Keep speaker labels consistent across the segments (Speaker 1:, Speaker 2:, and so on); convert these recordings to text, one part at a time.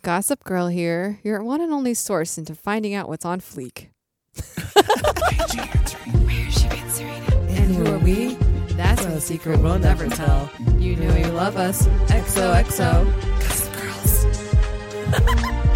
Speaker 1: Gossip Girl here, your one and only source into finding out what's on fleek.
Speaker 2: And who are we? That's no secret we'll never tell. You know you love us. XOXO.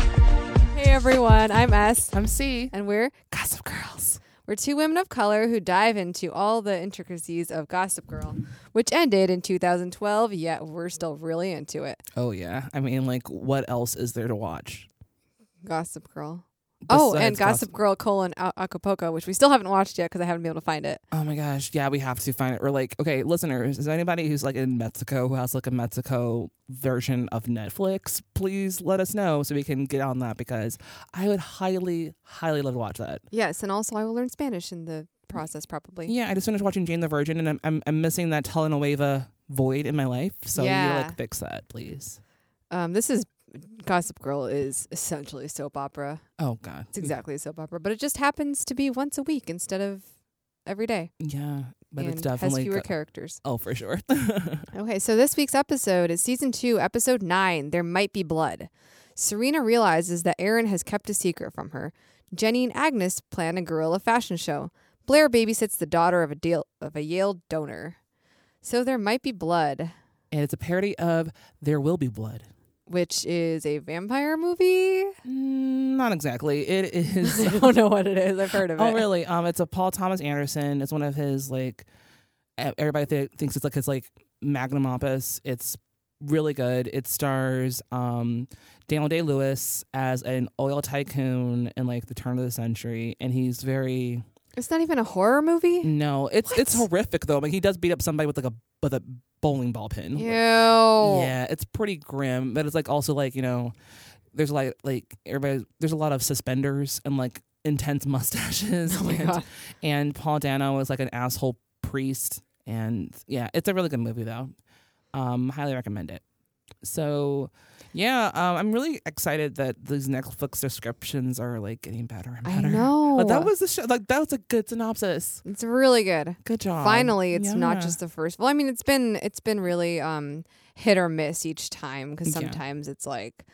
Speaker 1: Hey everyone, I'm S,
Speaker 2: I'm C.
Speaker 1: and we're Gossip Girls. We're two women of color who dive into all the intricacies of Gossip Girl, which ended in 2012, yet we're still really into it.
Speaker 3: Oh yeah. I mean, like, what else is there to watch?
Speaker 1: Gossip Girl. Oh, and
Speaker 3: Besides
Speaker 1: Gossip Girl colon A- Acapulco, which we still haven't watched yet because I haven't been able to find it.
Speaker 3: Oh my gosh. Yeah, we have to find it. We're like, okay, listeners, is there anybody who's like in Mexico who has like a Mexico version of Netflix? Please let us know so we can get on that because I would highly, highly love to watch that.
Speaker 1: Yes, and also I will learn Spanish in the process probably.
Speaker 3: Yeah, I just finished watching Jane the Virgin and I'm I'm, I'm missing that telenovela void in my life. So you
Speaker 1: Yeah.
Speaker 3: like fix that, please.
Speaker 1: Um, this is Gossip Girl is essentially a soap opera.
Speaker 3: Oh God.
Speaker 1: It's exactly a soap opera, but it just happens to be once a week instead of every day.
Speaker 3: Yeah. But
Speaker 1: and
Speaker 3: it's definitely
Speaker 1: has fewer
Speaker 3: go-
Speaker 1: characters.
Speaker 3: Oh, for sure.
Speaker 1: Okay, so this week's episode is season two, episode nine. There might be blood. Serena realizes that Aaron has kept a secret from her. Jenny and Agnes plan a guerrilla fashion show. Blair babysits the daughter of a deal of a Yale donor. So there might be blood,
Speaker 3: and it's a parody of There Will Be Blood.
Speaker 1: which is a vampire movie.
Speaker 3: Mm, not exactly. It is.
Speaker 1: I don't know what it is. I've heard of it.
Speaker 3: oh, really? Um, it's a Paul Thomas Anderson. It's one of his like. e- Everybody th- thinks it's like his like magnum opus. It's really good. It stars um Daniel Day Lewis as an oil tycoon in like the turn of the century, and he's very
Speaker 1: It's not even a horror movie.
Speaker 3: no. It's it's
Speaker 1: What?
Speaker 3: horrific though. I mean, he does beat up somebody with like a with a bowling ball pin.
Speaker 1: Ew.
Speaker 3: Like, Mm.
Speaker 1: Oh.
Speaker 3: yeah, it's pretty grim, but it's like also like you know, there's like like everybody there's a lot of suspenders and like intense mustaches.
Speaker 1: Oh my
Speaker 3: and,
Speaker 1: god.
Speaker 3: and Paul Dano is like an asshole priest, and yeah, it's a really good movie though. Um, highly recommend it. So, yeah, um, I'm really excited that these Netflix descriptions are like getting better and
Speaker 1: I
Speaker 3: better.
Speaker 1: know.
Speaker 3: Like, that was the show. Like that was a good synopsis.
Speaker 1: It's really good.
Speaker 3: Good job.
Speaker 1: Finally, it's not
Speaker 3: Um, Yeah.
Speaker 1: just the first. Well, I mean, it's been it's been really um hit or miss each time because
Speaker 3: Yeah.
Speaker 1: sometimes it's like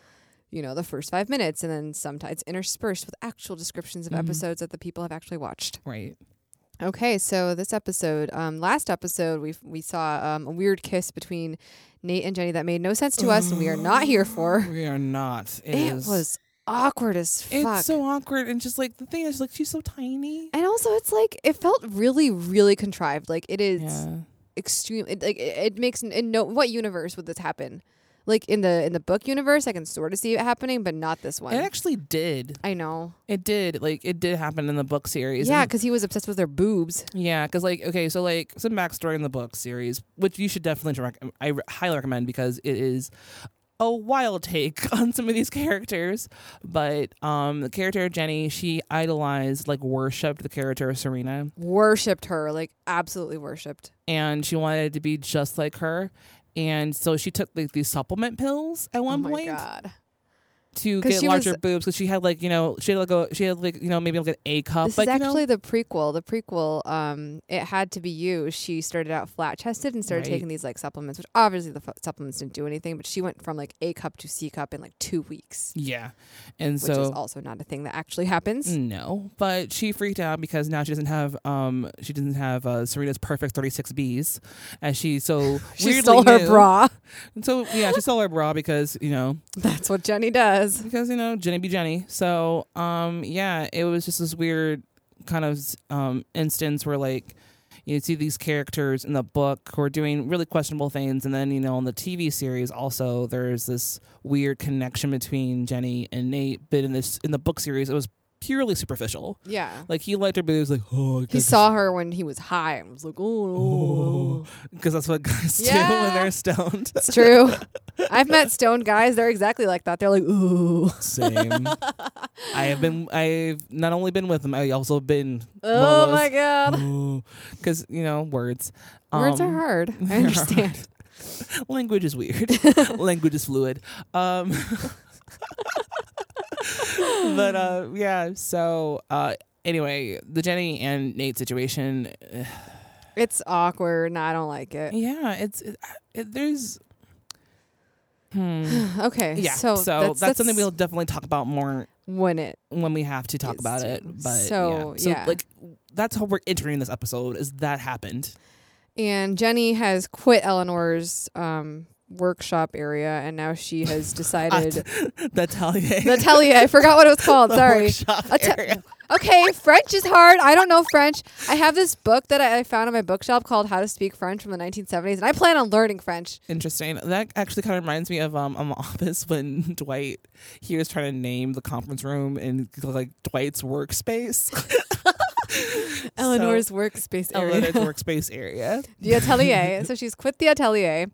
Speaker 1: you know the first five minutes, and then sometimes it's interspersed with actual descriptions of
Speaker 3: Mhm.
Speaker 1: episodes that the people have actually watched.
Speaker 3: right.
Speaker 1: Okay, so this episode, um, last episode, we we saw um, a weird kiss between Nate and Jenny that made no sense to us, and we are not here for.
Speaker 3: We are not. It,
Speaker 1: It
Speaker 3: is-
Speaker 1: was awkward as
Speaker 3: It's
Speaker 1: fuck.
Speaker 3: so awkward and just like the thing is like she's so tiny.
Speaker 1: and also, it's like it felt really, really contrived. Like it is.
Speaker 3: yeah.
Speaker 1: extreme it, like it, it makes in no what universe would this happen like in the in the book universe i can sort of see it happening but not this one
Speaker 3: It actually did.
Speaker 1: i know
Speaker 3: It did. Like it did happen in the book series.
Speaker 1: yeah
Speaker 3: And-
Speaker 1: because he was obsessed with their boobs
Speaker 3: yeah. Because like okay, so like some backstory in the book series, which you should definitely rec- I re- highly recommend because it is a wild take on some of these characters. But um, the character of Jenny, she idolized like worshipped the character of Serena,
Speaker 1: worshipped her like absolutely worshipped
Speaker 3: and she wanted to be just like her. And so she took like these supplement pills at
Speaker 1: Oh
Speaker 3: one
Speaker 1: my
Speaker 3: point.
Speaker 1: god
Speaker 3: to
Speaker 1: 'Cause
Speaker 3: get
Speaker 1: she
Speaker 3: larger
Speaker 1: was-
Speaker 3: boobs because she had like you know she had like a she had like you know maybe like an A cup.
Speaker 1: this
Speaker 3: like,
Speaker 1: is
Speaker 3: Uh, you know-
Speaker 1: actually the prequel the prequel um it had to be you she started out flat chested and started
Speaker 3: Right.
Speaker 1: taking these like supplements which obviously the fu- supplements didn't do anything but she went from like a cup to c cup in like two weeks
Speaker 3: yeah, and
Speaker 1: which is
Speaker 3: so Mm.
Speaker 1: also not a thing that actually happens
Speaker 3: no, but she freaked out because now she doesn't have um she doesn't have uh, Serena's perfect thirty six Bs, and she so
Speaker 1: she
Speaker 3: weirdly
Speaker 1: stole her
Speaker 3: knew-
Speaker 1: bra
Speaker 3: So yeah, she stole her bra because you know
Speaker 1: that's what jenny does
Speaker 3: because you know Jenny be Jenny. So um yeah, it was just this weird kind of um instance where like you see these characters in the book who are doing really questionable things and then you know in the TV series also there's this weird connection between Jenny and Nate, but in this in the book series it was purely superficial.
Speaker 1: Yeah.
Speaker 3: Like he liked her but he was like, "Oh,
Speaker 1: He saw her when he was high and was like, oh.
Speaker 3: because that's what guys do
Speaker 1: Yeah.
Speaker 3: when they're stoned."
Speaker 1: It's true. I've met stoned guys. They're exactly like that. They're like, ooh.
Speaker 3: Same. I have been I've not only been with them, I also been
Speaker 1: Oh
Speaker 3: one of those
Speaker 1: my God.
Speaker 3: because you know words.
Speaker 1: Words are
Speaker 3: Um,
Speaker 1: hard. I
Speaker 3: they're
Speaker 1: understand.
Speaker 3: Language is weird. language is fluid. Um, but uh, yeah. So uh, anyway, the Jenny and Nate situation. eh,
Speaker 1: It's awkward and I don't like it.
Speaker 3: Yeah, it's it, it, there's. Hmm.
Speaker 1: Okay.
Speaker 3: Yeah.
Speaker 1: So,
Speaker 3: that's, something we'll definitely talk about more
Speaker 1: win it.
Speaker 3: when we have to talk
Speaker 1: Yes.
Speaker 3: about it. But
Speaker 1: So,
Speaker 3: yeah. so
Speaker 1: yeah.
Speaker 3: like that's how we're entering this episode is that happened.
Speaker 1: And Jenny has quit Eleanor's um, workshop area, and now she has decided
Speaker 3: the Atelier.
Speaker 1: the atelier. I forgot what it was called.
Speaker 3: the
Speaker 1: Sorry.
Speaker 3: workshop
Speaker 1: Atel-
Speaker 3: area.
Speaker 1: Okay, French is hard. I don't know French. I have this book that I I found in my bookshelf called How to Speak French from the 1970s, and I plan on learning French.
Speaker 3: Interesting. That actually kind of reminds me of um, um office when Dwight he was trying to name the conference room in like Dwight's workspace.
Speaker 1: Eleanor's workspace area.
Speaker 3: Eleanor's workspace area.
Speaker 1: the atelier. so she's quit the atelier,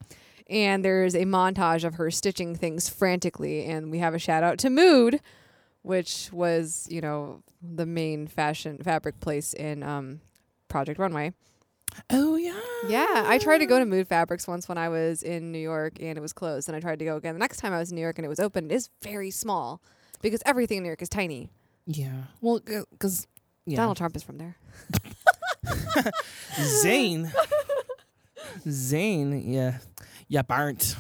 Speaker 1: and there's a montage of her stitching things frantically. And we have a shout out to Mood, which was you know the main fashion fabric place in um, Project Runway.
Speaker 3: Oh yeah.
Speaker 1: Yeah, I tried to go to Mood Fabrics once when I was in New York, and it was closed. And I tried to go again the next time I was in New York, and it was open. It is very small because everything in New York is tiny.
Speaker 3: Yeah. Well, because yeah.
Speaker 1: Donald Trump is from there.
Speaker 3: Zane. Zane, yeah. Yeah, burnt.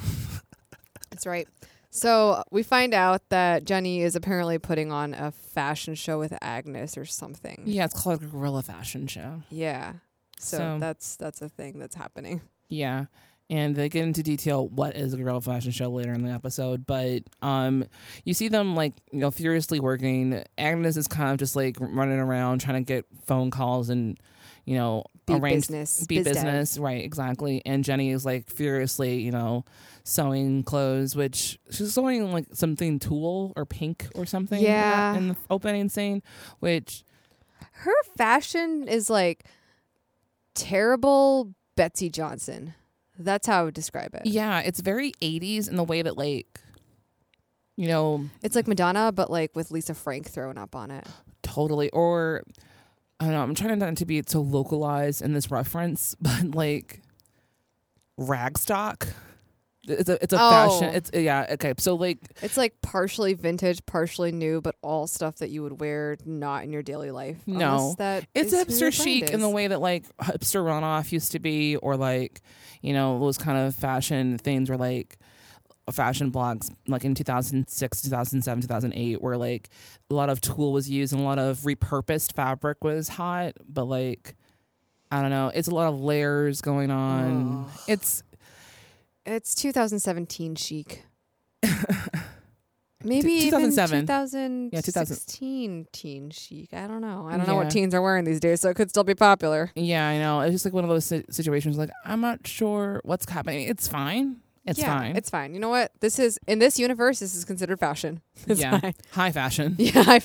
Speaker 1: That's right. So we find out that Jenny is apparently putting on a fashion show with Agnes or something.
Speaker 3: Yeah, it's called a gorilla fashion show.
Speaker 1: Yeah. So,
Speaker 3: So-
Speaker 1: that's that's a thing that's happening.
Speaker 3: Yeah. And they get into detail what is a gorilla fashion show later in the episode, but um, you see them like you know furiously working. Agnes is kind of just like running around trying to get phone calls and you know
Speaker 1: Be
Speaker 3: arrange
Speaker 1: business.
Speaker 3: be
Speaker 1: biz dev.
Speaker 3: business, right? Exactly. And Jenny is like furiously, you know, sewing clothes, which she's sewing like something tulle or pink or something. like that
Speaker 1: Yeah.
Speaker 3: in the opening scene, which
Speaker 1: Her fashion is like terrible Betsy Johnson. That's how I would describe it.
Speaker 3: yeah, it's very 80s in the way that like, you know,
Speaker 1: It's like Madonna, but like with Lisa Frank thrown up on it.
Speaker 3: totally or I don't know. I'm trying not to be so localized in this reference, but like ragstock. It's a it's a
Speaker 1: Oh.
Speaker 3: fashion. It's yeah okay. So like
Speaker 1: It's like partially vintage, partially new, but all stuff that you would wear not in your daily life.
Speaker 3: No.
Speaker 1: unless that is
Speaker 3: it's
Speaker 1: who your brand
Speaker 3: hipster chic in
Speaker 1: is.
Speaker 3: the way that like hipster runoff used to be, or like you know those kind of fashion things where like fashion blogs like in 2006 2007 2008 where like a lot of tulle was used and a lot of repurposed fabric was hot but like i don't know it's a lot of layers going on it's
Speaker 1: It's 2017 chic. Maybe
Speaker 3: T-
Speaker 1: even
Speaker 3: 2007.
Speaker 1: 2016
Speaker 3: Yeah, 2000.
Speaker 1: teen chic. I don't know. I don't know what
Speaker 3: Yeah.
Speaker 1: teens are wearing these days, so it could still be popular.
Speaker 3: yeah i know it's just like one of those si- situations like i'm not sure what's happening it's fine it's
Speaker 1: yeah,
Speaker 3: fine
Speaker 1: It's fine. You know what? This is in this universe. This is considered fashion. It's
Speaker 3: yeah
Speaker 1: fine.
Speaker 3: high fashion
Speaker 1: Yeah, I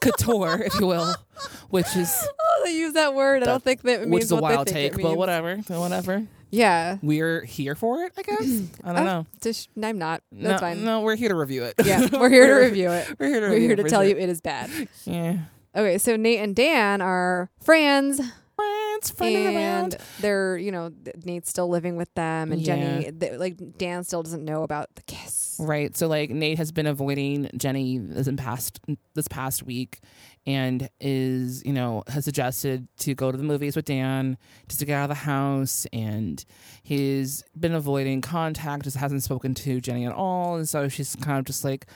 Speaker 3: couture if you will which is
Speaker 1: oh, they use that word. I
Speaker 3: That-
Speaker 1: don't think that it means
Speaker 3: which is a
Speaker 1: what
Speaker 3: wild
Speaker 1: they think
Speaker 3: take,
Speaker 1: it
Speaker 3: but
Speaker 1: means.
Speaker 3: whatever, so whatever.
Speaker 1: Yeah,
Speaker 3: We're here for it, I guess. I don't
Speaker 1: Uh,
Speaker 3: know.
Speaker 1: just, I'm not. That's
Speaker 3: no,
Speaker 1: fine.
Speaker 3: No, we're here to review it.
Speaker 1: Yeah, we're here to review it.
Speaker 3: We're here to
Speaker 1: We're
Speaker 3: review
Speaker 1: here
Speaker 3: it
Speaker 1: to
Speaker 3: for
Speaker 1: tell
Speaker 3: sure.
Speaker 1: you it is bad.
Speaker 3: Yeah.
Speaker 1: Okay, so Nate and Dan are friends.
Speaker 3: Friends, friends
Speaker 1: and
Speaker 3: around.
Speaker 1: they're you know th- Nate's still living with them, and Jenny
Speaker 3: Yeah. Mm.
Speaker 1: th- like Dan still doesn't know about the kiss.
Speaker 3: Right. So like Nate has been avoiding Jenny this in past this past week and is, you know, has suggested to go to the movies with Dan just to get out of the house and he's been avoiding contact, just hasn't spoken to Jenny at all. And so she's kind of just like,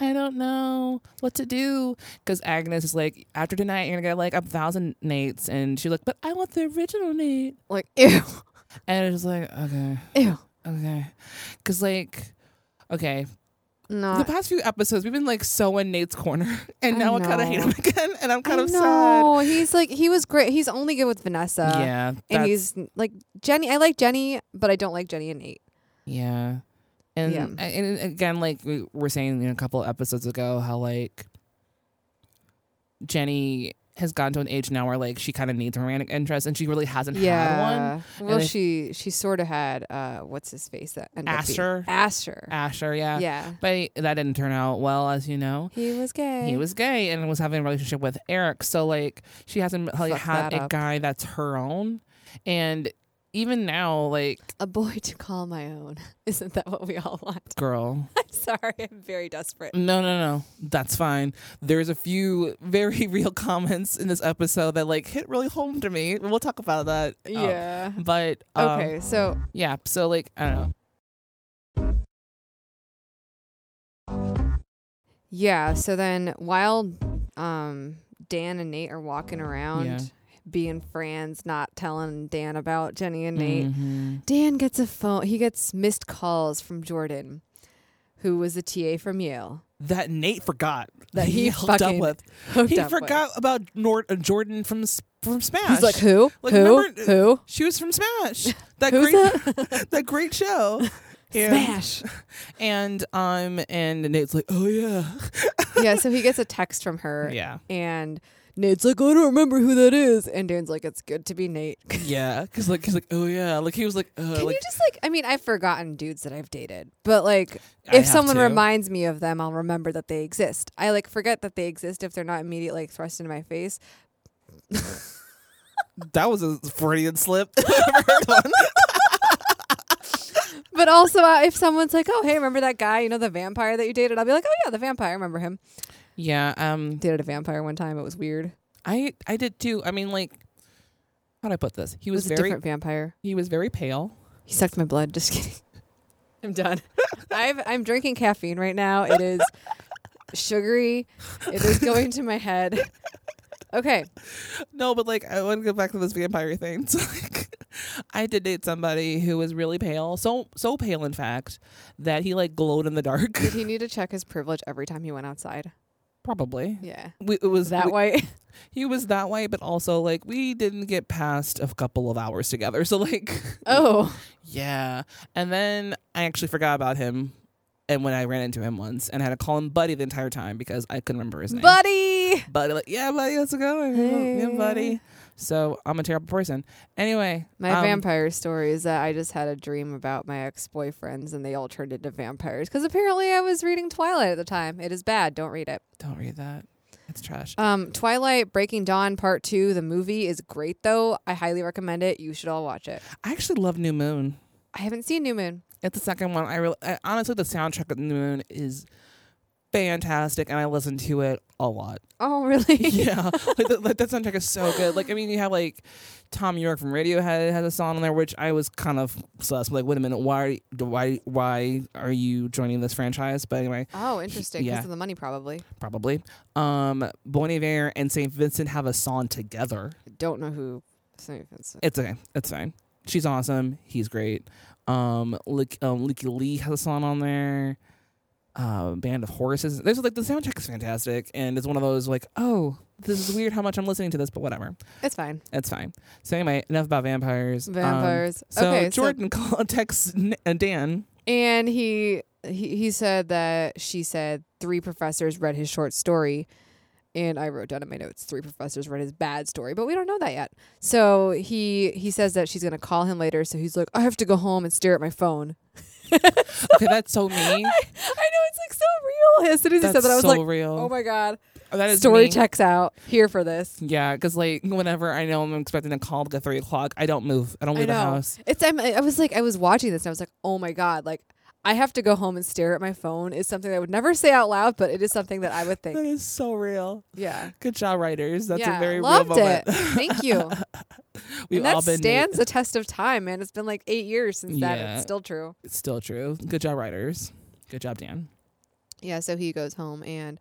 Speaker 3: I don't know what to do. Cause Agnes is like, after tonight you're gonna get like a thousand Nates and she's like, But I want the original Nate
Speaker 1: Like ew,
Speaker 3: and it's just like, Okay,
Speaker 1: ew,
Speaker 3: okay. Cause like okay, the
Speaker 1: no.
Speaker 3: past few episodes, we've been like so in Nate's corner, and now I, kind
Speaker 1: know.
Speaker 3: of hate him again, and I'm kind
Speaker 1: I
Speaker 3: of sad.
Speaker 1: know. He's like he was great. He's only good with Vanessa.
Speaker 3: yeah,
Speaker 1: And
Speaker 3: that's-
Speaker 1: he's like Jenny. I like Jenny, but I don't like Jenny and Nate.
Speaker 3: yeah, and
Speaker 1: Yeah.
Speaker 3: a- and again, like we were saying a couple episodes ago, how like Jenny has gotten to an age now where like she kind of needs a romantic interest, and she really hasn't had one.
Speaker 1: yeah. Well,
Speaker 3: I-
Speaker 1: she she sort of had uh, what's his face that ended up being-
Speaker 3: Asher?
Speaker 1: Asher.
Speaker 3: Asher, yeah,
Speaker 1: Yeah.
Speaker 3: but that didn't turn out well, as you know.
Speaker 1: He was gay.
Speaker 3: He was gay and was having a relationship with Eric. So like she hasn't like
Speaker 1: Fuck
Speaker 3: had
Speaker 1: that
Speaker 3: a
Speaker 1: up.
Speaker 3: guy that's her own, and even now like
Speaker 1: a boy to call my own. Isn't that what we all want?
Speaker 3: girl.
Speaker 1: I'm sorry. I'm very desperate.
Speaker 3: No, no, no. That's fine. There's a few very real comments in this episode that like hit really home to me. We'll talk about that. uh,
Speaker 1: Yeah.
Speaker 3: but um,
Speaker 1: Okay, so
Speaker 3: yeah. So like I don't know.
Speaker 1: Yeah. So then while um, Dan and Nate are walking around,
Speaker 3: Yeah.
Speaker 1: being friends, not telling Dan about Jenny and Nate,
Speaker 3: Mm. Mm-hmm.
Speaker 1: Dan gets a phone. He gets missed calls from Jordan, who was a TA from Yale.
Speaker 3: That Nate forgot
Speaker 1: That he
Speaker 3: hooked up
Speaker 1: fucking
Speaker 3: with.
Speaker 1: hooked
Speaker 3: he
Speaker 1: up with.
Speaker 3: forgot about Nor- uh, Jordan from S- from Smash.
Speaker 1: He's like, who?
Speaker 3: Like,
Speaker 1: who?
Speaker 3: remember-
Speaker 1: who?
Speaker 3: she was from Smash. That
Speaker 1: Who's
Speaker 3: great that great show. And,
Speaker 1: Smash.
Speaker 3: and um and Nate's like, oh yeah,
Speaker 1: yeah. So he gets a text from her.
Speaker 3: yeah,
Speaker 1: And Nate's like, I don't remember who that is. And Dan's like, it's good to be Nate. Can
Speaker 3: yeah. Because like he's like, oh yeah, like he was like, uh, like
Speaker 1: you just like, I mean, I've forgotten dudes that I've dated, but like,
Speaker 3: I
Speaker 1: if
Speaker 3: have
Speaker 1: someone
Speaker 3: to.
Speaker 1: reminds me of them, I'll remember that they exist. I like forget that they exist if they're not immediately like, thrust into my face.
Speaker 3: that was a Freudian slip.
Speaker 1: But also, uh, if someone's like, oh, hey, remember that guy, you know, the vampire that you dated? I'll be like, oh, yeah, the vampire. I remember him.
Speaker 3: yeah, um,
Speaker 1: Dated a vampire one time. It was weird.
Speaker 3: I I did too. I mean, like, how do I put this? He
Speaker 1: It
Speaker 3: was,
Speaker 1: was, a
Speaker 3: very
Speaker 1: different vampire.
Speaker 3: he was very pale.
Speaker 1: He sucked my blood. Just kidding. I'm done. I've, I'm drinking caffeine right now. It is sugary. It is going to my head. Okay.
Speaker 3: No, but like I want to go back to this vampire thing. So like, I did date somebody who was really pale, so so pale in fact that he like glowed in the dark.
Speaker 1: Did he need to check his privilege every time he went outside?
Speaker 3: Probably.
Speaker 1: Yeah.
Speaker 3: We, it was
Speaker 1: That
Speaker 3: we-
Speaker 1: way.
Speaker 3: He was that way, but also like we didn't get past a couple of hours together. So like,
Speaker 1: Oh.
Speaker 3: yeah. And then I actually forgot about him, and when I ran into him once, and I had to call him buddy the entire time because I couldn't remember his name.
Speaker 1: Buddy.
Speaker 3: buddy, like yeah, buddy, how's it going? Yeah,
Speaker 1: Hey.
Speaker 3: buddy. So I'm a terrible person. Anyway,
Speaker 1: My
Speaker 3: um,
Speaker 1: vampire story is that I just had a dream about my ex boyfriends and they all turned into vampires because apparently I was reading Twilight at the time. It is bad. Don't read it.
Speaker 3: Don't read that. It's trash.
Speaker 1: Um, Twilight Breaking Dawn Part 2, the movie is great though. I highly recommend it. You should all watch it.
Speaker 3: I actually love New Moon.
Speaker 1: I haven't seen New Moon.
Speaker 3: It's the second one. I really, I, honestly, the soundtrack of New Moon is fantastic, and I listen to it a lot.
Speaker 1: Oh, really?
Speaker 3: yeah, like, the, like that soundtrack is so good. Like, I mean, you have like Tom York from Radiohead has a song on there, which I was kind of sus. Like, wait a minute, why, why, why are you joining this franchise? But anyway,
Speaker 1: Oh, interesting. Because
Speaker 3: Yeah.
Speaker 1: of the money, probably.
Speaker 3: probably. Um, Bon Iver and Saint Vincent have a song together.
Speaker 1: I don't know who. Saint Vincent-
Speaker 3: It's okay. It's fine. She's awesome. He's great. Um, Lick, um, Licky Lee has a song on there. Uh, Band of Horses. There's like the soundtrack is fantastic, and it's one of those like, oh, this is weird how much I'm listening to this, but whatever,
Speaker 1: It's fine.
Speaker 3: it's fine. So anyway, enough about vampires. Um,
Speaker 1: Vampires.
Speaker 3: so
Speaker 1: okay, so
Speaker 3: Jordan called texts N- uh, Dan.
Speaker 1: And he, he he said that she said three professors read his short story, and I wrote down in my notes three professors read his bad story, but we don't know that yet. So he he says that she's gonna call him later. So he's like, I have to go home and stare at my phone.
Speaker 3: Okay, that's so me.
Speaker 1: I know it's like so real. As soon as he
Speaker 3: That's
Speaker 1: said that, I was
Speaker 3: so
Speaker 1: like,
Speaker 3: real.
Speaker 1: Oh my god,
Speaker 3: that is
Speaker 1: story
Speaker 3: me.
Speaker 1: checks out. Here for this.
Speaker 3: Yeah, because like whenever I know I'm expecting a call at three o'clock, I don't move. I don't
Speaker 1: I
Speaker 3: leave the
Speaker 1: know.
Speaker 3: house.
Speaker 1: It's I'm, I was like I was watching this and I was like, oh my god, like. I have to go home and stare at my phone is something I would never say out loud, but it is something that I would
Speaker 3: That
Speaker 1: think.
Speaker 3: is so real.
Speaker 1: Yeah.
Speaker 3: Good job, writers. That's
Speaker 1: yeah,
Speaker 3: a very
Speaker 1: loved
Speaker 3: real moment.
Speaker 1: it. Thank you.
Speaker 3: We've
Speaker 1: and that
Speaker 3: all been
Speaker 1: stands the test of time, man. It's been like eight years since that.
Speaker 3: Yeah.
Speaker 1: It's still true.
Speaker 3: It's still true. Good job, writers. Good job, Dan.
Speaker 1: Yeah. So he goes home and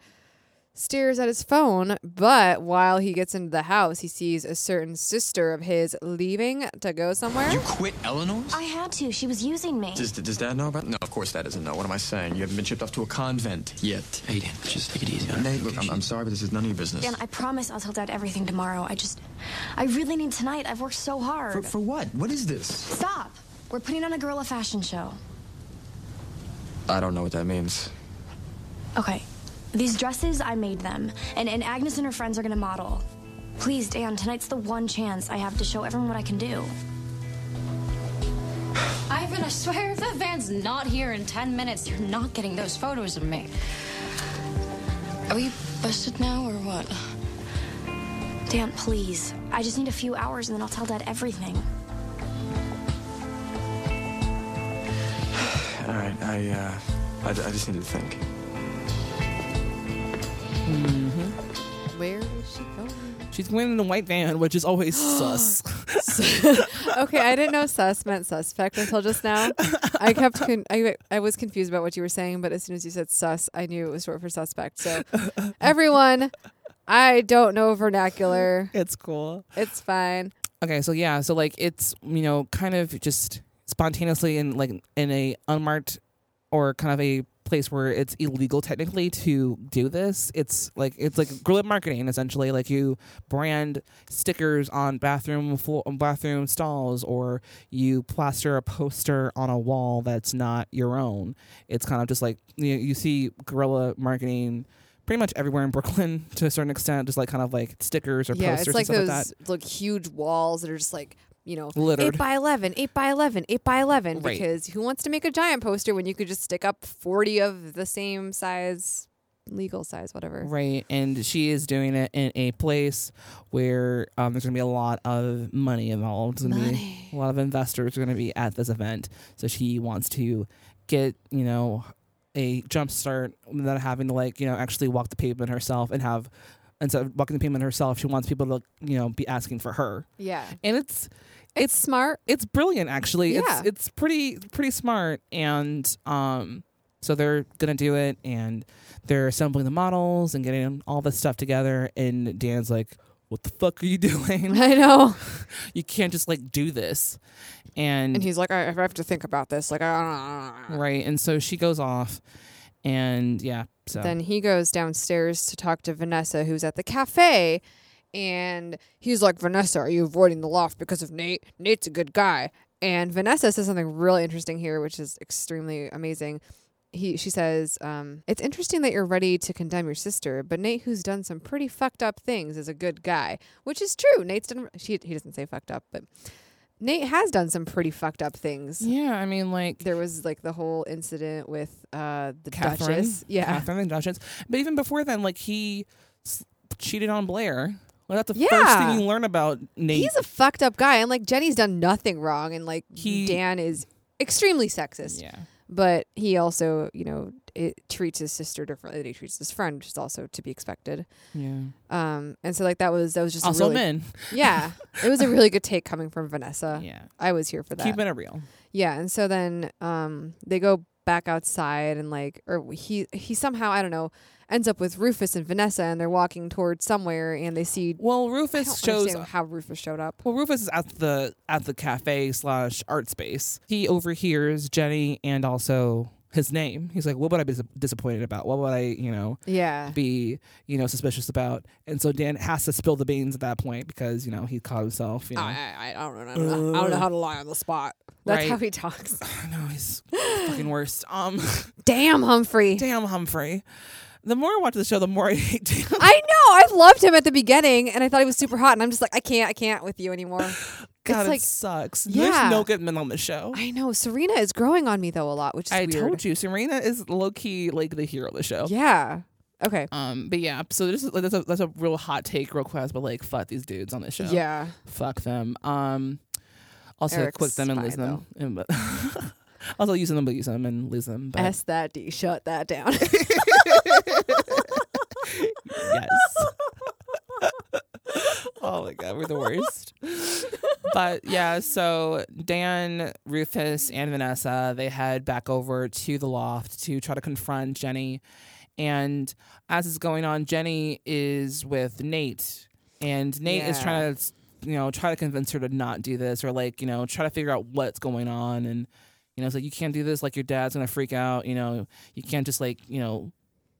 Speaker 1: stares at his phone, but while he gets into the house, he sees a certain sister of his leaving to go somewhere.
Speaker 4: You quit Eleanor's?
Speaker 5: I had to. She was using me.
Speaker 4: Does, does Dad know about No, of course Dad doesn't know. What am I saying? You haven't been shipped off to a convent yet. Aiden, just take it easy. Nate, look, I'm, I'm sorry, but this is none of your business.
Speaker 5: Dan, I promise I'll tell Dad everything tomorrow. I just, I really need tonight. I've worked so hard.
Speaker 4: for, for what? What is this?
Speaker 5: Stop. We're putting on a gorilla fashion show.
Speaker 4: I don't know what that means.
Speaker 5: Okay. These dresses, I made them. And, and Agnes and her friends are gonna model. Please, Dan, tonight's the one chance I have to show everyone what I can do.
Speaker 6: Ivan, I swear, if that van's not here in 10 minutes, you're not getting those photos of me. Are we busted now or what?
Speaker 5: Dan, please. I just need a few hours and then I'll tell Dad everything.
Speaker 4: All right, I, uh, I, I just need to think.
Speaker 1: Where is she going?
Speaker 3: She's wearing a white van, which is always sus.
Speaker 1: okay, I didn't know sus meant suspect until just now. I kept con- I I was confused about what you were saying, but as soon as you said sus, I knew it was short for suspect. So everyone, I don't know vernacular.
Speaker 3: It's cool.
Speaker 1: It's fine.
Speaker 3: Okay, so yeah, so like it's you know kind of just spontaneously in like in a unmarked or kind of a place where it's illegal technically to do this. It's like it's like guerrilla marketing essentially. Like you brand stickers on bathroom floor, on bathroom stalls, or you plaster a poster on a wall that's not your own. It's kind of just like you, you see guerrilla marketing. Pretty much everywhere in Brooklyn, to a certain extent, just like kind of like stickers or
Speaker 1: yeah,
Speaker 3: posters
Speaker 1: it's like those
Speaker 3: and stuff like that.
Speaker 1: like huge walls that are just like you know
Speaker 3: Littered.
Speaker 1: eight by eleven, eight by eleven, eight by eleven.
Speaker 3: Right.
Speaker 1: Because who wants to make a giant poster when you could just stick up forty of the same size, legal size, whatever.
Speaker 3: Right, and she is doing it in a place where um, there's going to be a lot of money involved. There's gonna Be, a lot of investors are going to be at this event, so she wants to get you know a jump start without having to like you know actually walk the pavement herself and have instead of walking the pavement herself, she wants people to you know be asking for her,
Speaker 1: Yeah,
Speaker 3: and it's
Speaker 1: it's smart.
Speaker 3: it's brilliant actually
Speaker 1: Yeah.
Speaker 3: it's it's pretty pretty smart and um so they're gonna do it and they're assembling the models and getting all this stuff together and dan's like what the fuck are you doing
Speaker 1: I know.
Speaker 3: you can't just like do this and,
Speaker 1: And he's like, I, I have to think about this. Like, "Ah." I
Speaker 3: Mm. right and so she goes off and yeah so
Speaker 1: then he goes downstairs to talk to Vanessa, who's at the cafe. And he's like, Vanessa, are you avoiding the loft because of Nate? Nate's a good guy. And Vanessa says something really interesting here, which is extremely amazing. He, she says, um, It's interesting that you're ready to condemn your sister, but Nate, who's done some pretty fucked up things, is a good guy, which is true. Nate's done, she, he doesn't say fucked up, but Nate has done some pretty fucked up things.
Speaker 3: yeah i mean like
Speaker 1: there was like the whole incident with uh the
Speaker 3: Catherine,
Speaker 1: Duchess. Yeah.
Speaker 3: Catherine and Duchess. But even before then, like he s- cheated on Blair. Well, that's the first
Speaker 1: Yeah.
Speaker 3: thing you learn about Nate.
Speaker 1: He's a fucked up guy and like Jenny's done nothing wrong and like
Speaker 3: He-
Speaker 1: Dan is extremely sexist.
Speaker 3: yeah.
Speaker 1: But he also, you know, it treats his sister differently than he treats his friend, which is also to be expected.
Speaker 3: Yeah.
Speaker 1: Um and so like that was that was just a
Speaker 3: Also
Speaker 1: really-
Speaker 3: men.
Speaker 1: Yeah. It was a really good take coming from Vanessa.
Speaker 3: Yeah.
Speaker 1: I was here for that.
Speaker 3: Keeping it real.
Speaker 1: Yeah, and so then um they go back outside and like or he he somehow I don't know ends up with Rufus and Vanessa and they're walking towards somewhere and they see
Speaker 3: Well,
Speaker 1: I
Speaker 3: Rufus
Speaker 1: don't
Speaker 3: shows.
Speaker 1: understand how Rufus showed up.
Speaker 3: Well, Rufus is at the at the cafe slash art space. He overhears Jenny and also his name. He's like, "What would I be dis- disappointed about? What would I, you know,
Speaker 1: Yeah.
Speaker 3: be, you know, suspicious about?" And so Dan has to spill the beans at that point because you know he caught himself. You know,
Speaker 1: I, I, I don't know. I don't know, I don't know how to lie on the spot. That's
Speaker 3: Right.
Speaker 1: how he talks.
Speaker 3: no, he's the fucking worst. Um,
Speaker 1: Damn, Humphrey.
Speaker 3: damn Humphrey. The more I watch the show, the more I hate Dan.
Speaker 1: I know. I loved him at the beginning, and I thought he was super hot, and I'm just like, I can't, I can't with you anymore.
Speaker 3: God,
Speaker 1: it's
Speaker 3: it
Speaker 1: like
Speaker 3: sucks.
Speaker 1: yeah.
Speaker 3: There's no good men on the show.
Speaker 1: I know. Serena is growing on me though a lot, which is
Speaker 3: I
Speaker 1: weird.
Speaker 3: told you, Serena is low key like the hero of the show.
Speaker 1: Yeah. Okay.
Speaker 3: Um, but yeah, so this is, like, that's a that's a real hot take request, but like fuck these dudes on this show.
Speaker 1: Yeah.
Speaker 3: fuck them. Um, also
Speaker 1: Eric's
Speaker 3: quit them and lose
Speaker 1: fine,
Speaker 3: them. And, but also use them, but use them and lose them. But
Speaker 1: S that D. Shut that down.
Speaker 3: yes. oh my god, we're the worst. but yeah, so Dan, Rufus, and Vanessa they head back over to the loft to try to confront Jenny. And as is going on, Jenny is with Nate, and Nate is
Speaker 1: Yeah.
Speaker 3: trying to you know try to convince her to not do this or like you know try to figure out what's going on and. You know, it's like you can't do this. Like your dad's gonna freak out. You know, you can't just like you know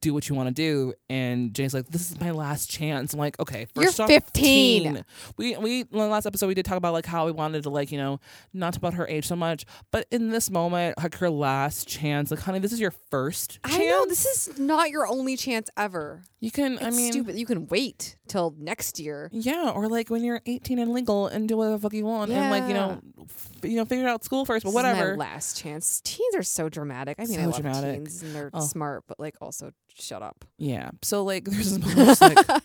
Speaker 3: do what you want to do. And Jane's like, this is my last chance. I'm like, okay,
Speaker 1: You're
Speaker 3: first off,
Speaker 1: 15.
Speaker 3: teen. We we in the last episode we did talk about like how we wanted to like you know not talk about her age so much, but in this moment, like her last chance, like honey, this is your first. Chance.
Speaker 1: I know this is not your only chance ever.
Speaker 3: You can. I
Speaker 1: It's
Speaker 3: mean,
Speaker 1: stupid. You can wait till next year.
Speaker 3: yeah, or like when you're 18 and legal and do whatever the fuck you want, and like you know, f- you know, figure out school first, but
Speaker 1: This is
Speaker 3: whatever.
Speaker 1: my last chance. Teens are so dramatic. I mean, I
Speaker 3: So
Speaker 1: love
Speaker 3: dramatic.
Speaker 1: teens and they're
Speaker 3: Oh.
Speaker 1: smart, but like also shut up.
Speaker 3: yeah. So like, there's this moment where it's like.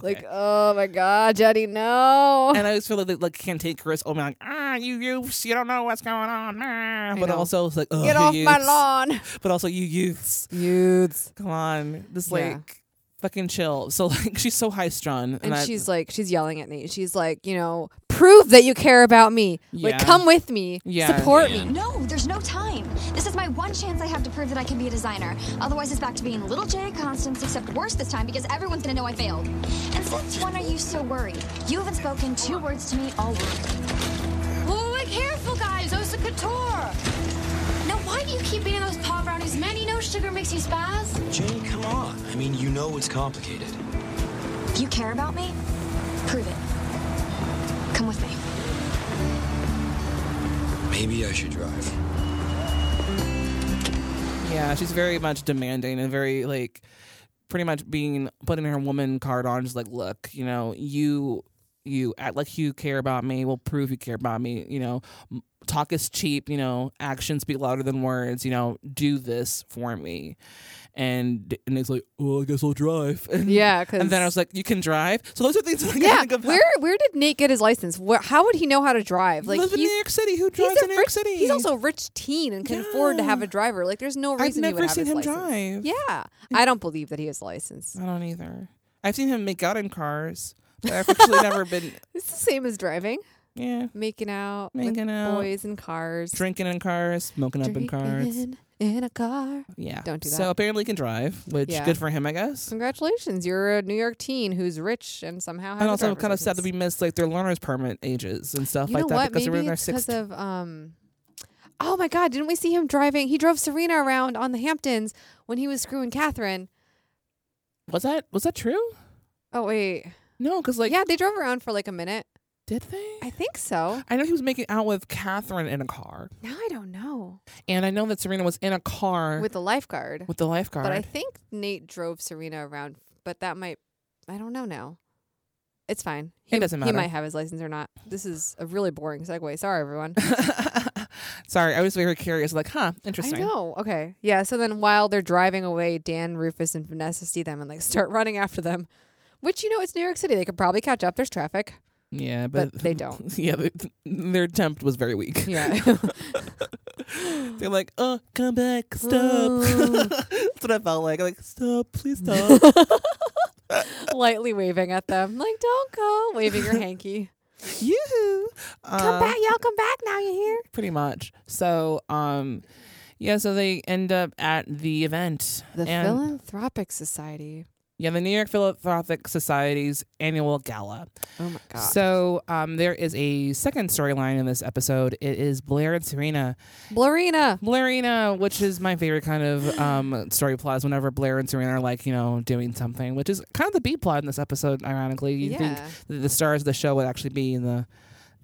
Speaker 1: Like, oh my god, Jenny, no.
Speaker 3: and I always feel like they like can't take Chris. Oh, like ah, you youths, you don't know what's going on. ah." But
Speaker 1: know.
Speaker 3: also it's like Ugh,
Speaker 1: Get
Speaker 3: you
Speaker 1: off my
Speaker 3: youths.
Speaker 1: lawn,
Speaker 3: But also you youths,
Speaker 1: youths.
Speaker 3: come on, this
Speaker 1: Yeah.
Speaker 3: like fucking chill. So like she's so high strung,
Speaker 1: And
Speaker 3: I-
Speaker 1: she's like, she's yelling at Nate. She's like, you know, prove that you care about me. Like,
Speaker 3: Yeah.
Speaker 1: come with me.
Speaker 3: Yeah.
Speaker 1: Support me.
Speaker 5: No, there's no time. This is my one chance I have to prove that I can be a designer. Otherwise, it's back to being little J Constance, except worse this time because everyone's gonna know I failed. And since when are you so worried? You haven't spoken two words to me all week.
Speaker 6: Oh, be careful, guys. Those are couture. Now, why do you keep eating those paw brownies, man? You know sugar makes you spaz.
Speaker 7: Jane, come on. I mean, you know it's complicated.
Speaker 5: You care about me? Prove it. Come with me.
Speaker 7: Maybe I should drive.
Speaker 3: Yeah, she's very much demanding and very like pretty much being putting her woman card on just like look, you know, you you act like you care about me, we'll prove you care about me, you know, m- talk is cheap, you know, actions speak louder than words, you know, do this for me. And and it's like, "Well, I guess I'll drive." And,
Speaker 1: Yeah,
Speaker 3: And then I
Speaker 1: 'cause-
Speaker 3: was like, "You can drive?" So those are things that I
Speaker 1: Yeah,
Speaker 3: think about.
Speaker 1: where where did Nate get his license? Where, how would he know how to drive?
Speaker 3: Like
Speaker 1: Like
Speaker 3: live in New
Speaker 1: he's-
Speaker 3: York City. Who
Speaker 1: he's
Speaker 3: drives
Speaker 1: a
Speaker 3: in New York
Speaker 1: rich,
Speaker 3: City?
Speaker 1: He's also a rich teen and can afford to have a
Speaker 3: Yeah.
Speaker 1: driver. Like there's no
Speaker 3: I've
Speaker 1: reason he
Speaker 3: never
Speaker 1: would
Speaker 3: seen
Speaker 1: have
Speaker 3: him
Speaker 1: his license.
Speaker 3: drive. Uh.
Speaker 1: Yeah, I don't believe that he has a license.
Speaker 3: I don't either. I've seen him make out in cars, but I've actually never been.
Speaker 1: It's the same as driving,
Speaker 3: Yeah,
Speaker 1: making out,
Speaker 3: Making
Speaker 1: with
Speaker 3: out.
Speaker 1: boys in cars,
Speaker 3: drinking in cars, smoking up in cars.
Speaker 1: drinking in a car.
Speaker 3: Yeah,
Speaker 1: Don't do that.
Speaker 3: So apparently he can drive, which
Speaker 1: Yeah.
Speaker 3: good for him, I guess.
Speaker 1: Congratulations, you're a New York teen who's rich and somehow has.
Speaker 3: And
Speaker 1: a
Speaker 3: also,
Speaker 1: driver's
Speaker 3: kind of sad that
Speaker 1: license.
Speaker 3: we missed like their learner's permit ages and stuff
Speaker 1: You
Speaker 3: like
Speaker 1: know
Speaker 3: that
Speaker 1: what?
Speaker 3: because they were in
Speaker 1: Maybe
Speaker 3: their
Speaker 1: it's because
Speaker 3: sixth.
Speaker 1: of um. Oh my God! Didn't we see him driving? He drove Serena around on the Hamptons when he was screwing Catherine.
Speaker 3: was that was that true?
Speaker 1: Oh wait,
Speaker 3: No, because like
Speaker 1: yeah, they drove around for like a minute.
Speaker 3: did they?
Speaker 1: I think so.
Speaker 3: I know he was making out with Catherine in a car,
Speaker 1: Now I don't know
Speaker 3: and I know that Serena was in a car
Speaker 1: with the lifeguard,
Speaker 3: with the lifeguard.
Speaker 1: but I think Nate drove Serena around. But that might, I don't know now. It's fine.
Speaker 3: It
Speaker 1: He,
Speaker 3: doesn't
Speaker 1: He
Speaker 3: matter.
Speaker 1: might have his license or not. This is a really boring segue. Sorry, everyone.
Speaker 3: Sorry, I was very curious. Like, huh?
Speaker 1: I
Speaker 3: Interesting.
Speaker 1: know. Okay. Yeah. So then while they're driving away, Dan, Rufus, and Vanessa see them and like start running after them. Which you know, it's New York City. They could probably catch up. There's traffic.
Speaker 3: Yeah,
Speaker 1: But
Speaker 3: but,
Speaker 1: they don't.
Speaker 3: Yeah, th- their attempt was very weak.
Speaker 1: Yeah.
Speaker 3: They're like, "Oh, come back, stop."
Speaker 1: Ooh.
Speaker 3: That's what I felt like. I'm like, stop, please stop.
Speaker 1: Lightly waving at them. Like, don't go. Waving your hanky.
Speaker 3: you
Speaker 1: Come back, y'all come back now you hear?
Speaker 3: Um, pretty much. So, um, yeah. So they end up at the event.
Speaker 1: The
Speaker 3: and,
Speaker 1: Philanthropic Society.
Speaker 3: Yeah, the New York Philanthropic Society's annual gala.
Speaker 1: Oh my god.
Speaker 3: So, um, there is a second storyline in this episode. It is Blair and Serena.
Speaker 1: Blurina.
Speaker 3: Blairina, uh, which is my favorite kind of um, story plot, is whenever Blair and Serena are like, you know, doing something, which is kind of the B plot in this episode, ironically. You think
Speaker 1: Yeah.
Speaker 3: that the stars of the show would actually be in the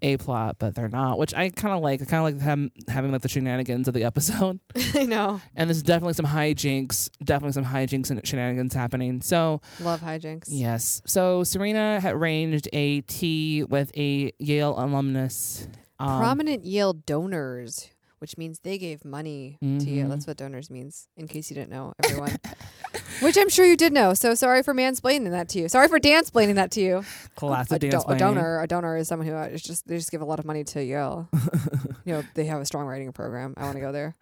Speaker 3: A plot, but they're not, which I kind of like. I kind of like them having like the shenanigans of the episode.
Speaker 1: I know.
Speaker 3: And there's definitely some hijinks, definitely some hijinks and shenanigans happening. So,
Speaker 1: Love hijinks.
Speaker 3: yes. So, Serena had arranged a tea with a Yale alumnus. Um,
Speaker 1: Prominent Yale donors, which means they gave money to Yale.
Speaker 3: Mm-hmm.
Speaker 1: That's what donors means, in case you didn't know, everyone. which I'm sure you did know. So sorry for mansplaining that to you. Sorry for dansplaining that to you.
Speaker 3: classic
Speaker 1: a, do-
Speaker 3: dance
Speaker 1: a donor, a donor is someone who uh, is just they just give a lot of money to Yale. you know, they have a strong writing program. I want to go there.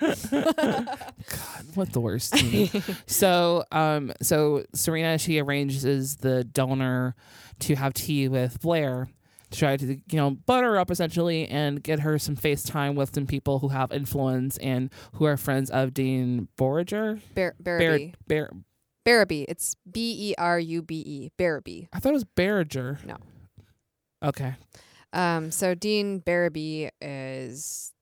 Speaker 3: What the worst? team. so, um, so Serena she arranges the donor to have tea with Blair to try to you know butter her up essentially and get her some FaceTime with some people who have influence and who are friends of Dean Borger.
Speaker 1: Bar- Barabee.
Speaker 3: Bar- Bar-
Speaker 1: Barabee. It's B E R U B E. Barabee.
Speaker 3: I thought it was Barriger.
Speaker 1: No.
Speaker 3: Okay.
Speaker 1: Um, so Dean Barabee is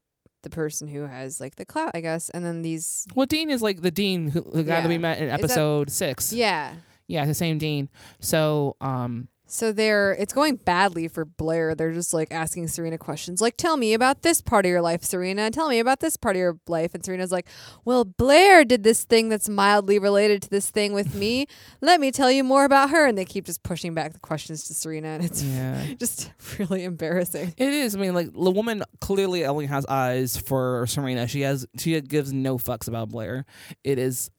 Speaker 1: the person who has like the clout, I guess, and then these.
Speaker 3: Well, Dean is like the Dean, who, the guy
Speaker 1: Yeah.
Speaker 3: that we met in
Speaker 1: Is that-
Speaker 3: episode six.
Speaker 1: Yeah.
Speaker 3: yeah, the same Dean. So, um,
Speaker 1: So they're it's going badly for Blair. They're just like asking Serena questions like, "Tell me about this part of your life, Serena. Tell me about this part of your life." And Serena's like, "Well, Blair did this thing that's mildly related to this thing with me. Let me tell you more about her." And they keep just pushing back the questions to Serena, and it's
Speaker 3: yeah.
Speaker 1: just really embarrassing.
Speaker 3: It is. I mean, like the woman clearly only has eyes for Serena. She has. She gives no fucks about Blair. It is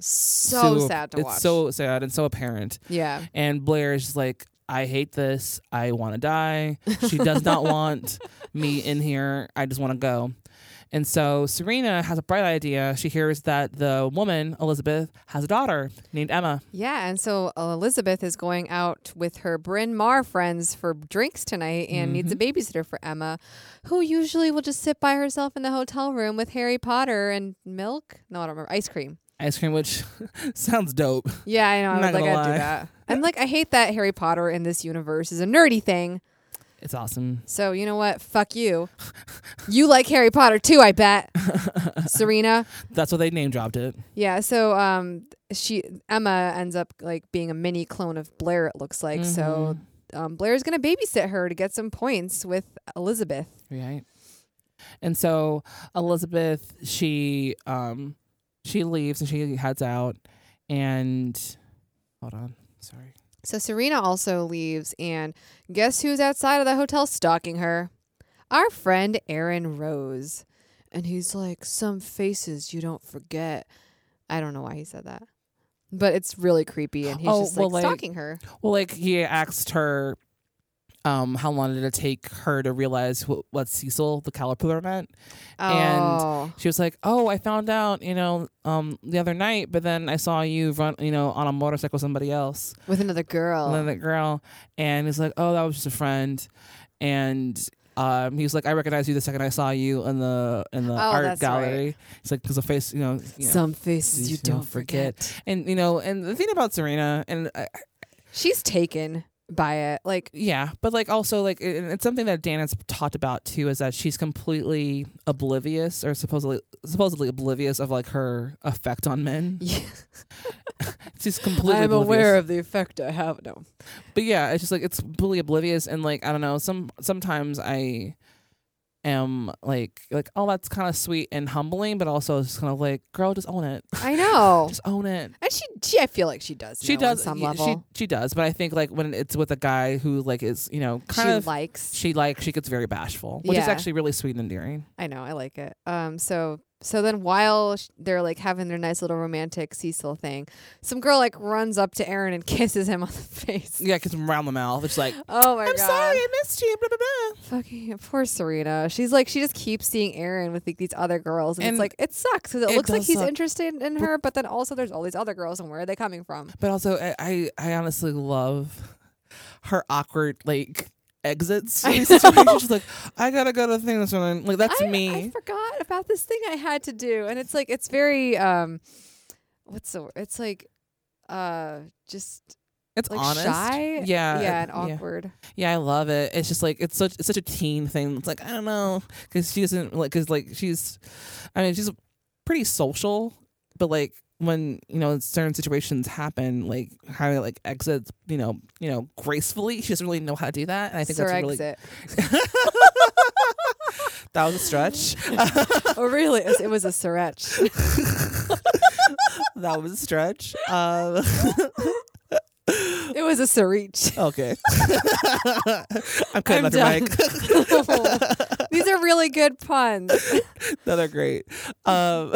Speaker 1: So, sad to
Speaker 3: it's
Speaker 1: watch.
Speaker 3: so sad and so apparent.
Speaker 1: yeah.
Speaker 3: And Blair is just like, I hate this. I want to die. She does not want me in here. I just want to go. And so Serena has a bright idea. She hears that the woman, Elizabeth, has a daughter named Emma.
Speaker 1: Yeah, and so uh, Elizabeth is going out with her Bryn Mawr friends for drinks tonight and needs a
Speaker 3: Mm-hmm.
Speaker 1: babysitter for Emma, who usually will just sit by herself in the hotel room with Harry Potter and milk. No, I don't remember. Ice cream.
Speaker 3: Ice cream, which sounds dope.
Speaker 1: Yeah, I know. I
Speaker 3: Not
Speaker 1: was like,
Speaker 3: gonna
Speaker 1: I'd
Speaker 3: lie.
Speaker 1: do that. And like, I hate that Harry Potter in this universe is a nerdy thing.
Speaker 3: It's awesome.
Speaker 1: So you know what? Fuck you. You like Harry Potter too, I bet. Serena.
Speaker 3: That's what they name dropped it.
Speaker 1: Yeah, so um she Emma ends up like being a mini clone of Blair it looks like.
Speaker 3: Mm-hmm.
Speaker 1: So um, Blair's going to babysit her to get some points with Elizabeth.
Speaker 3: Right. And so Elizabeth, she um she leaves and she heads out and hold on, sorry.
Speaker 1: So Serena also leaves and guess who's outside of the hotel stalking her? Our friend Aaron Rose. And he's like some faces you don't forget. I don't know why he said that. But it's really creepy and he's
Speaker 3: Oh,
Speaker 1: just
Speaker 3: well,
Speaker 1: like
Speaker 3: like-
Speaker 1: stalking her.
Speaker 3: Well, like he asked her um how long did it take her to realize wh- what Cecil the caterpillar meant?
Speaker 1: Oh.
Speaker 3: And she was like, "Oh, I found out, you know, um the other night, but then I saw you run, you know, on a motorcycle with somebody else."
Speaker 1: With another girl.
Speaker 3: And then that girl, and he's like, "Oh, that was just a friend," and um, he's like, "I recognized you the second I saw you in the in the art
Speaker 1: Oh, that's
Speaker 3: gallery."
Speaker 1: right.
Speaker 3: It's like because the face, you know, you know,
Speaker 1: Some faces
Speaker 3: these
Speaker 1: you don't forget.
Speaker 3: and you know, and the thing about Serena, and uh,
Speaker 1: She's taken by it. Like,
Speaker 3: yeah, but like also like it, it's something that Dan has talked about too is that she's completely oblivious or supposedly supposedly oblivious of like her effect on men.
Speaker 1: Yeah.
Speaker 3: she's completely. oblivious.
Speaker 1: of the effect I have. No.
Speaker 3: but yeah, it's just like it's completely oblivious and like I don't know. Some sometimes I am like like oh that's kind of sweet and humbling, but also it's just kind of like girl, just own it,
Speaker 1: I know.
Speaker 3: just own it.
Speaker 1: and she, she, I feel like she does.
Speaker 3: She
Speaker 1: know
Speaker 3: does
Speaker 1: on some
Speaker 3: yeah,
Speaker 1: level.
Speaker 3: She she does, but I think like when it's with a guy who like is you know
Speaker 1: she
Speaker 3: kind of
Speaker 1: likes.
Speaker 3: she like she gets very bashful, which is
Speaker 1: Yeah.
Speaker 3: actually really sweet and endearing.
Speaker 1: I know. I like it. Um. So so then while sh- they're like having their nice little romantic Cecil thing, some girl like runs up to Aaron and kisses him on the face.
Speaker 3: Yeah, because around the mouth, it's like
Speaker 1: Oh my
Speaker 3: I'm
Speaker 1: god.
Speaker 3: sorry, I missed you. Blah, blah, blah.
Speaker 1: Fucking poor Serena. She's like she just keeps seeing Aaron with like these other girls, and,
Speaker 3: And
Speaker 1: it's like it sucks because it,
Speaker 3: it
Speaker 1: looks like
Speaker 3: does
Speaker 1: he's
Speaker 3: suck.
Speaker 1: interested in her, but then also there's all these other girls, and where are they coming from?
Speaker 3: But also, I, I I honestly love her awkward like exits.
Speaker 1: I
Speaker 3: She's just like, I gotta go to the thing this morning. Like that's
Speaker 1: I,
Speaker 3: me.
Speaker 1: I forgot about this thing I had to do, and it's like it's very um, what's the word? It's like uh, just
Speaker 3: it's
Speaker 1: like
Speaker 3: honest.
Speaker 1: shy,
Speaker 3: Yeah.
Speaker 1: yeah, and
Speaker 3: Uh, yeah.
Speaker 1: awkward.
Speaker 3: Yeah, I love it. It's just like it's such it's such a teen thing. It's like I don't know because she doesn't like because like she's, I mean she's pretty social, but like when you know certain situations happen, like how to like exit, you know, you know, gracefully, she doesn't really know how to do that. And I think
Speaker 1: Sir
Speaker 3: that's really
Speaker 1: exit.
Speaker 3: that was a stretch.
Speaker 1: oh, really? It was, it was a Suresh.
Speaker 3: that was a stretch. Um,
Speaker 1: it was a Sureach.
Speaker 3: okay. I'm cutting
Speaker 1: I'm
Speaker 3: off your
Speaker 1: done.
Speaker 3: mic.
Speaker 1: These are really good puns.
Speaker 3: No, they're great. Um,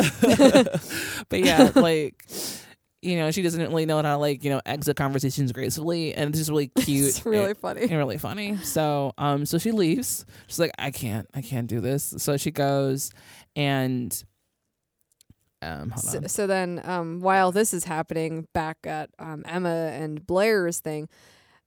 Speaker 3: but yeah, like, you know, she doesn't really know how to, like, you know, exit conversations gracefully. And it's just really cute.
Speaker 1: It's really
Speaker 3: and-
Speaker 1: funny.
Speaker 3: And really funny. So, um, so she leaves. She's like, I can't, I can't do this. So she goes and, um, hold
Speaker 1: So,
Speaker 3: on.
Speaker 1: so then, um, while this is happening back at um, Emma and Blair's thing,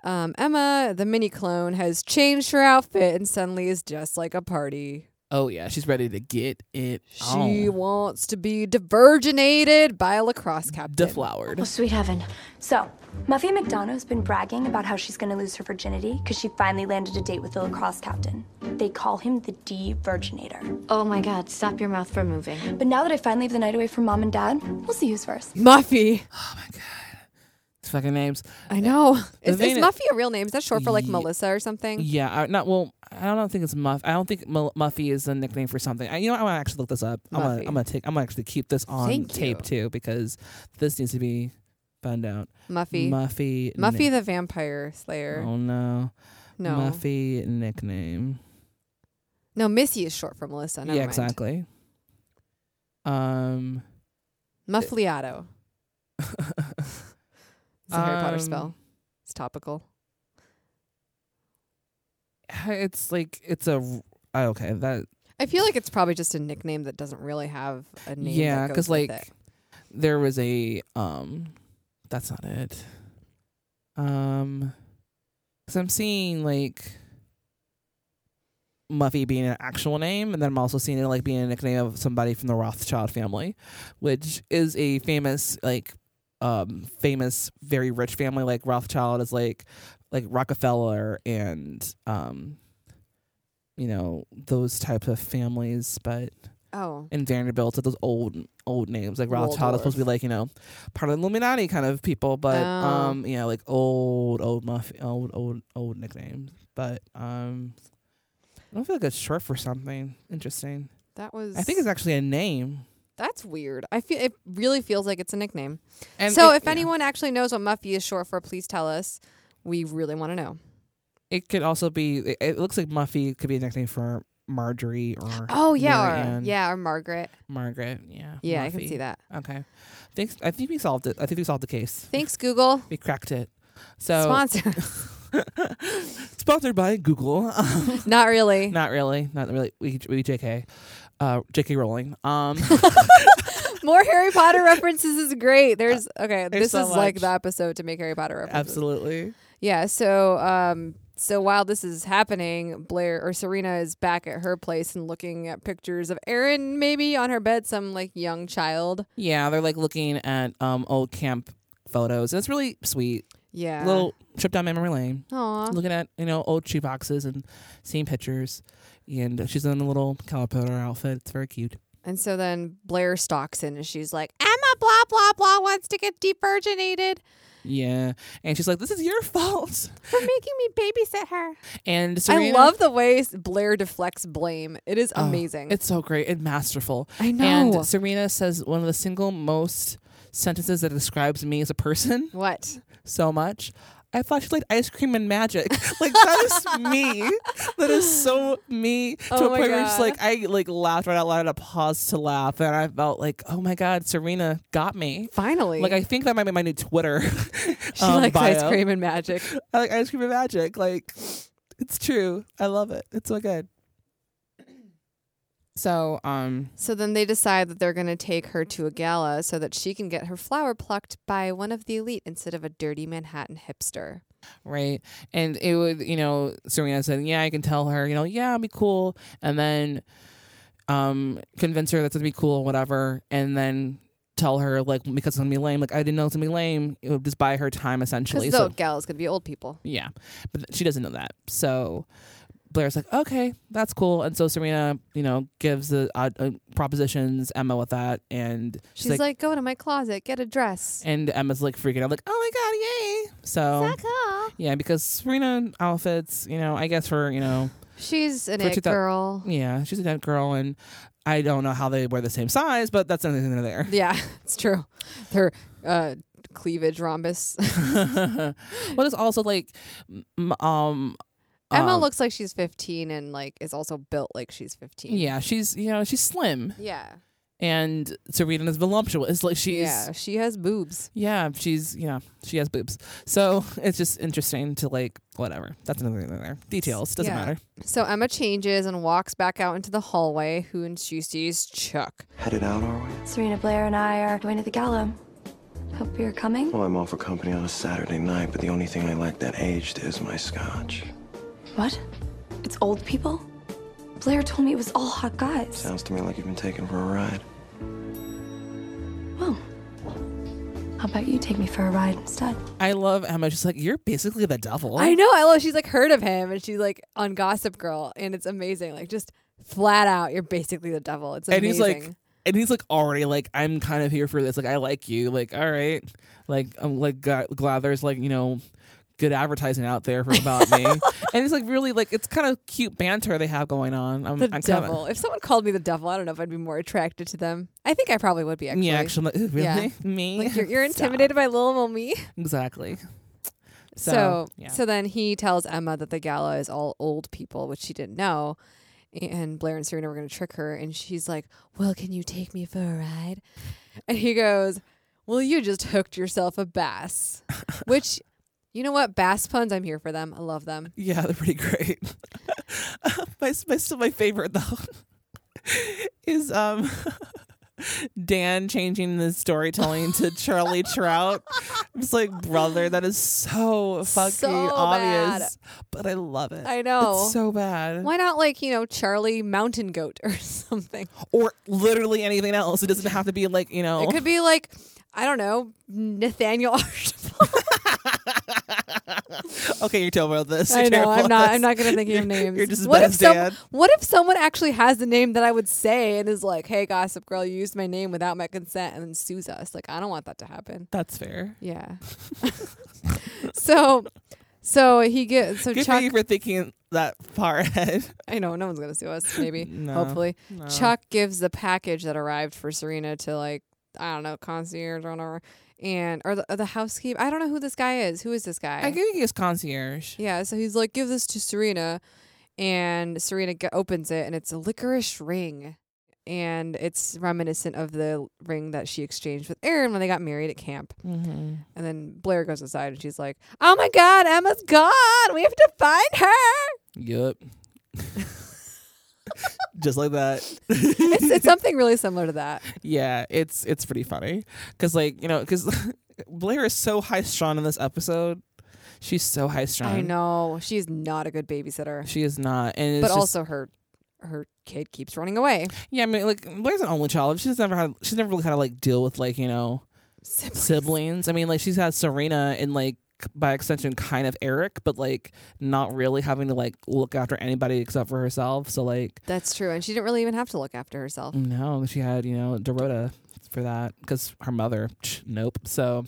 Speaker 1: um, Emma, the mini clone, has changed her outfit and suddenly is dressed like a party.
Speaker 3: Oh, yeah. She's ready to get it.
Speaker 1: She
Speaker 3: on.
Speaker 1: wants to be diverginated by a lacrosse captain.
Speaker 3: deflowered.
Speaker 8: Oh, sweet heaven. So, Muffy McDonough's been bragging about how she's gonna lose her virginity because she finally landed a date with the lacrosse captain. They call him the D-Virginator.
Speaker 6: Oh my god, stop your mouth from moving.
Speaker 8: But now that I finally have the night away from mom and dad, we'll see who's first.
Speaker 1: Muffy.
Speaker 3: Fucking names.
Speaker 1: I know. Is,
Speaker 3: thing
Speaker 1: is
Speaker 3: is-
Speaker 1: Muffy a real name? Is that short for like
Speaker 3: Ye-
Speaker 1: Melissa or something?
Speaker 3: Yeah, I, not well. I don't think it's Muff. I don't think Mu- Muffy is the nickname for something. I, you know, what? I'm gonna actually look this up. I'm gonna,
Speaker 1: Muffy.
Speaker 3: I'm gonna take. I'm gonna actually keep this on
Speaker 1: Thank
Speaker 3: tape too because this needs to be found out.
Speaker 1: Muffy.
Speaker 3: Muffy.
Speaker 1: Muffy
Speaker 3: nick-
Speaker 1: the vampire slayer.
Speaker 3: oh no.
Speaker 1: no.
Speaker 3: Muffy nickname.
Speaker 1: No, Missy is short for Melissa. Uh, Never
Speaker 3: yeah,
Speaker 1: mind.
Speaker 3: exactly. Um.
Speaker 1: Muffliato. It's a Harry Potter
Speaker 3: um,
Speaker 1: spell. It's topical.
Speaker 3: It's like it's a. r- oh, Okay, that
Speaker 1: I feel like it's probably just a nickname that doesn't really have a name.
Speaker 3: yeah,
Speaker 1: because
Speaker 3: because like there was a um, that's not it. Um, because I'm seeing like Muffy being an actual name, and then I'm also seeing it like being a nickname of somebody from the Rothschild family, which is a famous like um famous very rich family like Rothschild is like like Rockefeller and um you know those types of families, but
Speaker 1: oh,
Speaker 3: and Vanderbilt are those old old names. Like Rothschild
Speaker 1: Waldorf.
Speaker 3: is supposed to be like, you know, part of the Illuminati kind of people, but
Speaker 1: Oh.
Speaker 3: um yeah, like old old muff old old old nicknames. But um I don't feel like it's short for something interesting.
Speaker 1: that was.
Speaker 3: I think it's actually a name.
Speaker 1: that's weird. I feel it really feels like it's a nickname.
Speaker 3: And
Speaker 1: so
Speaker 3: it-
Speaker 1: if
Speaker 3: yeah.
Speaker 1: anyone actually knows what Muffy is short for, please tell us. We really want to know.
Speaker 3: it could also be it, it looks like Muffy could be a nickname for Marjorie or
Speaker 1: Oh
Speaker 3: Mary
Speaker 1: yeah, or,
Speaker 3: Ann,
Speaker 1: yeah, or Margaret.
Speaker 3: Margaret. Yeah.
Speaker 1: Yeah, I can
Speaker 3: Muffy.
Speaker 1: see that.
Speaker 3: Okay. Thanks I think we solved it. I think we solved the case.
Speaker 1: Thanks, Google.
Speaker 3: We cracked it. So
Speaker 1: Sponsor.
Speaker 3: sponsored by Google.
Speaker 1: Not really.
Speaker 3: not really, not really. We we JK, uh, JK Rowling. Um,
Speaker 1: More Harry Potter references is great. There's okay. this
Speaker 3: so
Speaker 1: is like
Speaker 3: much.
Speaker 1: the episode to make Harry Potter references.
Speaker 3: absolutely.
Speaker 1: Yeah. So, um, so while this is happening, Blair or Serena is back at her place and looking at pictures of Aaron, maybe on her bed, some like young child.
Speaker 3: Yeah, they're like looking at um old camp photos. And it's really sweet.
Speaker 1: Yeah. Uh-huh.
Speaker 3: Little trip down memory lane,
Speaker 1: Aw.
Speaker 3: looking at you know old shoe boxes and seeing pictures. And she's in a little caliper outfit. It's very cute.
Speaker 1: And so then Blair stalks in and she's like, Emma, blah blah blah, wants to get devirginated
Speaker 3: Yeah, and she's like, "This is your fault."
Speaker 1: for making me babysit her.
Speaker 3: And Serena, Oh,
Speaker 1: I love the way Blair deflects blame. It is amazing.
Speaker 3: It's so great and masterful.
Speaker 1: I know.
Speaker 3: And Serena says one of the single most sentences that describes me as a person.
Speaker 1: what?
Speaker 3: so much. I thought she liked ice cream and magic. Like that is me. That is so me. To
Speaker 1: Oh
Speaker 3: a
Speaker 1: my
Speaker 3: point where it's
Speaker 1: God.
Speaker 3: like I like laughed right out loud and I paused to laugh and I felt like, oh my God, Serena got me.
Speaker 1: Finally,
Speaker 3: Like I think that might be my new Twitter.
Speaker 1: she
Speaker 3: um,
Speaker 1: likes ice
Speaker 3: bio.
Speaker 1: cream and magic.
Speaker 3: I like ice cream and magic. Like it's true. I love it. It's so good. So um
Speaker 1: So then they decide that they're going to take her to a gala so that she can get her flower plucked by one of the elite instead of a dirty Manhattan hipster.
Speaker 3: Right. And it would, you know, Serena said, Yeah, I can tell her, you know, yeah, I'll be cool. And then um convince her that's gonna be cool, whatever, and then tell her like because it's gonna be lame, like I didn't know it's gonna be lame, it would just buy her time
Speaker 1: Because
Speaker 3: essentially.
Speaker 1: the
Speaker 3: So
Speaker 1: gala's going to be old people.
Speaker 3: yeah. But th- she doesn't know that. So Blair's like, okay, that's cool. And so Serena, you know, gives the uh, uh, propositions, Emma with that. And she's,
Speaker 1: She's like, go to my closet, get a dress.
Speaker 3: and Emma's like freaking out, like, oh my God, yay. So, yeah, because Serena outfits, you know, I guess for, you know,
Speaker 1: She's an
Speaker 3: For
Speaker 1: it
Speaker 3: 2000
Speaker 1: girl.
Speaker 3: yeah, she's a dead girl, and I don't know how they wear the same size, but that's another thing there.
Speaker 1: Yeah, it's true. Her uh, cleavage rhombus.
Speaker 3: What is also like, m- um,
Speaker 1: Emma
Speaker 3: um,
Speaker 1: looks like she's 15 and like is also built like she's 15.
Speaker 3: yeah, she's you know she's slim,
Speaker 1: Yeah.
Speaker 3: and Serena is voluptuous, like she's
Speaker 1: yeah. She has boobs.
Speaker 3: Yeah, she's you know she has boobs, so it's just interesting to like whatever. That's another thing there. Details doesn't
Speaker 1: Yeah.
Speaker 3: matter.
Speaker 1: So Emma changes and walks back out into the hallway, who and she sees Chuck.
Speaker 9: Headed out, are we?
Speaker 8: Serena Blair and I are going to the gala. Hope you're coming.
Speaker 9: Well, I'm all for company on a Saturday night, but the only thing I like that aged is my scotch.
Speaker 8: What? It's old people? Blair told me it was all hot guys.
Speaker 9: Sounds to me like you've been taken for a ride.
Speaker 8: Well, how about you take me for a ride instead?
Speaker 3: I love Emma. She's like you're basically the devil.
Speaker 1: I know. I love. She's like heard of him, and she's like on Gossip Girl, and it's amazing. Like just flat out, you're basically the devil. It's
Speaker 3: and
Speaker 1: amazing.
Speaker 3: he's like and he's like already like i'm kind of here for this like i like you like all right like i'm like g- glad there's like you know good advertising out there for about me and it's like really like it's kind of cute banter they have going on i'm,
Speaker 1: the
Speaker 3: I'm
Speaker 1: devil.
Speaker 3: um, kinda,
Speaker 1: If someone called me the devil, I don't know if I'd be more attracted to them. I think I probably would be actually.
Speaker 3: yeah actually I'm like, "Ooh, really
Speaker 1: Yeah.
Speaker 3: me
Speaker 1: Like you're, you're
Speaker 3: Stop."
Speaker 1: intimidated by Lil Mommy.
Speaker 3: exactly
Speaker 1: So
Speaker 3: So,
Speaker 1: so,
Speaker 3: yeah.
Speaker 1: then he tells Emma that the gala is all old people, which she didn't know. And Blair and Serena were going to trick her, and she's like, "Well, can you take me for a ride?" And he goes, "Well, you just hooked yourself a bass," which. You know what? Bass puns, I'm here for them. I love them.
Speaker 3: Um, yeah they're pretty great my, my, still my favorite though is um Dan changing the storytelling to Charlie Trout. I'm just like, brother, that is so fucking
Speaker 1: So bad.
Speaker 3: obvious. But I love it.
Speaker 1: I know.
Speaker 3: It's so bad.
Speaker 1: Why not like, you know, Charlie Mountain Goat or something?
Speaker 3: Or literally anything else. It doesn't have to be like, you know
Speaker 1: It could be like, I don't know, Nathaniel Archibald.
Speaker 3: Okay, you're terrible at this.
Speaker 1: I
Speaker 3: You're
Speaker 1: know,
Speaker 3: terrible
Speaker 1: I'm
Speaker 3: at
Speaker 1: not
Speaker 3: this.
Speaker 1: I'm not gonna think
Speaker 3: You're-
Speaker 1: of names.
Speaker 3: You're just as
Speaker 1: what
Speaker 3: bad
Speaker 1: if
Speaker 3: as
Speaker 1: some-
Speaker 3: Dan.
Speaker 1: what if someone actually has the name that I would say and is like, Hey gossip girl, you used my name without my consent and then sues us. Like, I don't want that to happen.
Speaker 3: That's fair.
Speaker 1: Yeah. so so he gets so
Speaker 3: Good
Speaker 1: Chuck
Speaker 3: for you for thinking that far ahead.
Speaker 1: I know no one's gonna sue us. Maybe,
Speaker 3: No,
Speaker 1: hopefully, Chuck gives the package that arrived for Serena to like I don't know concierge or whatever, and or the, or the housekeeper. I don't know who this guy is. Who is this guy?
Speaker 3: I think he's concierge.
Speaker 1: yeah, so he's like, give this to Serena, and Serena g- opens it, and it's a licorice ring, and it's reminiscent of the ring that she exchanged with Aaron when they got married at camp.
Speaker 3: Mm-hmm.
Speaker 1: And then Blair goes inside, and she's like, "Oh my God, Emma's gone. We have to find her."
Speaker 3: Yep. Just like that.
Speaker 1: It's, it's something really similar to that.
Speaker 3: Yeah, it's it's pretty funny because like you know because Blair is so high strung in this episode. She's so high strung.
Speaker 1: I know she's not a good babysitter,
Speaker 3: she is not, and it's
Speaker 1: but
Speaker 3: just-
Speaker 1: also her her kid keeps running away.
Speaker 3: yeah. I mean, like Blair's an only child. She's never had. She's never really had to like deal with like you know siblings. I mean, like she's had Serena and like by extension kind of Eric, but like not really having to like look after anybody except for herself. So like
Speaker 1: That's true, and she didn't really even have to look after herself.
Speaker 3: No, she had you know Dorota for that because her mother. psh, Nope. So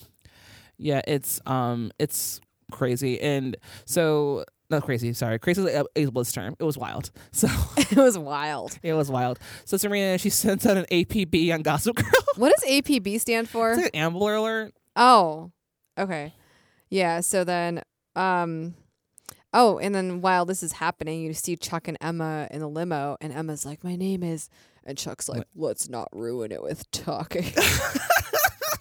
Speaker 3: yeah, it's um, it's crazy, and so not crazy. Sorry, crazy is a- is a bliss term. It was wild. So
Speaker 1: it was wild.
Speaker 3: it was wild. So Serena, she sends out an APB on Gossip Girl.
Speaker 1: What does APB stand for?
Speaker 3: it's like an Amber Alert.
Speaker 1: oh, okay, yeah. So then, um, oh, and then while this is happening, you see Chuck and Emma in the limo, and Emma's like, "My name is," and Chuck's like, "Let's not ruin it with talking."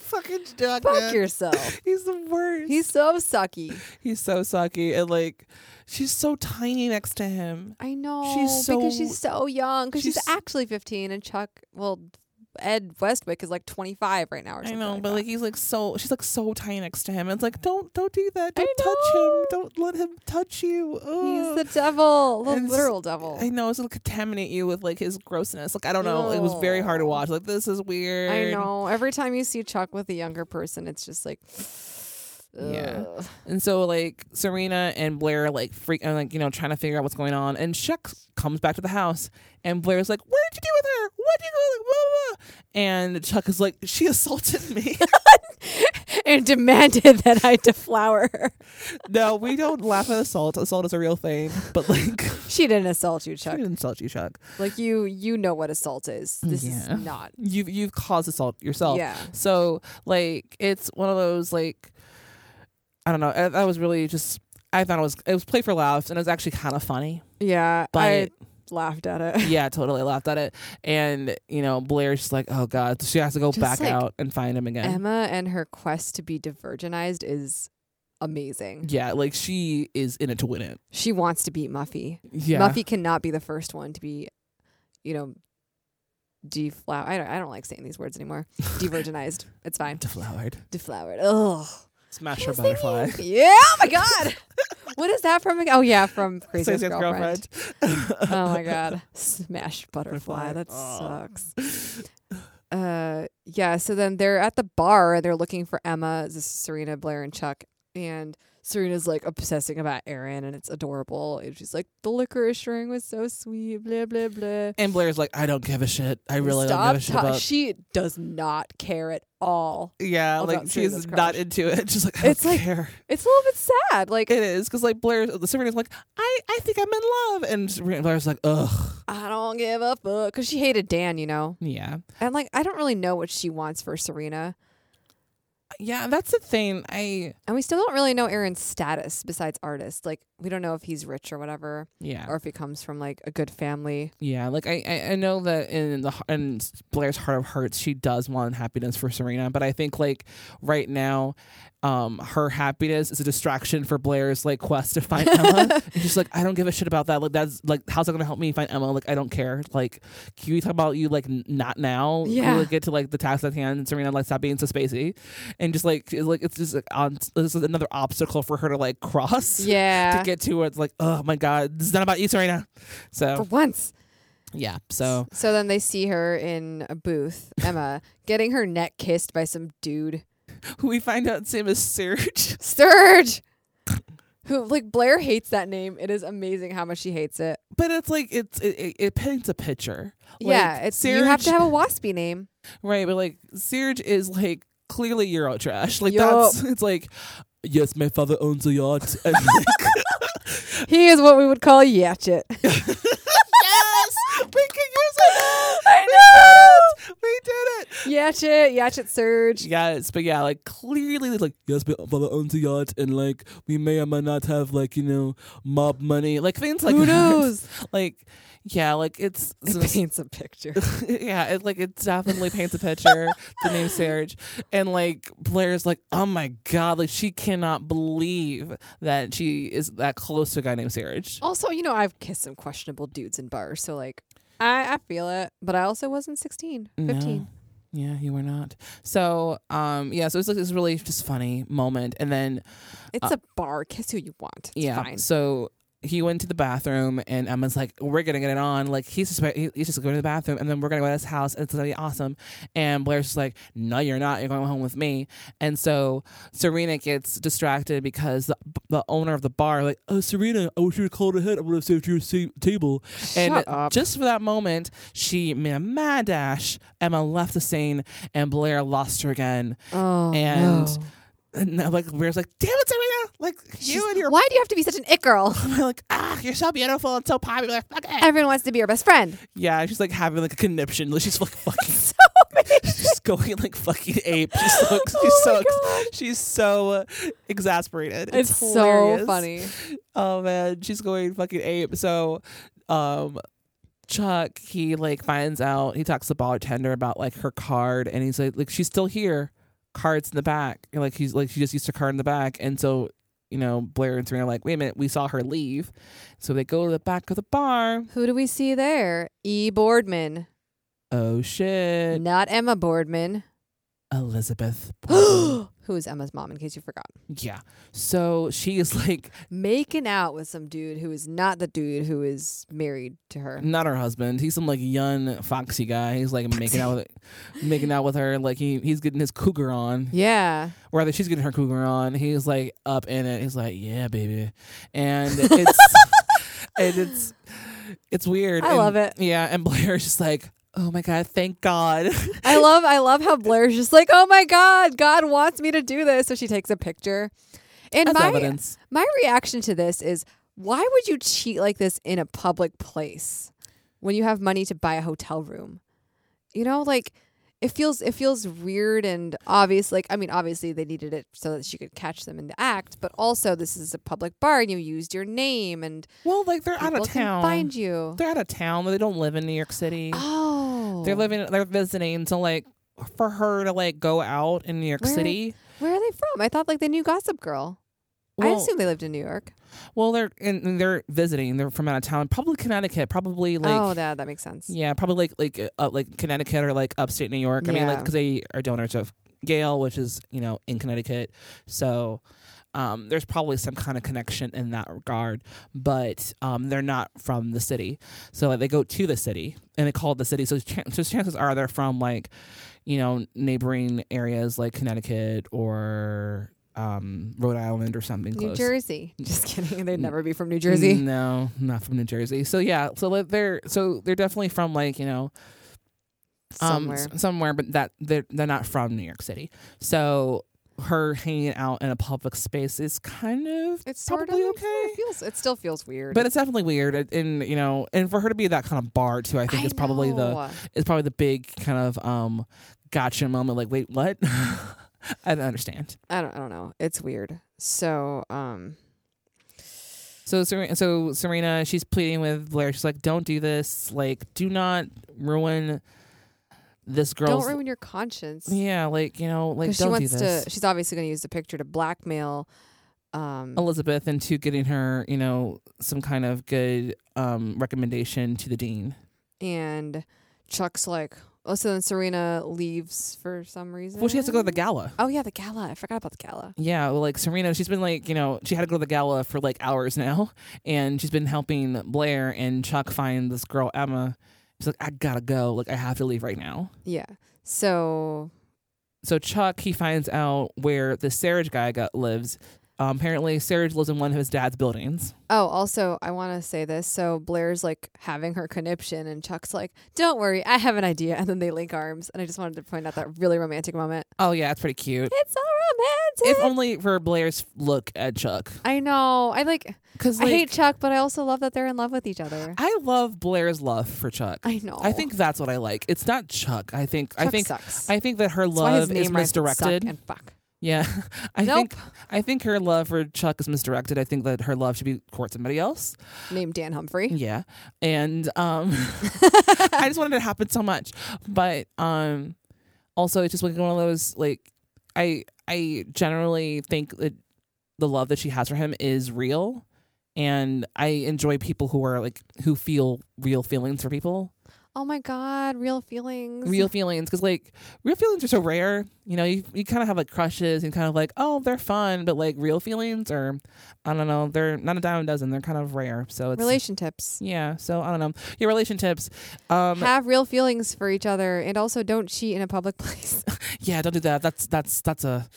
Speaker 3: Fucking Jack.
Speaker 1: Fuck yourself.
Speaker 3: He's the worst.
Speaker 1: He's so sucky.
Speaker 3: He's so sucky, and like, she's so tiny next to him.
Speaker 1: I know. because
Speaker 3: so-
Speaker 1: she's so young. Because she's,
Speaker 3: she's-
Speaker 1: actually 15, and Chuck, well, Ed Westwick is like 25 right now. Or
Speaker 3: I
Speaker 1: something
Speaker 3: know,
Speaker 1: like
Speaker 3: but
Speaker 1: that.
Speaker 3: like he's like so she's like so tiny next to him. It's like don't don't do that.
Speaker 1: I
Speaker 3: Don't touch him. Don't let him touch you.
Speaker 1: he's
Speaker 3: Ugh.
Speaker 1: the devil, the
Speaker 3: And it's-
Speaker 1: literal devil.
Speaker 3: I know it's gonna contaminate you with like his grossness. Like I don't know. It was very hard to watch. Like this is weird.
Speaker 1: I know. Every time you see Chuck with a younger person, it's just like,
Speaker 3: Yeah.
Speaker 1: ugh.
Speaker 3: And so like Serena and Blair are, like freak and like you know trying to figure out what's going on. And Chuck comes back to the house and Blair's like, "What did you do with her? What did you do?" Blah, blah, blah." And Chuck is like, "She assaulted me."
Speaker 1: and demanded that I deflower her.
Speaker 3: no, we don't laugh at assault. Assault is a real thing. But like,
Speaker 1: She didn't assault you,
Speaker 3: I
Speaker 1: Chuck.
Speaker 3: didn't insult you, Chuck.
Speaker 1: Like you, you know what assault is. This
Speaker 3: Yeah.
Speaker 1: is not.
Speaker 3: you've you've caused assault yourself.
Speaker 1: Yeah.
Speaker 3: So like it's one of those like I don't know. I, that was really just I thought it was it was play for laughs and it was actually kind of funny.
Speaker 1: Yeah, I
Speaker 3: But-
Speaker 1: laughed at it.
Speaker 3: Yeah, I totally laughed at it. And you know Blair's just like oh god, she has to go
Speaker 1: Just,
Speaker 3: back
Speaker 1: like,
Speaker 3: out and find him again.
Speaker 1: Emma and her quest to be divergenized is amazing.
Speaker 3: yeah, like she is in it to win it.
Speaker 1: She wants to beat Muffy.
Speaker 3: Yeah,
Speaker 1: Muffy cannot be the first one to be, you know, deflower. I don't, I don't like saying these words anymore. Divergenized. It's fine.
Speaker 3: deflowered,
Speaker 1: Deflowered. Ugh.
Speaker 3: smash her butterfly.
Speaker 1: Yeah. Oh my God. what is that from? again? Oh, yeah, from Crazy
Speaker 3: Says his
Speaker 1: Girlfriend.
Speaker 3: girlfriend.
Speaker 1: Oh my God. Smash Butterfly.
Speaker 3: Butterfly.
Speaker 1: That
Speaker 3: Oh.
Speaker 1: sucks. Uh, yeah. So then they're at the bar. They're looking for Emma. This is Serena, Blair, and Chuck. And Serena's like obsessing about Aaron, and it's adorable. And she's like, the licorice ring was so sweet. Blah blah blah.
Speaker 3: And Blair's like, I don't give a shit. I really don't
Speaker 1: Stop
Speaker 3: give a shit
Speaker 1: ta-
Speaker 3: about.
Speaker 1: she does not care at all.
Speaker 3: yeah,
Speaker 1: about
Speaker 3: like
Speaker 1: Serena's
Speaker 3: she's
Speaker 1: crush.
Speaker 3: not into it. She's like, I
Speaker 1: It's
Speaker 3: don't
Speaker 1: like-
Speaker 3: care.
Speaker 1: It's a little bit sad. Like
Speaker 3: It is because like Blair, Serena's like, I, I think I'm in love, and Serena- Blair's like, ugh,
Speaker 1: I don't give a fuck because she hated Dan, you know.
Speaker 3: yeah,
Speaker 1: And like I don't really know what she wants for Serena,
Speaker 3: yeah. That's the thing. I
Speaker 1: and we still don't really know Aaron's status besides artist. Like we don't know if he's rich or whatever,
Speaker 3: Yeah.
Speaker 1: or if he comes from like a good family.
Speaker 3: Yeah, like I, I, I know that in the in Blair's heart of hearts, she does want happiness for Serena, but I think like right now, um, her happiness is a distraction for Blair's like quest to find Emma. and she's like, I don't give a shit about that. Like that's like how's that gonna help me find Emma? Like I don't care. Like can we talk about you like n- not now?
Speaker 1: Yeah.
Speaker 3: We'll get to like the task at hand. And Serena like stop being so spacey, and just like it's, like it's just like, on this is another obstacle for her to like cross.
Speaker 1: Yeah.
Speaker 3: To get to where it's like, oh my god, this is not about you, Serena. So
Speaker 1: For once.
Speaker 3: yeah. So
Speaker 1: So then they see her in a booth, Emma, getting her neck kissed by some dude.
Speaker 3: we find out Sam is Serge.
Speaker 1: Sturge! Who, like, Blair hates that name. It is amazing how much she hates it.
Speaker 3: But it's like it's it, it, it paints a picture.
Speaker 1: yeah,
Speaker 3: Like,
Speaker 1: it's you have to
Speaker 3: Serge-
Speaker 1: have a waspy name.
Speaker 3: right, but like Serge is like clearly Euro trash. Like
Speaker 1: Yup.
Speaker 3: that's it's like yes, my father owns a yacht. And like,
Speaker 1: He is what we would call a yatchet.
Speaker 3: yes, we can use it. I know we did it.
Speaker 1: yatchet, yatchet surge.
Speaker 3: Yes, but yeah, like clearly, it's like yes, my father owns a yacht, and like we may or may not have like you know mob money, like things like
Speaker 1: Who
Speaker 3: that.
Speaker 1: knows?
Speaker 3: like yeah, like it's,
Speaker 1: It paints a picture.
Speaker 3: yeah, it like it definitely paints a picture. the name Serge, and like Blair's like, oh my god, like she cannot believe that she is that close to a guy named Serge.
Speaker 1: also, you know, I've kissed some questionable dudes in bars, so like, I, I feel it. But I also wasn't 16, 15.
Speaker 3: No. Yeah, you were not. So, um, yeah, so it's like this really just funny moment, and then
Speaker 1: It's a bar. Kiss who you want. It's
Speaker 3: Uh, yeah,
Speaker 1: fine.
Speaker 3: so he went to the bathroom, and Emma's like, "We're gonna get it on." Like he's just he- he's just going to the bathroom, and then we're gonna go to his house, and it's gonna be awesome. And Blair's just like, "No, you're not. You're going home with me." And so Serena gets distracted because the, the owner of the bar like, "Oh, Serena, I wish you would called ahead. I would have saved you a seat- table." and
Speaker 1: Shut up.
Speaker 3: just for that moment, she made a mad dash. Emma left the scene, and Blair lost her again.
Speaker 1: Oh,
Speaker 3: and.
Speaker 1: no.
Speaker 3: And now, like Blair's like, damn it, Serena! Like you and your
Speaker 1: Why do you have to be such an it girl?
Speaker 3: we're like, ah, you're so beautiful and so popular. Fuck it.
Speaker 1: Everyone wants to be your best friend.
Speaker 3: Yeah, she's like having like a conniption. Like, she's like fucking. she's going like fucking ape. She's so
Speaker 1: Oh
Speaker 3: she's so ex- she's so uh, exasperated. It's,
Speaker 1: It's so
Speaker 3: hilarious.
Speaker 1: funny.
Speaker 3: Oh man, she's going fucking ape. So, um. Chuck, he like finds out. He talks to the bartender about like her card, and he's like, "Like she's still here. Cards in the back. And, like he's like she just used her card in the back." And so, you know, Blair and Serena are like, "Wait a minute, we saw her leave." So they go to the back of the bar.
Speaker 1: Who do we see there? E. Boardman.
Speaker 3: Oh shit.
Speaker 1: Not Emma Boardman.
Speaker 3: Elizabeth. Borden.
Speaker 1: Who is Emma's mom, in case you forgot.
Speaker 3: yeah. So she is like
Speaker 1: Making out with some dude who is not the dude who is married to her.
Speaker 3: not her husband. He's some like young foxy guy. He's like making out with making out with her. Like he he's getting his cougar on.
Speaker 1: Yeah.
Speaker 3: Or rather she's getting her cougar on. He's like up in it. He's like, Yeah, baby. And it's and it's it's weird.
Speaker 1: I
Speaker 3: And-
Speaker 1: love it.
Speaker 3: Yeah, and Blair's just like, Oh my god, thank God.
Speaker 1: I love I love how Blair's just like, "Oh my god, God wants me to do this." So she takes a picture. And
Speaker 3: That's
Speaker 1: my
Speaker 3: evidence.
Speaker 1: my reaction to this is, why would you cheat like this in a public place when you have money to buy a hotel room? You know, like it feels it feels weird and obvious like I mean, obviously they needed it so that she could catch them in the act, but also this is a public bar and you used your name and
Speaker 3: Well, like they're out
Speaker 1: people
Speaker 3: of town.
Speaker 1: can find you.
Speaker 3: They're out of town. They don't live in New York City.
Speaker 1: oh.
Speaker 3: They're living. They're visiting. So like, for her to like go out in New York
Speaker 1: Where-
Speaker 3: City.
Speaker 1: Where are they from? I thought like they knew Gossip Girl. I
Speaker 3: Well-
Speaker 1: assume they lived in New York.
Speaker 3: Well, they're and and they're visiting. They're from out of town. Probably Connecticut. Probably like.
Speaker 1: oh, that that makes sense.
Speaker 3: Yeah, probably like like uh, like Connecticut or like upstate New York. I mean, like
Speaker 1: Yeah.
Speaker 3: because they are donors of Yale, which is you know in Connecticut. So. Um, there's probably some kind of connection in that regard, but um, they're not from the city. So like they go to the city and they call it the city. So, chan so chances are they're from like, you know, neighboring areas like Connecticut or um, Rhode Island or something.
Speaker 1: New
Speaker 3: close.
Speaker 1: Jersey. Just kidding.
Speaker 3: Mm.
Speaker 1: They'd never be from New Jersey.
Speaker 3: No, not from New Jersey. So yeah, so like, they're so they're definitely from like you know
Speaker 1: Somewhere.
Speaker 3: Um, s- somewhere, but that they're they're not from New York City. So her hanging out in a public space is kind of
Speaker 1: it's sort
Speaker 3: probably
Speaker 1: of
Speaker 3: okay.
Speaker 1: It feels it still feels weird.
Speaker 3: But it's definitely weird, and- and you know, and for her to be that kind of bar too, I think
Speaker 1: I
Speaker 3: is probably
Speaker 1: know.
Speaker 3: the is probably the big kind of um gotcha moment. Like, wait, what? I don't understand.
Speaker 1: I don't I don't know. It's weird. So um
Speaker 3: So Serena, so Serena, she's pleading with Blair. She's like, "Don't do this. Like, do not ruin this girl's."
Speaker 1: Don't ruin your conscience.
Speaker 3: yeah, like you know, like
Speaker 1: Because she
Speaker 3: don't
Speaker 1: wants
Speaker 3: do this.
Speaker 1: to. She's obviously going to use the picture to blackmail. Um,
Speaker 3: Elizabeth into getting her, you know, some kind of good um, recommendation to the dean.
Speaker 1: and Chuck's like, oh, so then Serena leaves for some reason.
Speaker 3: Well, she has to go to the gala.
Speaker 1: Oh yeah, the gala. I forgot about the gala.
Speaker 3: Yeah, well, like Serena, she's been like, you know, she had to go to the gala for like hours now, and she's been helping Blair and Chuck find this girl Emma. She's like, I gotta go. Like, I have to leave right now.
Speaker 1: Yeah. So
Speaker 3: So Chuck, he finds out where the Serge guy got, lives. Um, apparently, Serge lives in one of his dad's buildings.
Speaker 1: Oh, also, I want to say this. So Blair's like having her conniption, and Chuck's like, "Don't worry, I have an idea." And then they link arms, and I just wanted to point out that really romantic moment.
Speaker 3: Oh yeah, it's pretty cute.
Speaker 1: It's so
Speaker 3: If
Speaker 1: romantic.
Speaker 3: only for Blair's look at Chuck,
Speaker 1: I know. I like.
Speaker 3: because
Speaker 1: I hate Chuck, but I also love that they're in love with each other.
Speaker 3: I love Blair's love for Chuck.
Speaker 1: I know.
Speaker 3: I think that's what I like. It's not Chuck. I think I
Speaker 1: Chuck
Speaker 3: think
Speaker 1: sucks.
Speaker 3: I think that her
Speaker 1: That's why his
Speaker 3: love is
Speaker 1: name rhymes with suck
Speaker 3: misdirected.
Speaker 1: and fuck.
Speaker 3: yeah. I
Speaker 1: Nope.
Speaker 3: think I think her love for Chuck is misdirected. I think that her love should be toward somebody else.
Speaker 1: Named Dan Humphrey.
Speaker 3: Yeah. And um I just wanted it to happen so much. But um also it's just like one of those like I I generally think that the love that she has for him is real and I enjoy people who are like who feel real feelings for people.
Speaker 1: Oh my God, real feelings.
Speaker 3: real feelings because like real feelings are so rare you know you, you kind of have like crushes and kind of like oh they're fun but like real feelings are i don't know they're not a dime a dozen they're kind of rare so it's
Speaker 1: relation tips.
Speaker 3: yeah so i don't know your relation tips um
Speaker 1: Have real feelings for each other, and also don't cheat in a public place.
Speaker 3: yeah don't do that that's that's that's a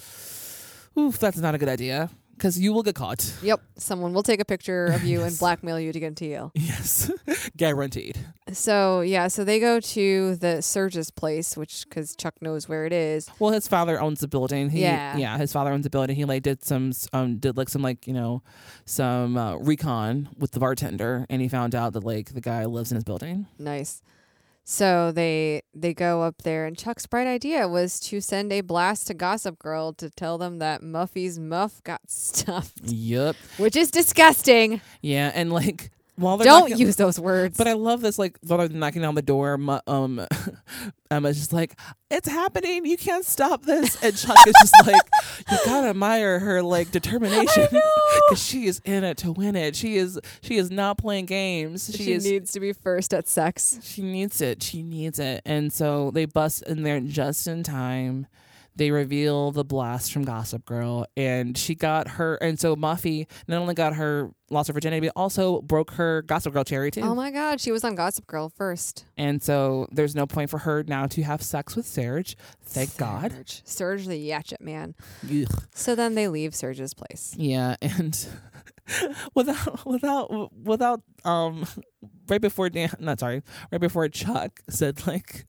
Speaker 3: oof that's not a good idea because you will get caught
Speaker 1: yep, someone will take a picture of you and blackmail you to get into jail.
Speaker 3: yes guaranteed
Speaker 1: So yeah, so they go to the Surge's place, which because Chuck knows where it is.
Speaker 3: well his father owns the building he,
Speaker 1: Yeah.
Speaker 3: yeah his father owns the building he like did some um did like some like you know some uh, recon with the bartender and he found out that like the guy lives in his building
Speaker 1: Nice. So they they go up there, and Chuck's bright idea was to send a blast to Gossip Girl to tell them that Muffy's muff got stuffed,
Speaker 3: Yep.
Speaker 1: which is disgusting.
Speaker 3: Yeah, and like while they're
Speaker 1: Don't
Speaker 3: knocking-
Speaker 1: use those words.
Speaker 3: But I love this. Like while they're knocking on the door, Mu- um, Emma's just like, "It's happening. You can't stop this." And Chuck is just like, "You gotta admire her like determination because she is in it to win it. She is. She is not playing games. She,
Speaker 1: she,
Speaker 3: is.
Speaker 1: needs to be first at sex.
Speaker 3: she needs it. She needs it. And so they bust in there just in time. They reveal the blast from Gossip Girl, and she got her. And so Muffy not only got her lost her virginity, but also broke her Gossip Girl cherry too.
Speaker 1: Oh my God, she was on Gossip Girl first.
Speaker 3: and so there's no point for her now to have sex with Serge. Thank God.
Speaker 1: Surge, Surge the Yatchet man.
Speaker 3: Ugh.
Speaker 1: So then they leave Surge's place.
Speaker 3: Yeah, and without without without um right before Dan not sorry, right before Chuck said like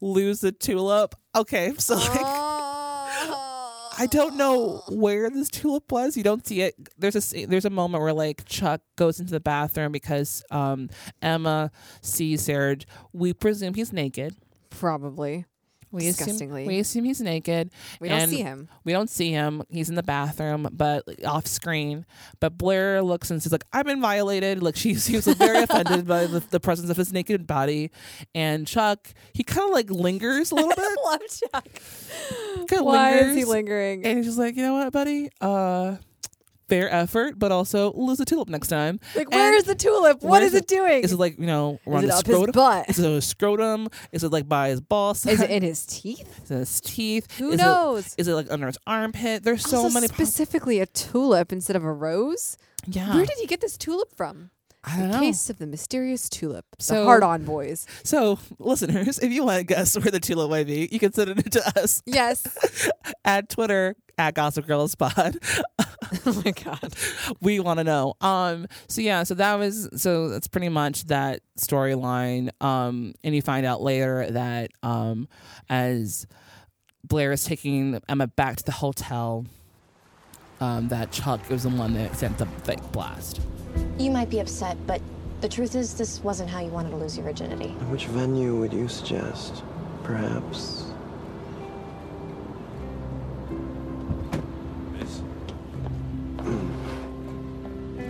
Speaker 3: lose the tulip. Okay, so like I don't know where this tulip was. You don't see it. There's a sce- there's a moment where like Chuck goes into the bathroom because um Emma sees Serge. We presume he's naked.
Speaker 1: Probably.
Speaker 3: We assume-
Speaker 1: Disgustingly.
Speaker 3: we assume he's naked.
Speaker 1: We don't
Speaker 3: and
Speaker 1: see him.
Speaker 3: We don't see him. He's in the bathroom, but like, off screen. But Blair looks and she's like, "I've been violated." Like she seems like, very offended by the, the presence of his naked body. And Chuck, he kind of like lingers a little bit.
Speaker 1: love Chuck.
Speaker 3: kinda
Speaker 1: Why is he
Speaker 3: lingers.
Speaker 1: lingering?
Speaker 3: And he's just like, "You know what, buddy? Uh, fair effort, but also lose a tulip next time."
Speaker 1: like, where is the tulip? What is
Speaker 3: Where's
Speaker 1: it doing?
Speaker 3: Is it like you know around
Speaker 1: it
Speaker 3: the
Speaker 1: up his
Speaker 3: scrotum?
Speaker 1: butt?
Speaker 3: Is it a scrotum? Is it like by his ball?
Speaker 1: Is it in his teeth?
Speaker 3: Is it his teeth?
Speaker 1: Who
Speaker 3: Is it-
Speaker 1: knows?
Speaker 3: is it like under his armpit? There's so
Speaker 1: also
Speaker 3: many. po-
Speaker 1: specifically a tulip instead of a rose.
Speaker 3: yeah.
Speaker 1: Where did he get this tulip from?
Speaker 3: I don't
Speaker 1: the
Speaker 3: know.
Speaker 1: case of the mysterious tulip. the
Speaker 3: So-
Speaker 1: hard on boys.
Speaker 3: So, listeners, if you want to guess where the tulip might be, you can send it to us
Speaker 1: Yes.
Speaker 3: at Twitter at Gossip Girls Pod.
Speaker 1: oh my god.
Speaker 3: we want to know. Um. So yeah. So that was. So that's pretty much that storyline. Um. And you find out later that um, as Blair is taking Emma back to the hotel, um, that Chuck was the one that sent the fake blast.
Speaker 6: You might be upset, but the truth is, this wasn't how you wanted to lose your virginity.
Speaker 9: Which venue would you suggest? Perhaps.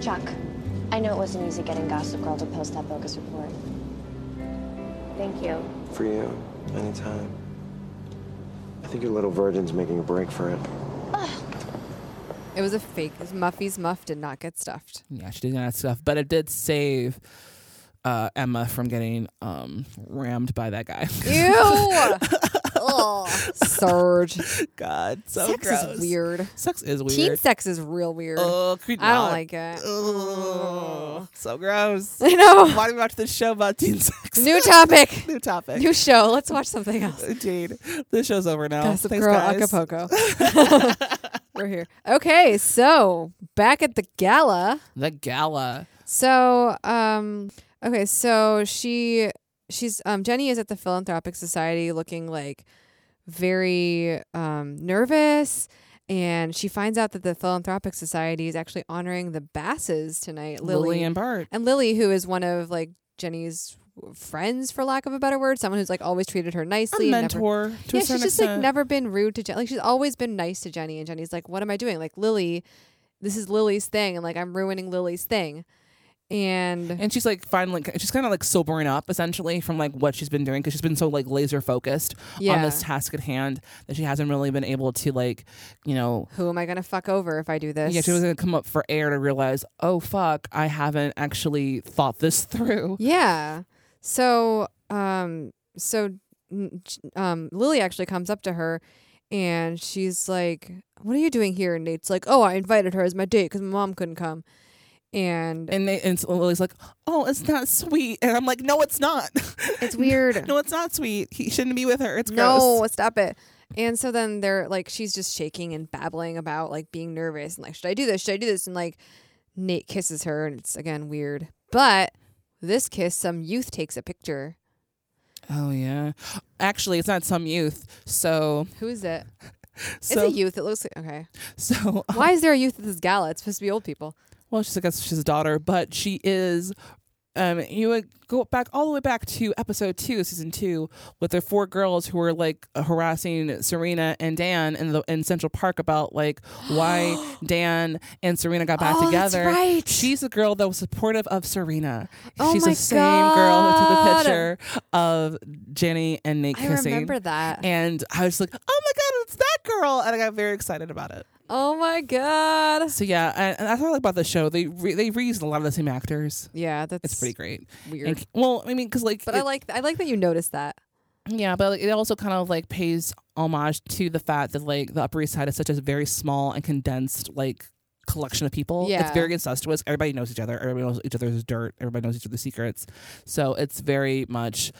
Speaker 5: Chuck, I know it wasn't easy getting Gossip Girl to post that bogus report. Thank you.
Speaker 9: For you, anytime. I think your little virgin's making a break for it.
Speaker 1: It was a fake. Muffy's muff did not get stuffed.
Speaker 3: Yeah, she did that stuff, but it did save uh, Emma from getting um, rammed by that guy.
Speaker 1: Ew. Ugh. Surge.
Speaker 3: God, so
Speaker 1: sex is weird.
Speaker 3: Sex is weird. Oh,
Speaker 1: Teen sex is real weird.
Speaker 3: Ugh, could
Speaker 1: I don't
Speaker 3: not.
Speaker 1: like it.
Speaker 3: Ugh, so gross.
Speaker 1: I know.
Speaker 3: Why do we watch this show about teen sex?
Speaker 1: New topic.
Speaker 3: New topic.
Speaker 1: New show. Let's watch something else.
Speaker 3: Indeed. This show's over now.
Speaker 1: Gossip
Speaker 3: Uh, Thanks,
Speaker 1: Girl
Speaker 3: guys.
Speaker 1: Acapulco. We're here. Okay, so back at the gala.
Speaker 3: The gala.
Speaker 1: So, um, okay, so she she's um Jenny is at the Philanthropic Society looking like very um nervous and she finds out that the Philanthropic Society is actually honoring the Basses tonight.
Speaker 3: Lily,
Speaker 1: Lily,
Speaker 3: and Bart.
Speaker 1: and Lily, who is one of like Jenny's friends, for lack of a better word, someone who's like always treated her
Speaker 3: A
Speaker 1: nicely, never-
Speaker 3: mentor to
Speaker 1: yeah,
Speaker 3: a certain
Speaker 1: she's just
Speaker 3: extent.
Speaker 1: like never been rude to Jenny. Like she's always been nice to Jenny, and Jenny's like, "What am I doing? Like Lily, this is Lily's thing, and like I'm ruining Lily's thing." And,
Speaker 3: and she's like finally she's kind of like sobering up essentially from like what she's been doing because she's been so like laser focused on
Speaker 1: Yeah.
Speaker 3: this task at hand that she hasn't really been able to like you know
Speaker 1: who am I gonna fuck over if I do this?
Speaker 3: yeah she was gonna come up for air to realize oh fuck i haven't actually thought this through
Speaker 1: Yeah. So, um, so, n- j- um, Lily actually comes up to her, and she's like, "What are you doing here?" And Nate's like, "Oh, I invited her as my date because my mom couldn't come." And
Speaker 3: and, they, and so lily's like oh it's not sweet and i'm like no it's not
Speaker 1: it's weird.
Speaker 3: no it's not sweet he shouldn't be with her it's
Speaker 1: No,
Speaker 3: gross
Speaker 1: stop it. And so then they're like, she's just shaking and babbling about like being nervous and like, should I do this? Should I do this? And like, Nate kisses her, and it's again weird. But this kiss, some youth takes a picture.
Speaker 3: oh yeah actually it's not some youth so
Speaker 1: Who is it?
Speaker 3: so
Speaker 1: it's a youth. It looks like, okay.
Speaker 3: so
Speaker 1: Why is there a youth at this gala? It's supposed to be old people.
Speaker 3: well she's i guess she's a daughter but she is um you would go back all the way back to episode two season two with the four girls who were like harassing serena and dan in the in central park about like why dan and serena got back
Speaker 1: Oh, that's
Speaker 3: together
Speaker 1: right.
Speaker 3: she's the girl that was supportive of serena
Speaker 1: Oh
Speaker 3: she's
Speaker 1: my
Speaker 3: the same girl who took the
Speaker 1: God.
Speaker 3: picture of jenny and nate
Speaker 1: I
Speaker 3: kissing
Speaker 1: remember that.
Speaker 3: and i was like oh my god it's that girl and i got very excited about it
Speaker 1: oh my god.
Speaker 3: so yeah, and, and that's what I like about the show. They re- they reused a lot of the same actors.
Speaker 1: Yeah, that's
Speaker 3: It's pretty great.
Speaker 1: weird.
Speaker 3: And- well, I mean, because like,
Speaker 1: But
Speaker 3: it-
Speaker 1: I like I like that you noticed that.
Speaker 3: yeah, but like, it also kind of like pays homage to the fact that like the Upper East Side is such a very small and condensed like collection of people. it's
Speaker 1: Yeah.
Speaker 3: very incestuous. Everybody knows each other. Everybody knows each other's dirt. Everybody knows each other's secrets. So it's very much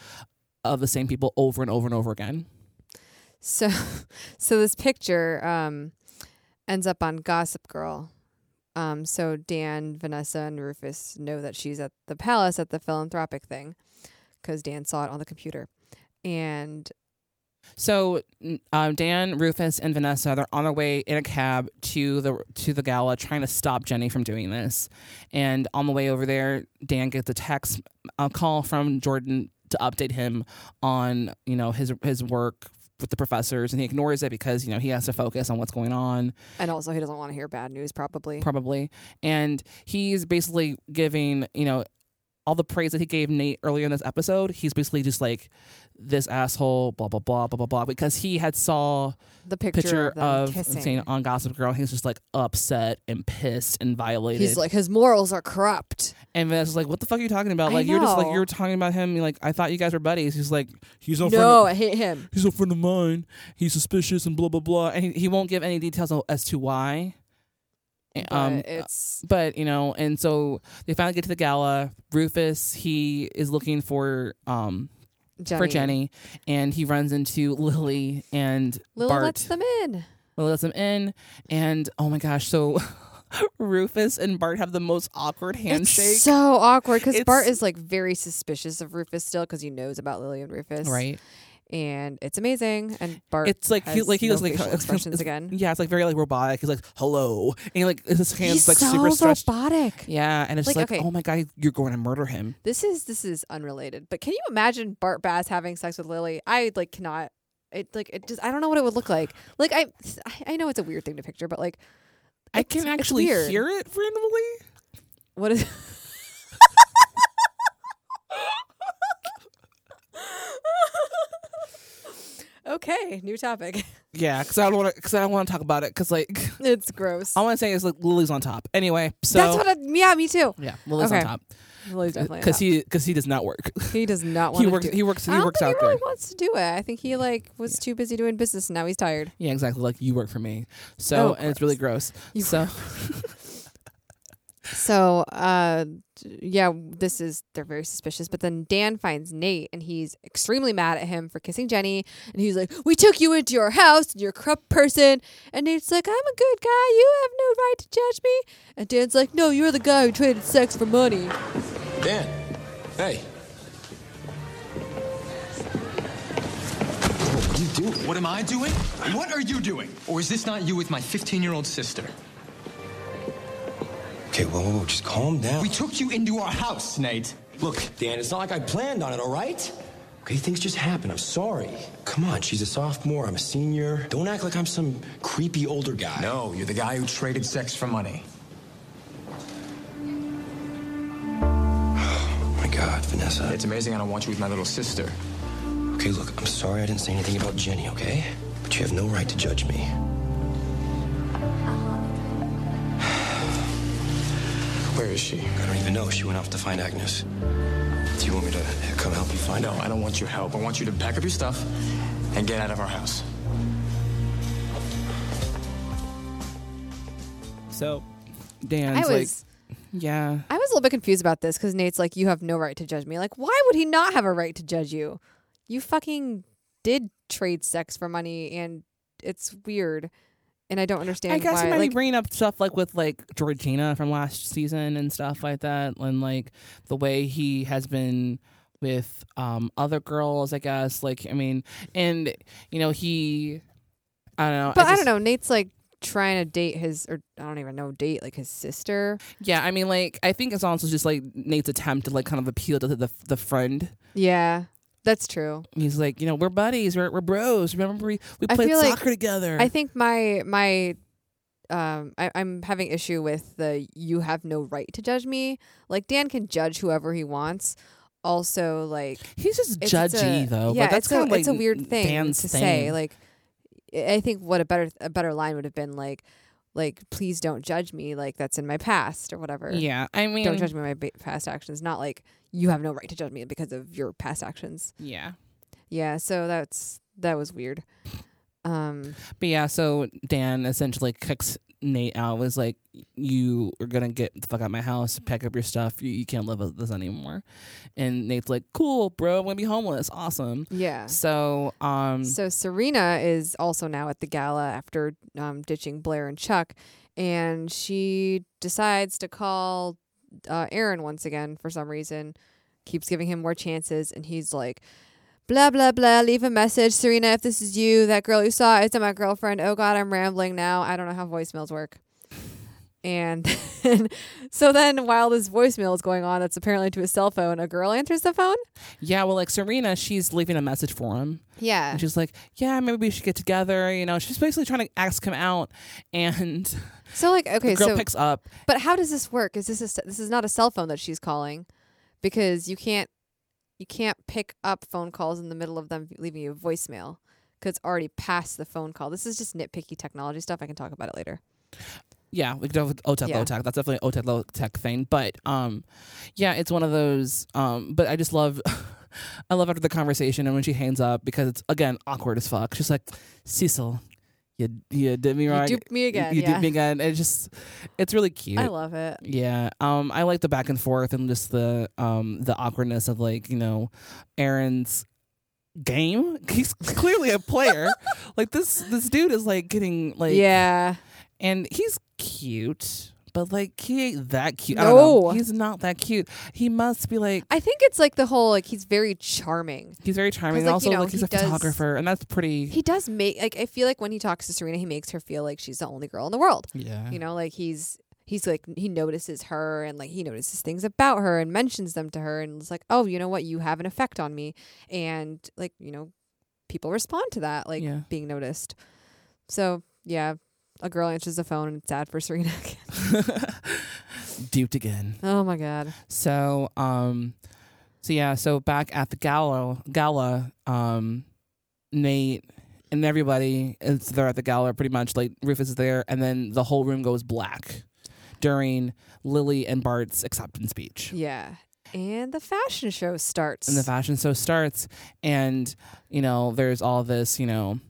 Speaker 3: of the same people over and over and over again.
Speaker 1: So, so this picture um, ends up on Gossip Girl. Um, so Dan, Vanessa, and Rufus know that she's at the palace at the philanthropic thing because Dan saw it on the computer. And
Speaker 3: So n- um, Dan, Rufus, and Vanessa they're on their way in a cab to the to the gala, trying to stop Jenny from doing this. And on the way over there, Dan gets a text a call from Jordan to update him on you know his his work with the professors, and he ignores it because you know he has to focus on what's going on
Speaker 1: and also he doesn't want to hear bad news probably.
Speaker 3: probably. And he's basically giving, you know, all the praise that he gave Nate earlier in this episode. He's basically just like this asshole, blah blah blah blah blah blah, because he had saw
Speaker 1: The picture,
Speaker 3: picture
Speaker 1: of, them
Speaker 3: of
Speaker 1: kissing.
Speaker 3: Zayn on Gossip Girl. He's just like upset and pissed and violated.
Speaker 1: He's like his morals are corrupt.
Speaker 3: and Vanessa's like, "What the fuck are you talking about?
Speaker 1: I
Speaker 3: Like you're just like
Speaker 1: know.
Speaker 3: you're talking about him. You're like I thought you guys were buddies." He's like, "He's no,
Speaker 1: No, I hate him.
Speaker 3: he's a friend of mine. He's suspicious and blah blah blah." And he, he won't give any details as to why.
Speaker 1: But
Speaker 3: um,
Speaker 1: it's
Speaker 3: but you know and so they finally get to the gala rufus he is looking for um
Speaker 1: Jenny.
Speaker 3: for jenny and he runs into lily and
Speaker 1: Lily
Speaker 3: bart
Speaker 1: lets them in.
Speaker 3: lily lets them in and oh my gosh so rufus and bart have the most awkward handshake
Speaker 1: It's so awkward because
Speaker 3: It's-
Speaker 1: Bart is like very suspicious of Rufus still because he knows about Lily and Rufus,
Speaker 3: right
Speaker 1: And it's amazing. And Bart,
Speaker 3: it's like he
Speaker 1: has
Speaker 3: like he
Speaker 1: no
Speaker 3: was like
Speaker 1: facial
Speaker 3: it's-
Speaker 1: expressions
Speaker 3: it's-
Speaker 1: again.
Speaker 3: yeah it's like very like robotic he's like hello and he like his hands
Speaker 1: He's
Speaker 3: like
Speaker 1: so
Speaker 3: super stretched
Speaker 1: robotic.
Speaker 3: yeah and it's just like
Speaker 1: Like, okay.
Speaker 3: oh my god you're going to murder him
Speaker 1: This is this is unrelated, but can you imagine Bart Bass having sex with Lily? I like cannot. It like it just I don't know what it would look like. Like I I know it's a weird thing to picture, but like
Speaker 3: i
Speaker 1: it's-
Speaker 3: can
Speaker 1: it's
Speaker 3: actually
Speaker 1: weird.
Speaker 3: hear it randomly
Speaker 1: What is? okay, new topic.
Speaker 3: Yeah, because I don't want to. Because I don't want to talk about it. Because like
Speaker 1: It's gross.
Speaker 3: all I want to say is like Lily's on top. Anyway, Um, so
Speaker 1: That's what. I, yeah, me too.
Speaker 3: yeah, Lily's
Speaker 1: Okay.
Speaker 3: on top
Speaker 1: Lily's definitely
Speaker 3: because he because he does not work.
Speaker 1: he does not want
Speaker 3: he
Speaker 1: to
Speaker 3: works.
Speaker 1: do.
Speaker 3: He works. He
Speaker 1: I don't
Speaker 3: works
Speaker 1: think
Speaker 3: out
Speaker 1: he really
Speaker 3: there.
Speaker 1: wants to do it. I think he like was too busy doing business and now he's tired.
Speaker 3: Yeah, exactly. Like you work for me.
Speaker 1: Oh,
Speaker 3: So and it's really gross. so
Speaker 1: So, uh, d- yeah, this is they're very suspicious. But then Dan finds Nate, and he's extremely mad at him for kissing Jenny. And he's like, "We took you into your house, and you're a corrupt person." And Nate's like, "I'm a good guy. You have no right to judge me." And Dan's like, "No, you're the guy who traded sex for money."
Speaker 7: Dan, hey.
Speaker 4: You do. What am I doing? What are you doing? Or is this not you with my 15 year old sister?
Speaker 7: Okay, whoa, whoa, whoa, Oh, just calm down.
Speaker 4: We took you into our house, Nate.
Speaker 7: Look, Dan, it's not like I planned on it, all right? Okay, things just happen. I'm sorry. Come on, she's a sophomore, I'm a senior. Don't act like I'm some creepy older guy.
Speaker 4: No, you're the guy who traded sex for money.
Speaker 7: Oh my god, Vanessa.
Speaker 4: It's amazing I don't want you with my little sister.
Speaker 7: Okay, look, I'm sorry I didn't say anything about Jenny, okay? But you have no right to judge me.
Speaker 4: Where is she?
Speaker 7: I don't even know. She went off to find Agnes. Do you want me to come help you find
Speaker 4: No,
Speaker 7: out?
Speaker 4: I don't want your help. I want you to pack up your stuff and get out of our house.
Speaker 3: so Dan's
Speaker 1: I was.
Speaker 3: like yeah.
Speaker 1: I was a little bit confused about this because Nate's like, "You have no right to judge me." Like, why would he not have a right to judge you? You fucking did trade sex for money, and it's weird, and I don't understand.
Speaker 3: I guess
Speaker 1: why.
Speaker 3: he might
Speaker 1: like,
Speaker 3: be bringing up stuff like with like Georgina from last season and stuff like that, and like the way he has been with um other girls. I guess like I mean, and you know he, I don't know.
Speaker 1: But I,
Speaker 3: just-
Speaker 1: don't know. Nate's like trying to date his, or I don't even know, date like his sister.
Speaker 3: Yeah, I mean, like I think it's also just like Nate's attempt to like kind of appeal to the the friend.
Speaker 1: Yeah, that's true.
Speaker 3: He's like, you know, we're buddies, we're we're bros. Remember we we
Speaker 1: I
Speaker 3: played
Speaker 1: feel like-
Speaker 3: soccer together.
Speaker 1: I think my my. Um, I, I'm having issue with the you have no right to judge me. Like Dan can judge whoever he wants. Also, like
Speaker 3: He's just
Speaker 1: it's- it's
Speaker 3: judgy
Speaker 1: a-
Speaker 3: though.
Speaker 1: Yeah,
Speaker 3: but
Speaker 1: it's,
Speaker 3: that's
Speaker 1: a,
Speaker 3: kind of like
Speaker 1: it's a weird thing
Speaker 3: Dan's
Speaker 1: to
Speaker 3: thing.
Speaker 1: say. Like, I I think what a better a better line would have been like, like please don't judge me. Like that's in my past or whatever.
Speaker 3: yeah, I mean,
Speaker 1: don't judge me on my ba- past actions. Not like you have no right to judge me because of your past actions.
Speaker 3: Yeah,
Speaker 1: Yeah, so that's that was weird. Um,
Speaker 3: but yeah. So Dan essentially kicks Nate out. Was like, you are gonna get the fuck out of my house, pack up your stuff. You, you can't live with this anymore. And Nate's like, cool, bro. I'm gonna be homeless. Awesome.
Speaker 1: yeah.
Speaker 3: So um,
Speaker 1: So Serena is also now at the gala after um, ditching Blair and Chuck, and she decides to call uh, Aaron once again for some reason. Keeps giving him more chances, and he's like, blah blah blah. Leave a message, Serena. If this is you, that girl you saw, it's my girlfriend. Oh God, I'm rambling now. I don't know how voicemails work. And then, so then, while this voicemail is going on, that's apparently to his cell phone, a girl answers the phone.
Speaker 3: yeah, well, like Serena, she's leaving a message for him.
Speaker 1: Yeah,
Speaker 3: And she's like, yeah, maybe we should get together. You know, she's basically trying to ask him out. And
Speaker 1: So like okay,
Speaker 3: the girl
Speaker 1: so
Speaker 3: picks up.
Speaker 1: but how does this work? Is this a, s- this is not a cell phone that she's calling because you can't you can't pick up phone calls in the middle of them leaving you a voicemail because it's already past the phone call. This is just nitpicky technology stuff. I can talk about it later.
Speaker 3: Yeah, we could have OTEC,
Speaker 1: Yeah.
Speaker 3: OTEC. E That's definitely an OTEC, low tech thing. But um, yeah, it's one of those. Um, but I just love. I love after the conversation and when she hangs up because it's again awkward as fuck. She's like, Cecil, you you did me right.
Speaker 1: duped me again,
Speaker 3: You,
Speaker 1: yeah."
Speaker 3: duped me again. It's just, it's really cute.
Speaker 1: I love it.
Speaker 3: Yeah. Um I like the back and forth and just the um the awkwardness of like, you know, Aaron's game. He's clearly a player. like this this dude is like getting like
Speaker 1: yeah,
Speaker 3: and he's cute. But like he ain't that cute. I
Speaker 1: No.
Speaker 3: don't know. he's not that cute. He must be like
Speaker 1: I think it's like the whole like he's very charming.
Speaker 3: he's very charming.
Speaker 1: 'Cause, like,
Speaker 3: also,
Speaker 1: you know,
Speaker 3: like he's
Speaker 1: he
Speaker 3: a
Speaker 1: does-
Speaker 3: photographer, and that's pretty.
Speaker 1: He does make like I feel like when he talks to Serena, he makes her feel like she's the only girl in the world.
Speaker 3: yeah,
Speaker 1: you know like he's he's like he notices her and like he notices things about her and mentions them to her and it's like oh you know what you have an effect on me and like you know people respond to that like
Speaker 3: Yeah.
Speaker 1: being noticed so yeah a girl answers the phone and it's sad for serena again.
Speaker 3: duped again.
Speaker 1: Oh my god.
Speaker 3: So, um, so yeah, so back at the gala, gala, um, Nate and everybody is there at the gala pretty much. Like Rufus is there, and then the whole room goes black during Lily and Bart's acceptance speech.
Speaker 1: Yeah. And the fashion show starts.
Speaker 3: And the fashion show starts, and you know, there's all this, you know,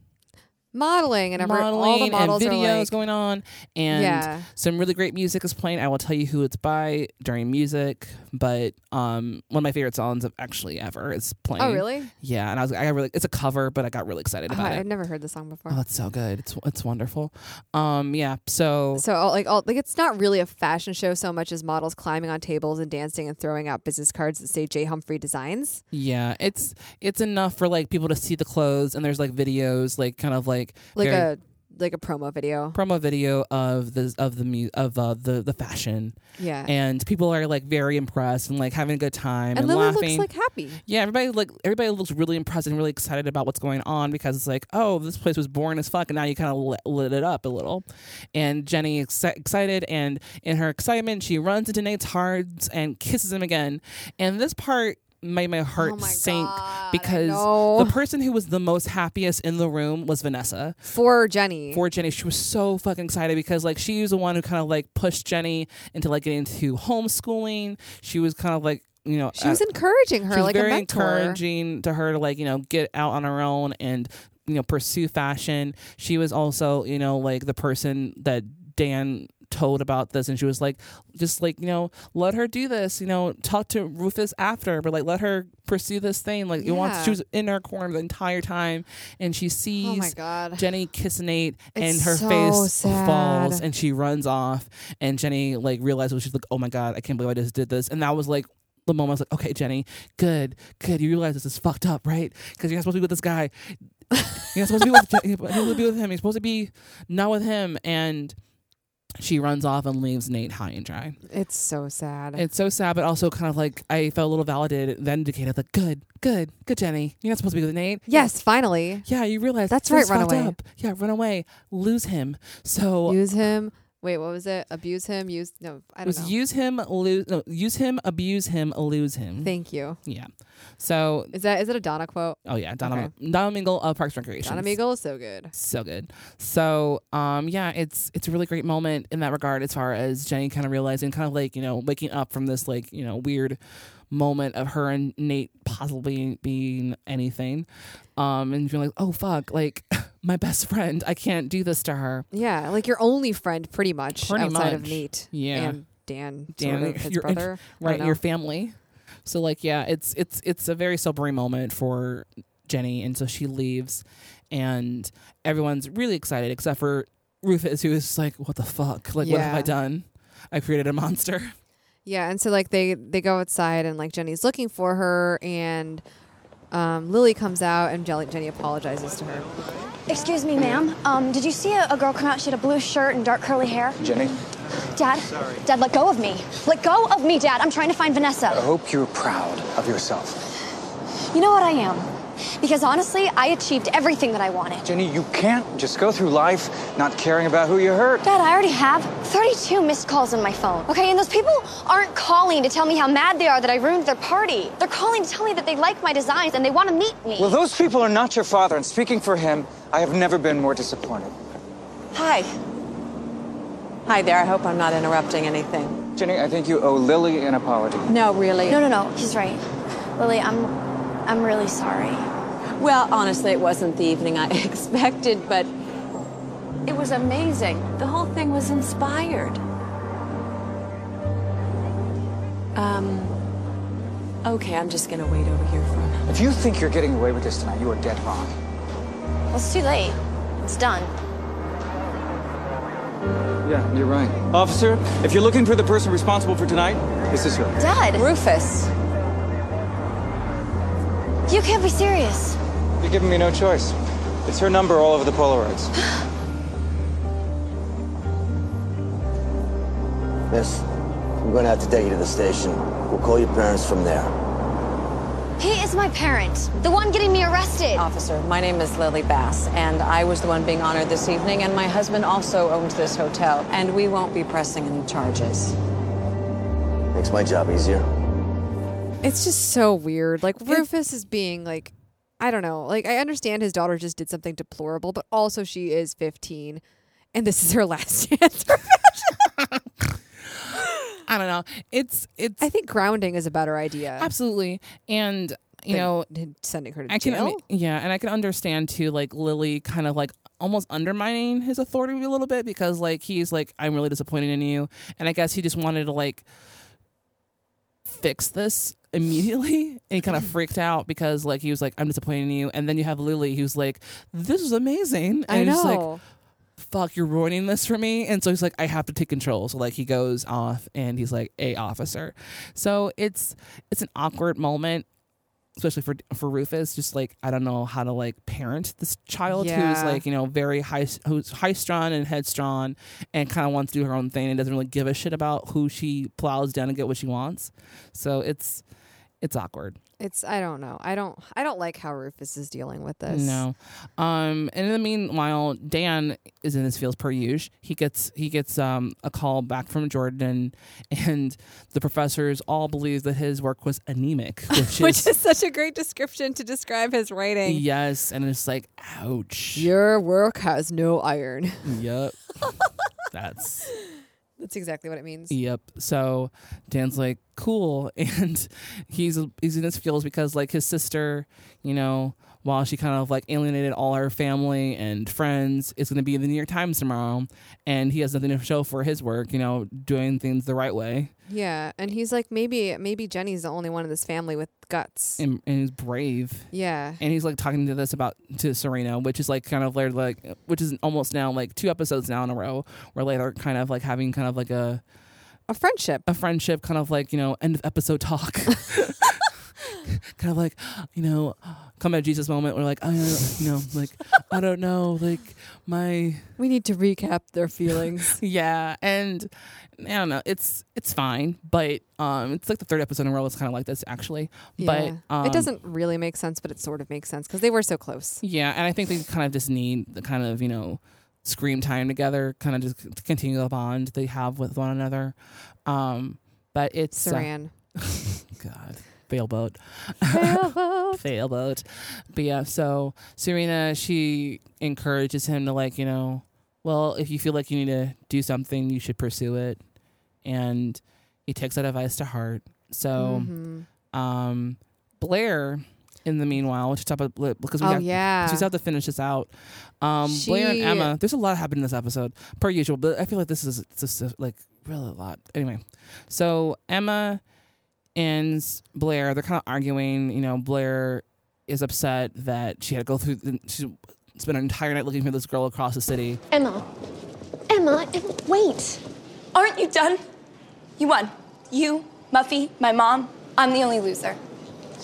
Speaker 1: modeling and every,
Speaker 3: modeling
Speaker 1: all the models
Speaker 3: and videos
Speaker 1: are like,
Speaker 3: going on, and
Speaker 1: Yeah.
Speaker 3: some really great music is playing. I will tell you who it's by during music, but um, one of my favorite songs of actually ever is playing.
Speaker 1: Oh really?
Speaker 3: Yeah, and I was I got really it's a cover, but I got really excited
Speaker 1: Oh,
Speaker 3: about
Speaker 1: I've
Speaker 3: it.
Speaker 1: never heard the song before.
Speaker 3: Oh, it's so good. It's it's wonderful. Um, yeah. So
Speaker 1: So all, like all like it's not really a fashion show so much as models climbing on tables and dancing and throwing out business cards that say J Humphrey Designs.
Speaker 3: yeah, it's it's enough for like people to see the clothes, and there's like videos, like kind of like
Speaker 1: Like
Speaker 3: very-
Speaker 1: a like a promo video.
Speaker 3: promo video of the of the mu- of uh, the the fashion,
Speaker 1: Yeah.
Speaker 3: and people are like very impressed and like having a good time and,
Speaker 1: and Lily
Speaker 3: laughing.
Speaker 1: looks like happy.
Speaker 3: yeah, everybody like everybody looks really impressed and really excited about what's going on because it's like, oh, this place was boring as fuck, and now you kind of lit, lit it up a little. And Jenny is exci- excited, and in her excitement, she runs into Nate's hearts and kisses him again. And this part made my heart
Speaker 1: Oh my
Speaker 3: sink
Speaker 1: God, I
Speaker 3: because
Speaker 1: know.
Speaker 3: the person who was the most happiest in the room was Vanessa
Speaker 1: For Jenny.
Speaker 3: for Jenny. She was so fucking excited because like she was the one who kind of like pushed Jenny into like getting into homeschooling. She was kind of like you know
Speaker 1: she was
Speaker 3: uh,
Speaker 1: encouraging her
Speaker 3: she was
Speaker 1: like
Speaker 3: very
Speaker 1: a mentor.
Speaker 3: encouraging to her to like you know get out on her own and you know pursue fashion. She was also you know like the person that Dan told about this and she was like just like you know let her do this you know talk to rufus after but like let her pursue this thing like you want
Speaker 1: Yeah.
Speaker 3: she was in her corner the entire time and she sees
Speaker 1: Oh my god.
Speaker 3: Jenny kisses Nate and
Speaker 1: It's
Speaker 3: her
Speaker 1: so
Speaker 3: face
Speaker 1: sad.
Speaker 3: falls and she runs off and Jenny like realizes she's like, Oh my god, I can't believe I just did this and that was like the moment I was like, Okay, Jenny, good, good. You realize this is fucked up, right? Because you're not supposed to be with this guy. You're not supposed to be with you're not supposed to be with him. You're supposed to be not with him and she runs off and leaves Nate high and dry.
Speaker 1: it's so sad.
Speaker 3: It's so sad, but also kind of like I felt a little validated, vindicated. Like, good, good, good, Jenny. You're not supposed to be with Nate.
Speaker 1: yes, finally.
Speaker 3: Yeah, you realize
Speaker 1: That's
Speaker 3: this
Speaker 1: right,
Speaker 3: is
Speaker 1: run
Speaker 3: fucked
Speaker 1: away.
Speaker 3: Up. Yeah, run away, lose him. So
Speaker 1: Use him. Wait, what was it? Abuse him, use no, I
Speaker 3: it
Speaker 1: don't
Speaker 3: was
Speaker 1: know.
Speaker 3: use him, lose, no, use him, abuse him, lose him.
Speaker 1: Thank you.
Speaker 3: yeah. So
Speaker 1: Is that is it a Donna quote?
Speaker 3: oh yeah, Donna Donna Mingle of Parks and Recreation.
Speaker 1: Donna Meagle is so good.
Speaker 3: so good. So um yeah, it's it's a really great moment in that regard as far as Jenny kind of realizing, kind of like you know waking up from this like you know weird moment of her and Nate possibly being anything, um and being like oh fuck like my best friend I can't do this to her.
Speaker 1: Yeah, like your only friend pretty much
Speaker 3: Pretty
Speaker 1: outside of
Speaker 3: much.
Speaker 1: Nate.
Speaker 3: Yeah.
Speaker 1: And Dan,
Speaker 3: Dan,
Speaker 1: sort of, his
Speaker 3: your-
Speaker 1: brother. I don't
Speaker 3: right
Speaker 1: know.
Speaker 3: your family so like yeah it's it's it's a very sobering moment for jenny and so she leaves and everyone's really excited except for rufus who is like what the fuck like what have i
Speaker 1: Yeah.
Speaker 3: done i created a monster
Speaker 1: Yeah, and so like they they go outside and like Jenny's looking for her and um, Lily comes out and Jelly- Jenny apologizes to her.
Speaker 5: Excuse me, ma'am. Um, did you see a, a girl come out? She had a blue shirt and dark curly hair.
Speaker 9: Jenny,
Speaker 5: Dad, Dad, let go of me. Let go of me, Dad. I'm trying to find Vanessa.
Speaker 9: I hope you're proud of yourself.
Speaker 5: You know what I am? Because honestly, I achieved everything that I wanted.
Speaker 9: Jenny, you can't just go through life not caring about who you hurt.
Speaker 5: Dad, I already have 32 missed calls on my phone. Okay, and those people aren't calling to tell me how mad they are that I ruined their party. They're calling to tell me that they like my designs and they want to meet me.
Speaker 9: Well, those people are not your father, and speaking for him, I have never been more disappointed.
Speaker 2: Hi. Hi there. I hope I'm not interrupting anything.
Speaker 9: Jenny, I think you owe Lily an apology.
Speaker 2: No, really.
Speaker 5: no, no, no, he's right. Lily, I'm I'm really sorry.
Speaker 2: Well, honestly, it wasn't the evening I expected, but it was amazing. The whole thing was inspired. Um, okay, I'm just gonna wait over here for a minute.
Speaker 9: If you think you're getting away with this tonight, you are dead wrong.
Speaker 5: Well, it's too late. It's done.
Speaker 9: Yeah, you're right. Officer, if you're looking for the person responsible for tonight, this is her.
Speaker 5: Dad,
Speaker 2: Rufus.
Speaker 5: you can't be serious.
Speaker 9: You're giving me no choice. It's her number all over the Polaroids.
Speaker 10: Miss, I'm going to have to take you to the station. We'll call your parents from there.
Speaker 5: He is my parent, the one getting me arrested.
Speaker 2: Officer, my name is Lily Bass, and I was the one being honored this evening, and my husband also owns this hotel, and we won't be pressing any charges.
Speaker 10: Makes my job easier.
Speaker 1: It's just so weird. Like Rufus is being like I don't know. Like I understand his daughter just did something deplorable, but also she is 15 and this is her last chance. for affection.
Speaker 3: I don't know. It's it's
Speaker 1: I think grounding is a better idea.
Speaker 3: absolutely and you
Speaker 1: than
Speaker 3: know
Speaker 1: d- sending her to
Speaker 3: I can
Speaker 1: jail.
Speaker 3: yeah, and I can understand too, like Lily kind of like almost undermining his authority a little bit because like he's like, I'm really disappointed in you, and I guess he just wanted to like fix this immediately, and he kind of freaked out because like he was like, I'm disappointed in you, and then you have Lily who's like, This is amazing, and
Speaker 1: I
Speaker 3: he's just like,
Speaker 1: know.
Speaker 3: fuck, you're ruining this for me. And so he's like, I have to take control. So like he goes off and he's like a officer. So it's it's an awkward moment, especially for for Rufus. Just like I don't know how to like parent this child
Speaker 1: Yeah.
Speaker 3: who's like you know very high who's high strung and headstrong and kind of wants to do her own thing and doesn't really give a shit about who she plows down to get what she wants. So it's it's awkward.
Speaker 1: It's I don't know. I don't I don't like how Rufus is dealing with this.
Speaker 3: No. Um, and in the meanwhile, Dan is in his fields per usual. He gets he gets um, a call back from Jordan, and the professors all believe that his work was anemic, which,
Speaker 1: Which is such a great description to describe his writing.
Speaker 3: yes. And it's like, ouch.
Speaker 1: Your work has no iron.
Speaker 3: Yep. That's
Speaker 1: That's exactly what it means.
Speaker 3: Yep. So Dan's like, cool, and he's he's in his feels because like his sister, you know, while she kind of like alienated all her family and friends, is going to be in the New York Times tomorrow, and he has nothing to show for his work, you know, doing things the right way
Speaker 1: Yeah, and he's like, maybe, maybe Jenny's the only one in this family with guts.
Speaker 3: and, and he's brave.
Speaker 1: yeah,
Speaker 3: And he's like talking to this about to Serena, which is like kind of later, like which is almost now like two episodes now in a row where later kind of like having kind of like a
Speaker 1: a friendship.
Speaker 3: a friendship kind of like you know end of episode talk kind of like you know come at jesus moment we're like i don't, you know like i don't know like my
Speaker 1: We need to recap their feelings.
Speaker 3: yeah and i don't know it's it's fine but um it's like the third episode in a row it's kind of like this actually
Speaker 1: yeah.
Speaker 3: but um,
Speaker 1: it doesn't really make sense, but it sort of makes sense because they were so close.
Speaker 3: yeah and i think they kind of just need the kind of you know scream time together kind of just to continue the bond they have with one another um but it's uh,
Speaker 1: Saran.
Speaker 3: god Bailboat. Failboat. But yeah, so Serena, she encourages him to like, you know, well, if you feel like you need to do something, you should pursue it. And he takes that advice to heart. So
Speaker 1: Mhm.
Speaker 3: um Blair in the meanwhile, which is top of because we
Speaker 1: Oh
Speaker 3: have
Speaker 1: yeah.
Speaker 3: so we still have to finish this out. Um, Blair and
Speaker 1: She-
Speaker 3: Emma. There's a lot happening in this episode, per usual. But I feel like this is just uh, like really a lot. Anyway, so Emma and Blair, they're kind of arguing. You know, Blair is upset that she had to go through. the- She spent her entire night looking for this girl across the city.
Speaker 5: Emma. Emma, Emma, wait.
Speaker 8: Aren't you done? You won. You, Muffy, my mom. I'm the only loser.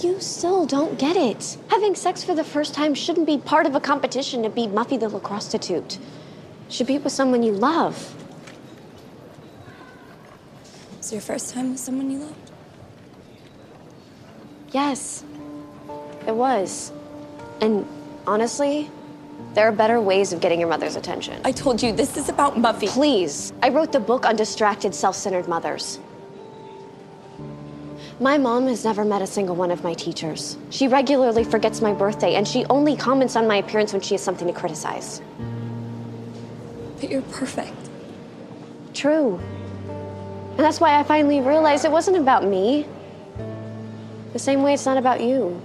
Speaker 5: You still don't get it. Having sex for the first time shouldn't be part of a competition to be Muffy the lacrostitute. Should be with someone you love.
Speaker 8: Is your first time with someone you loved?
Speaker 5: Yes, it was. And honestly, there are better ways of getting your mother's attention.
Speaker 8: I told you this is about Muffy.
Speaker 5: Please, I wrote the book on distracted, self centered mothers. My mom has never met a single one of my teachers. She regularly forgets my birthday, and she only comments on my appearance when she has something to criticize.
Speaker 8: But you're perfect.
Speaker 5: True. And that's why I finally realized it wasn't about me. The same way it's not about you.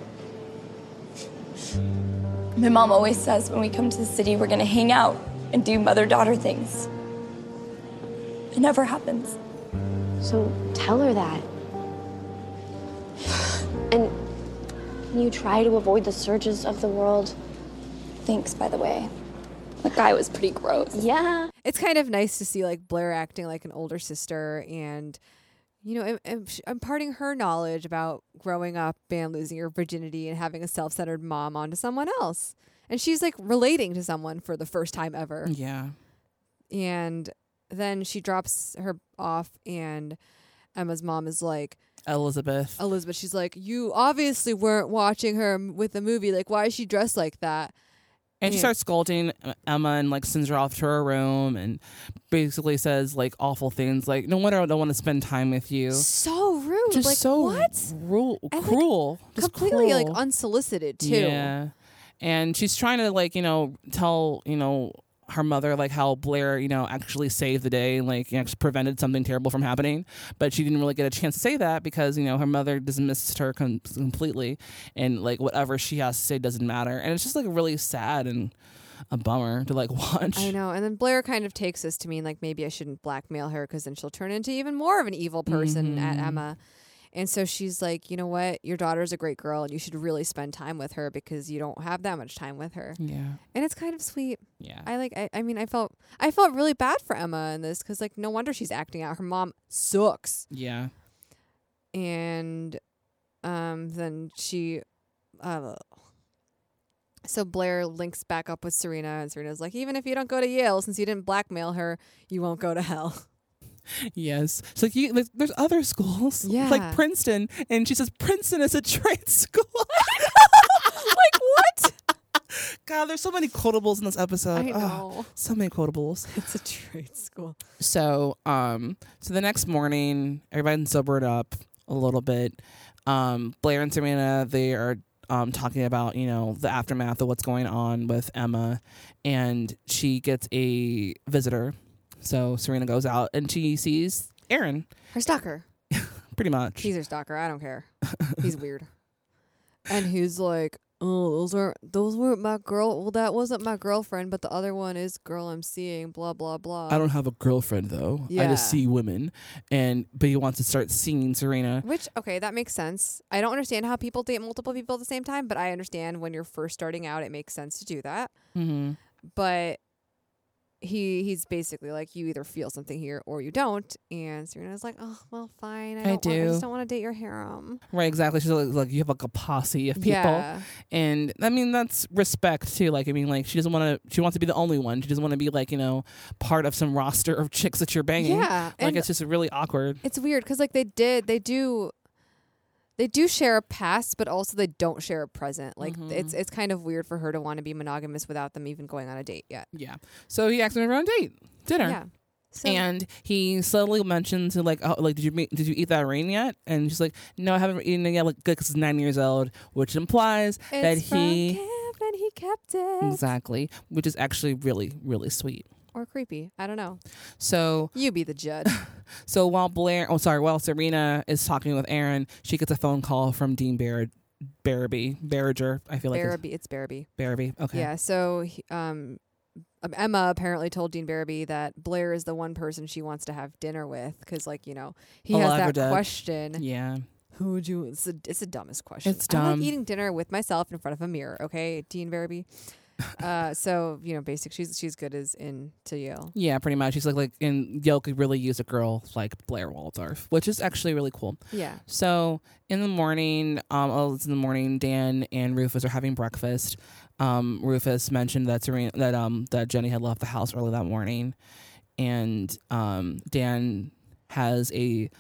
Speaker 8: My mom always says when we come to the city, we're gonna hang out and do mother daughter things. It never happens.
Speaker 5: So tell her that. And you try to avoid the surges of the world.
Speaker 8: Thanks, by the way. The guy was pretty gross.
Speaker 5: Yeah.
Speaker 1: it's kind of nice to see like Blair acting like an older sister and you know im- im- sh- imparting her knowledge about growing up and losing your virginity and having a self-centered mom onto someone else. And she's like relating to someone for the first time ever.
Speaker 3: Yeah,
Speaker 1: And then she drops her off and Emma's mom is like
Speaker 3: Elizabeth.
Speaker 1: Elizabeth, she's like, "You obviously weren't watching her m- with the movie. Like why is she dressed like that?"
Speaker 3: And she
Speaker 1: Yeah.
Speaker 3: starts scolding uh, Emma and like sends her off to her room and basically says like awful things like no wonder I don't want to spend time with you.
Speaker 1: So rude.
Speaker 3: Just
Speaker 1: like
Speaker 3: so
Speaker 1: what?
Speaker 3: Rule,
Speaker 1: And, like,
Speaker 3: cruel, Just
Speaker 1: Completely like
Speaker 3: cruel.
Speaker 1: unsolicited too.
Speaker 3: Yeah. And she's trying to like, you know, tell, you know, her mother like how Blair, you know, actually saved the day and like you know, prevented something terrible from happening. But she didn't really get a chance to say that because, you know, her mother dismissed her com- completely and like whatever she has to say doesn't matter. And it's just like really sad and a bummer to like watch.
Speaker 1: I know. And then Blair kind of takes this to mean like maybe I shouldn't blackmail her because then she'll turn into even more of an evil person at
Speaker 3: Mm-hmm.
Speaker 1: Emma. And so she's like, you know what? Your daughter's a great girl and you should really spend time with her because you don't have that much time with her.
Speaker 3: Yeah.
Speaker 1: And it's kind of sweet.
Speaker 3: Yeah.
Speaker 1: I like I, I mean I felt I felt really bad for Emma in this cuz like no wonder she's acting out. Her mom sucks.
Speaker 3: yeah.
Speaker 1: and um then she uh so Blair links back up with Serena and Serena's like even if you don't go to Yale since you didn't blackmail her you won't go to hell.
Speaker 3: Yes. She's like, you, there's, there's other schools,
Speaker 1: Yeah.
Speaker 3: like Princeton. And she says, Princeton is a trade school.
Speaker 1: like what?
Speaker 3: God, there's so many quotables in this episode.
Speaker 1: I
Speaker 3: Ugh,
Speaker 1: know.
Speaker 3: so many quotables.
Speaker 1: It's a trade school.
Speaker 3: So, um, so the next morning, everybody's sobered up a little bit. Um, Blair and Serena, they are um, talking about you know the aftermath of what's going on with Emma, and she gets a visitor. So Serena goes out and she sees Aaron,
Speaker 1: Her stalker.
Speaker 3: pretty much.
Speaker 1: He's her stalker. I don't care. He's weird. And he's like, "Oh, those are those weren't my girl. Well, that wasn't my girlfriend, but the other one is girl I'm seeing. Blah blah blah."
Speaker 3: I don't have a girlfriend though. I
Speaker 1: Yeah.
Speaker 3: just see women, and but he wants to start seeing Serena.
Speaker 1: Which okay, that makes sense. I don't understand how people date multiple people at the same time, but I understand when you're first starting out, it makes sense to do that.
Speaker 3: Mm-hmm.
Speaker 1: But he he's basically like, you either feel something here or you don't. And Serena's like, oh well, fine. I,
Speaker 3: I
Speaker 1: don't Want, I
Speaker 3: do.
Speaker 1: just don't want to date your harem.
Speaker 3: Right, exactly. She's like, like, you have like a posse of people.
Speaker 1: Yeah.
Speaker 3: And I mean, that's respect too. Like, I mean, like, she doesn't want to, she wants to be the only one. She doesn't want to be like, you know, part of some roster of chicks that you're banging.
Speaker 1: Yeah,
Speaker 3: Like,
Speaker 1: and-
Speaker 3: it's just really awkward.
Speaker 1: It's weird because like they did, they do. They do share a past, but also they don't share a present. Like it's
Speaker 3: Mm-hmm.
Speaker 1: it's kind of weird for her to want to be monogamous without them even going on a date yet.
Speaker 3: Yeah. So he asks me around date, dinner.
Speaker 1: Yeah. So
Speaker 3: and he slowly mentions like, oh, like did you meet, did you eat that rain yet? And she's like, no, I haven't eaten it yet. Like, good, because he's nine years old, which implies that
Speaker 1: it's from
Speaker 3: he
Speaker 1: camp and he kept it.
Speaker 3: exactly, which is actually really, really sweet.
Speaker 1: or creepy. I don't know.
Speaker 3: So
Speaker 1: You be the judge.
Speaker 3: So while Blair, oh sorry, while Serena is talking with Aaron, she gets a phone call from Dean Bar- Barraby, Barrager. I feel like it's
Speaker 1: Barabee, it's Barabee.
Speaker 3: Barraby. Okay.
Speaker 1: Yeah. So he- um, um, Emma apparently told Dean Barabee that Blair is the one person she wants to have dinner with because, like, you know, he
Speaker 3: A
Speaker 1: has that
Speaker 3: Labrador.
Speaker 1: question.
Speaker 3: Yeah.
Speaker 1: Who would you? It's the, it's the dumbest question.
Speaker 3: It's
Speaker 1: I
Speaker 3: dumb.
Speaker 1: like eating dinner with myself in front of a mirror. Okay, Dean Barabee. uh, so you know, basic. She's she's good as in to Yale.
Speaker 3: Yeah, pretty much. She's like, like, and Yale could really use a girl like Blair Waldorf, which is actually really cool.
Speaker 1: Yeah.
Speaker 3: So in the morning, um, oh, it's in the morning. Dan and Rufus are having breakfast. Um, Rufus mentioned that Serena, that um, that Jenny had left the house early that morning, and um, Dan has a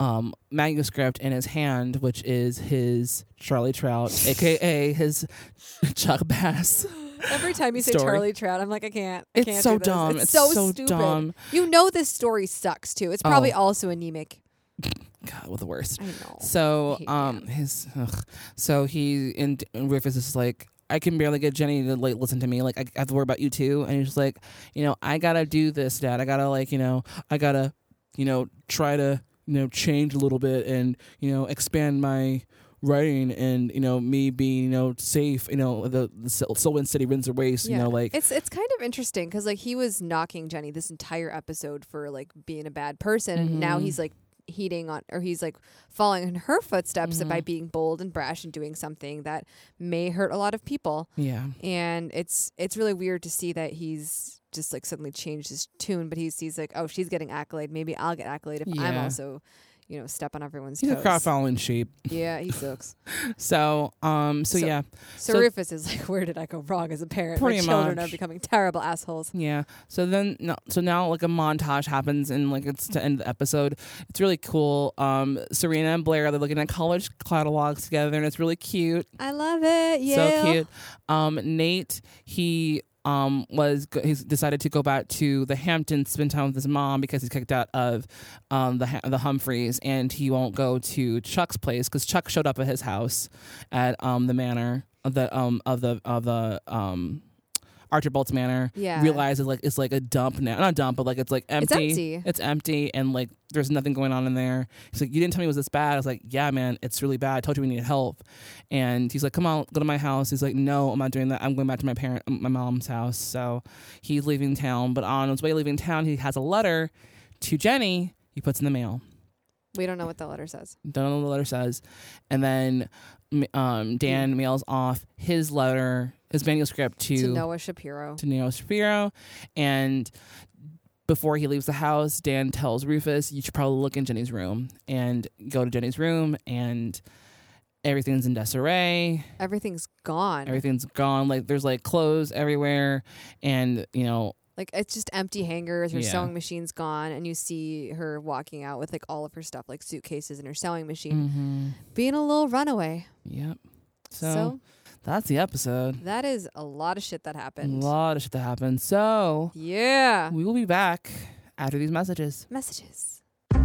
Speaker 3: um manuscript in his hand, which is his Charlie Trout, aka his Chuck Bass.
Speaker 1: Every time you say
Speaker 3: Story.
Speaker 1: Charlie Trout, I'm like, I can't. I
Speaker 3: It's
Speaker 1: can't
Speaker 3: so
Speaker 1: do this.
Speaker 3: dumb.
Speaker 1: It's,
Speaker 3: It's
Speaker 1: so,
Speaker 3: so
Speaker 1: stupid.
Speaker 3: dumb.
Speaker 1: You know this story sucks too. It's probably
Speaker 3: Oh.
Speaker 1: also anemic.
Speaker 3: God, well, the worst.
Speaker 1: I know. I
Speaker 3: So,
Speaker 1: hate
Speaker 3: um, his, ugh. so he and and Rufus is like, I can barely get Jenny to like listen to me. Like, I I have to worry about you too. And he's like, you know, I gotta do this, Dad. I gotta like, you know, I gotta, you know, try to, you know, change a little bit and you know, expand my writing and you know, me being you know safe. You know, the the Sil- Sylvan City wins the race. You know, like
Speaker 1: it's it's kind of interesting because like he was knocking Jenny this entire episode for like being a bad person, and now
Speaker 3: Mm-hmm.
Speaker 1: he's like heating on or he's like following in her footsteps
Speaker 3: Mm-hmm.
Speaker 1: by being bold and brash and doing something that may hurt a lot of people.
Speaker 3: yeah,
Speaker 1: And it's it's really weird to see that he's just like suddenly changed his tune, but he sees like, oh, she's getting accolade. Maybe I'll get accolade if I'm
Speaker 3: Yeah.
Speaker 1: also, you know, step on everyone's
Speaker 3: he's a
Speaker 1: toes.
Speaker 3: crowd following sheep.
Speaker 1: Yeah, he sucks.
Speaker 3: So, um, so,
Speaker 1: So-
Speaker 3: yeah,
Speaker 1: So,
Speaker 3: So-
Speaker 1: Rufus is like, where did I go wrong as a parent? My
Speaker 3: Pretty
Speaker 1: children
Speaker 3: much.
Speaker 1: are becoming terrible assholes.
Speaker 3: Yeah. So then, no, so now like a montage happens, and like it's to end the episode. It's really cool. Um, Serena and Blair they're looking at college catalogs together, and it's really cute.
Speaker 1: I love it. Yeah.
Speaker 3: So cute. Um, Nate he um, was go- he's decided to go back to the Hamptons, spend time with his mom because he's kicked out of um, the Ha- the Humphreys, and he won't go to Chuck's place because Chuck showed up at his house at um, the manor of the um, of the of the um, Archibald's manor.
Speaker 1: Yeah.
Speaker 3: realizes like it's like a dump now, not a dump, but like it's like empty.
Speaker 1: empty.
Speaker 3: It's empty, and like there's nothing going on in there. He's like, you didn't tell me it was this bad. I was like, yeah, man, it's really bad. I told you we need help. And he's like, come on, go to my house. He's like, no, I'm not doing that. I'm going back to my parent, my mom's house. So he's leaving town, but on his way leaving town, he has a letter to Jenny. He puts in the mail.
Speaker 1: We don't know what the letter says.
Speaker 3: Don't know what the letter says. And then um, Dan mails off his letter, his manuscript to,
Speaker 1: To Noah Shapiro.
Speaker 3: to Neo Shapiro. And before he leaves the house, Dan tells Rufus, You should probably look in Jenny's room and go to Jenny's room. And everything's in disarray.
Speaker 1: Everything's gone.
Speaker 3: Everything's gone. Like there's like clothes everywhere. And, you know,
Speaker 1: Like it's just empty hangers. Her
Speaker 3: Yeah.
Speaker 1: sewing machine's gone, and you see her walking out with like all of her stuff, like suitcases and her sewing machine, being a little runaway.
Speaker 3: yep. Mm. So,
Speaker 1: Mm-hmm. So?
Speaker 3: that's the episode.
Speaker 1: That is a lot of shit that
Speaker 3: A
Speaker 1: happened.
Speaker 3: lot of shit that happened. So
Speaker 1: yeah.
Speaker 3: we will be back after these messages.
Speaker 1: Messages.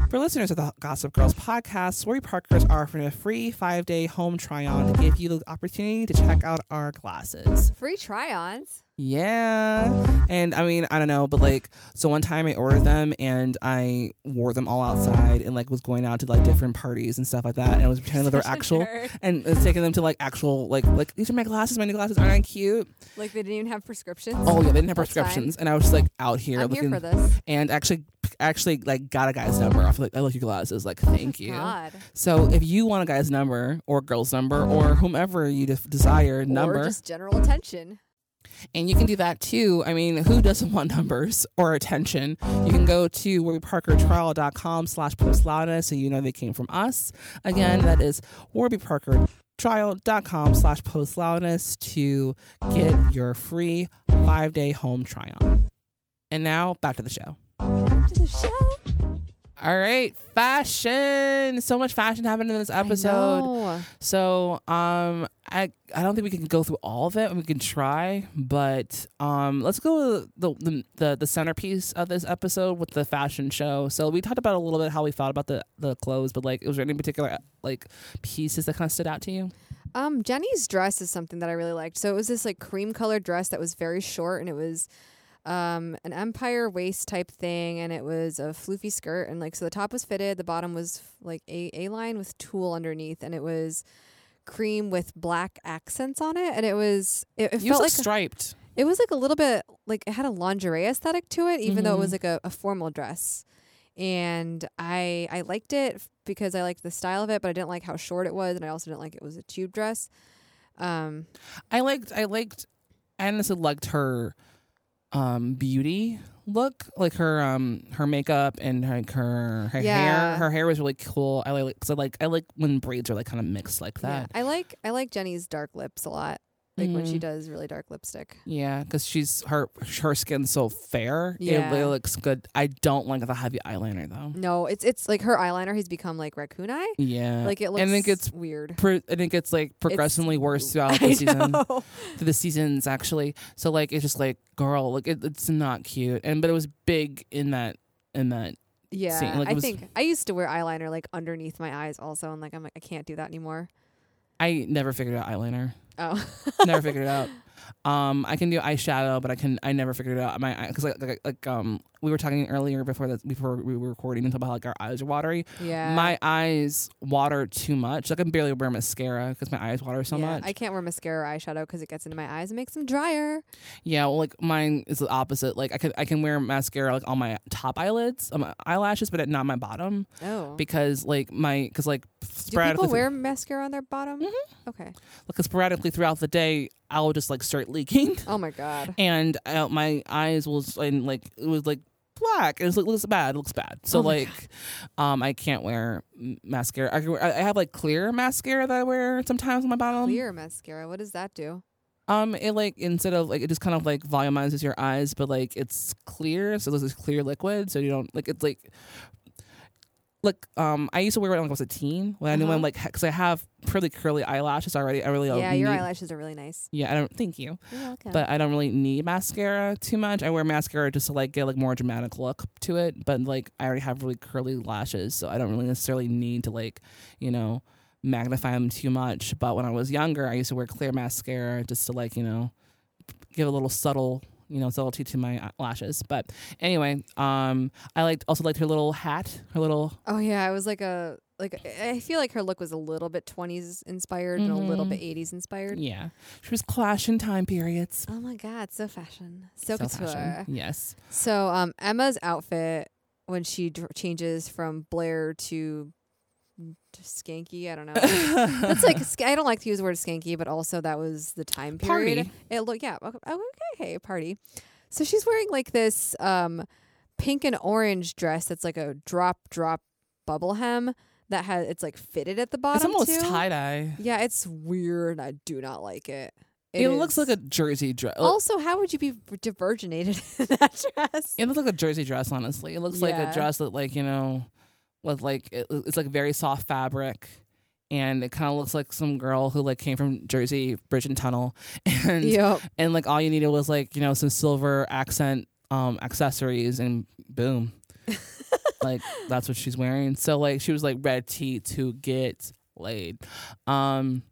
Speaker 3: For listeners of the Gossip Girls podcast, Warby Parkers are offering a free five day home try on to give you the opportunity to check out our glasses.
Speaker 1: Free try ons.
Speaker 3: Yeah. And I mean, I don't know, but like, so one time I ordered them and I wore them all outside and like was going out to like different parties and stuff like that. And I was pretending that they were actual and I was taking them to like actual, like, like these are my glasses, my new glasses, aren't I cute?
Speaker 1: Like they didn't even have prescriptions.
Speaker 3: Oh, yeah, they didn't have
Speaker 1: That's fine.
Speaker 3: prescriptions. And I was just like out here
Speaker 1: I'm here
Speaker 3: looking
Speaker 1: for this.
Speaker 3: and actually, actually like got a guy's number off. Like, I like your glasses. Like, thank you.
Speaker 1: God.
Speaker 3: So if you want a guy's number or girl's number or whomever you def- desire
Speaker 1: Or
Speaker 3: number,
Speaker 1: just general attention.
Speaker 3: and you can do that too. I mean, who doesn't want numbers or attention? You can go to warbyparkertrial.com slash postlana so you know they came from us. Again, that is warbyparkertrial.com slash postloudness to get your free five day home try on. And now back to the show.
Speaker 1: To the show.
Speaker 3: All right, fashion. So much fashion happened in this episode.
Speaker 1: No.
Speaker 3: So, um, I I don't think we can go through all of it. We can try, but um, let's go to the the the, the centerpiece of this episode with the fashion show. So we talked about a little bit how we thought about the the clothes, but like, was there any particular like pieces that kind of stood out to you?
Speaker 1: Um, Jenny's dress is something that I really liked. So it was this like cream colored dress that was very short and it was um an empire waist type thing and it was a floofy skirt and like so the top was fitted, the bottom was like a a line with tulle underneath and it was cream with black accents on it and it was it, it
Speaker 3: You
Speaker 1: felt
Speaker 3: like
Speaker 1: like
Speaker 3: striped.
Speaker 1: it was like a little bit like it had a lingerie aesthetic to it, even though it was
Speaker 3: Mm-hmm.
Speaker 1: like a, a formal dress. And I I liked it f- because I liked the style of it, but I didn't like how short it was, and I also didn't like it was a tube dress. Um,
Speaker 3: I liked I liked I honestly liked her um beauty look like her um her makeup and like her her
Speaker 1: Yeah.
Speaker 3: hair her hair was really cool I like cause I like I like when braids are like kind of mixed like
Speaker 1: yeah.
Speaker 3: that
Speaker 1: I like I like Jenny's dark lips a lot, like when she
Speaker 3: Mhm.
Speaker 1: does really dark lipstick.
Speaker 3: yeah because she's her her skin's so fair
Speaker 1: Yeah.
Speaker 3: it really looks good I don't like the heavy eyeliner though
Speaker 1: No, it's it's like her eyeliner has become like raccoon eye,
Speaker 3: yeah
Speaker 1: like it looks.
Speaker 3: and it gets
Speaker 1: weird.
Speaker 3: pr- and it gets like progressively worse throughout the
Speaker 1: I
Speaker 3: season
Speaker 1: know.
Speaker 3: to the seasons actually. So like it's just like girl, like it, it's not cute. And but it was big in that in that.
Speaker 1: Yeah,
Speaker 3: Same, like, it
Speaker 1: I
Speaker 3: was-
Speaker 1: think I used to wear eyeliner like underneath my eyes also, and like I'm like I can't do that anymore.
Speaker 3: I never figured out eyeliner.
Speaker 1: Oh,
Speaker 3: Never figured it out. Um, I can do eyeshadow, but I can I never figured it out my because like, like like um we were talking earlier before that before we were recording until about like our eyes are watery.
Speaker 1: yeah.
Speaker 3: My eyes water too much. Like I can barely wear mascara because my eyes water so
Speaker 1: yeah,
Speaker 3: much.
Speaker 1: I can't wear mascara or eyeshadow because it gets into my eyes and makes them drier.
Speaker 3: Yeah, well, like mine is the opposite. Like I could I can wear mascara like on my top eyelids, on my eyelashes, but not my bottom
Speaker 1: Oh.
Speaker 3: because like my because like
Speaker 1: Do people
Speaker 3: sporadically
Speaker 1: wear mascara on their bottom? Mm-hmm. Okay.
Speaker 3: because sporadically throughout the day I'll just like start leaking
Speaker 1: Oh my god.
Speaker 3: and uh, my eyes will s- and like it was like black. It was like looks bad. It looks bad. So
Speaker 1: Oh my
Speaker 3: like, um, I can't wear m- mascara. I, can wear, I I have like clear mascara that I wear sometimes on my bottom.
Speaker 1: Clear mascara. What does that do?
Speaker 3: Um, it like instead of like it just kind of like volumizes your eyes, but like it's clear, so this is clear liquid, so you don't like it's like Look, um, I used to wear it when I was a teen. When I knew
Speaker 1: Uh-huh.
Speaker 3: I'm like, because I have pretty curly eyelashes already. I really don't
Speaker 1: yeah, your
Speaker 3: need-
Speaker 1: eyelashes are really nice.
Speaker 3: Yeah, I don't. Thank you.
Speaker 1: You're welcome.
Speaker 3: But I don't really need mascara too much. I wear mascara just to like get like more dramatic look to it. But like I already have really curly lashes, so I don't really necessarily need to like, you know, magnify them too much. But when I was younger, I used to wear clear mascara just to like you know, give a little subtle you know subtlety to my uh, lashes. But anyway, um, I liked also liked her little hat, her little
Speaker 1: oh yeah, it was like a like I feel like her look was a little bit 20s inspired and a little bit 80s inspired.
Speaker 3: yeah. She was clashing time periods.
Speaker 1: Oh my god, so fashion, so,
Speaker 3: So
Speaker 1: couture.
Speaker 3: fashion. Yes.
Speaker 1: So um, Emma's outfit when she dr- changes from Blair to to skanky, I don't know. That's like sk- I don't like to use the word skanky, but also that was the time period.
Speaker 3: Party.
Speaker 1: It looked yeah okay, oh, okay hey, party. So she's wearing like this um pink and orange dress that's like a drop drop bubble hem that has it's like fitted at the bottom.
Speaker 3: It's almost
Speaker 1: too.
Speaker 3: tie dye.
Speaker 1: Yeah, it's weird. I do not like it.
Speaker 3: It, looks
Speaker 1: is-
Speaker 3: like a uh jersey dress.
Speaker 1: also, how would you be diverginated in that dress?
Speaker 3: It looks like a jersey dress, honestly. It looks like
Speaker 1: Yeah.
Speaker 3: a dress that, like you know, with like it, it's like very soft fabric, and it kind of looks like some girl who like came from Jersey Bridge and Tunnel, and
Speaker 1: Yep.
Speaker 3: and like all you needed was like you know some silver accent um accessories, and boom, like that's what she's wearing. So like she was like red tea to get laid. Um,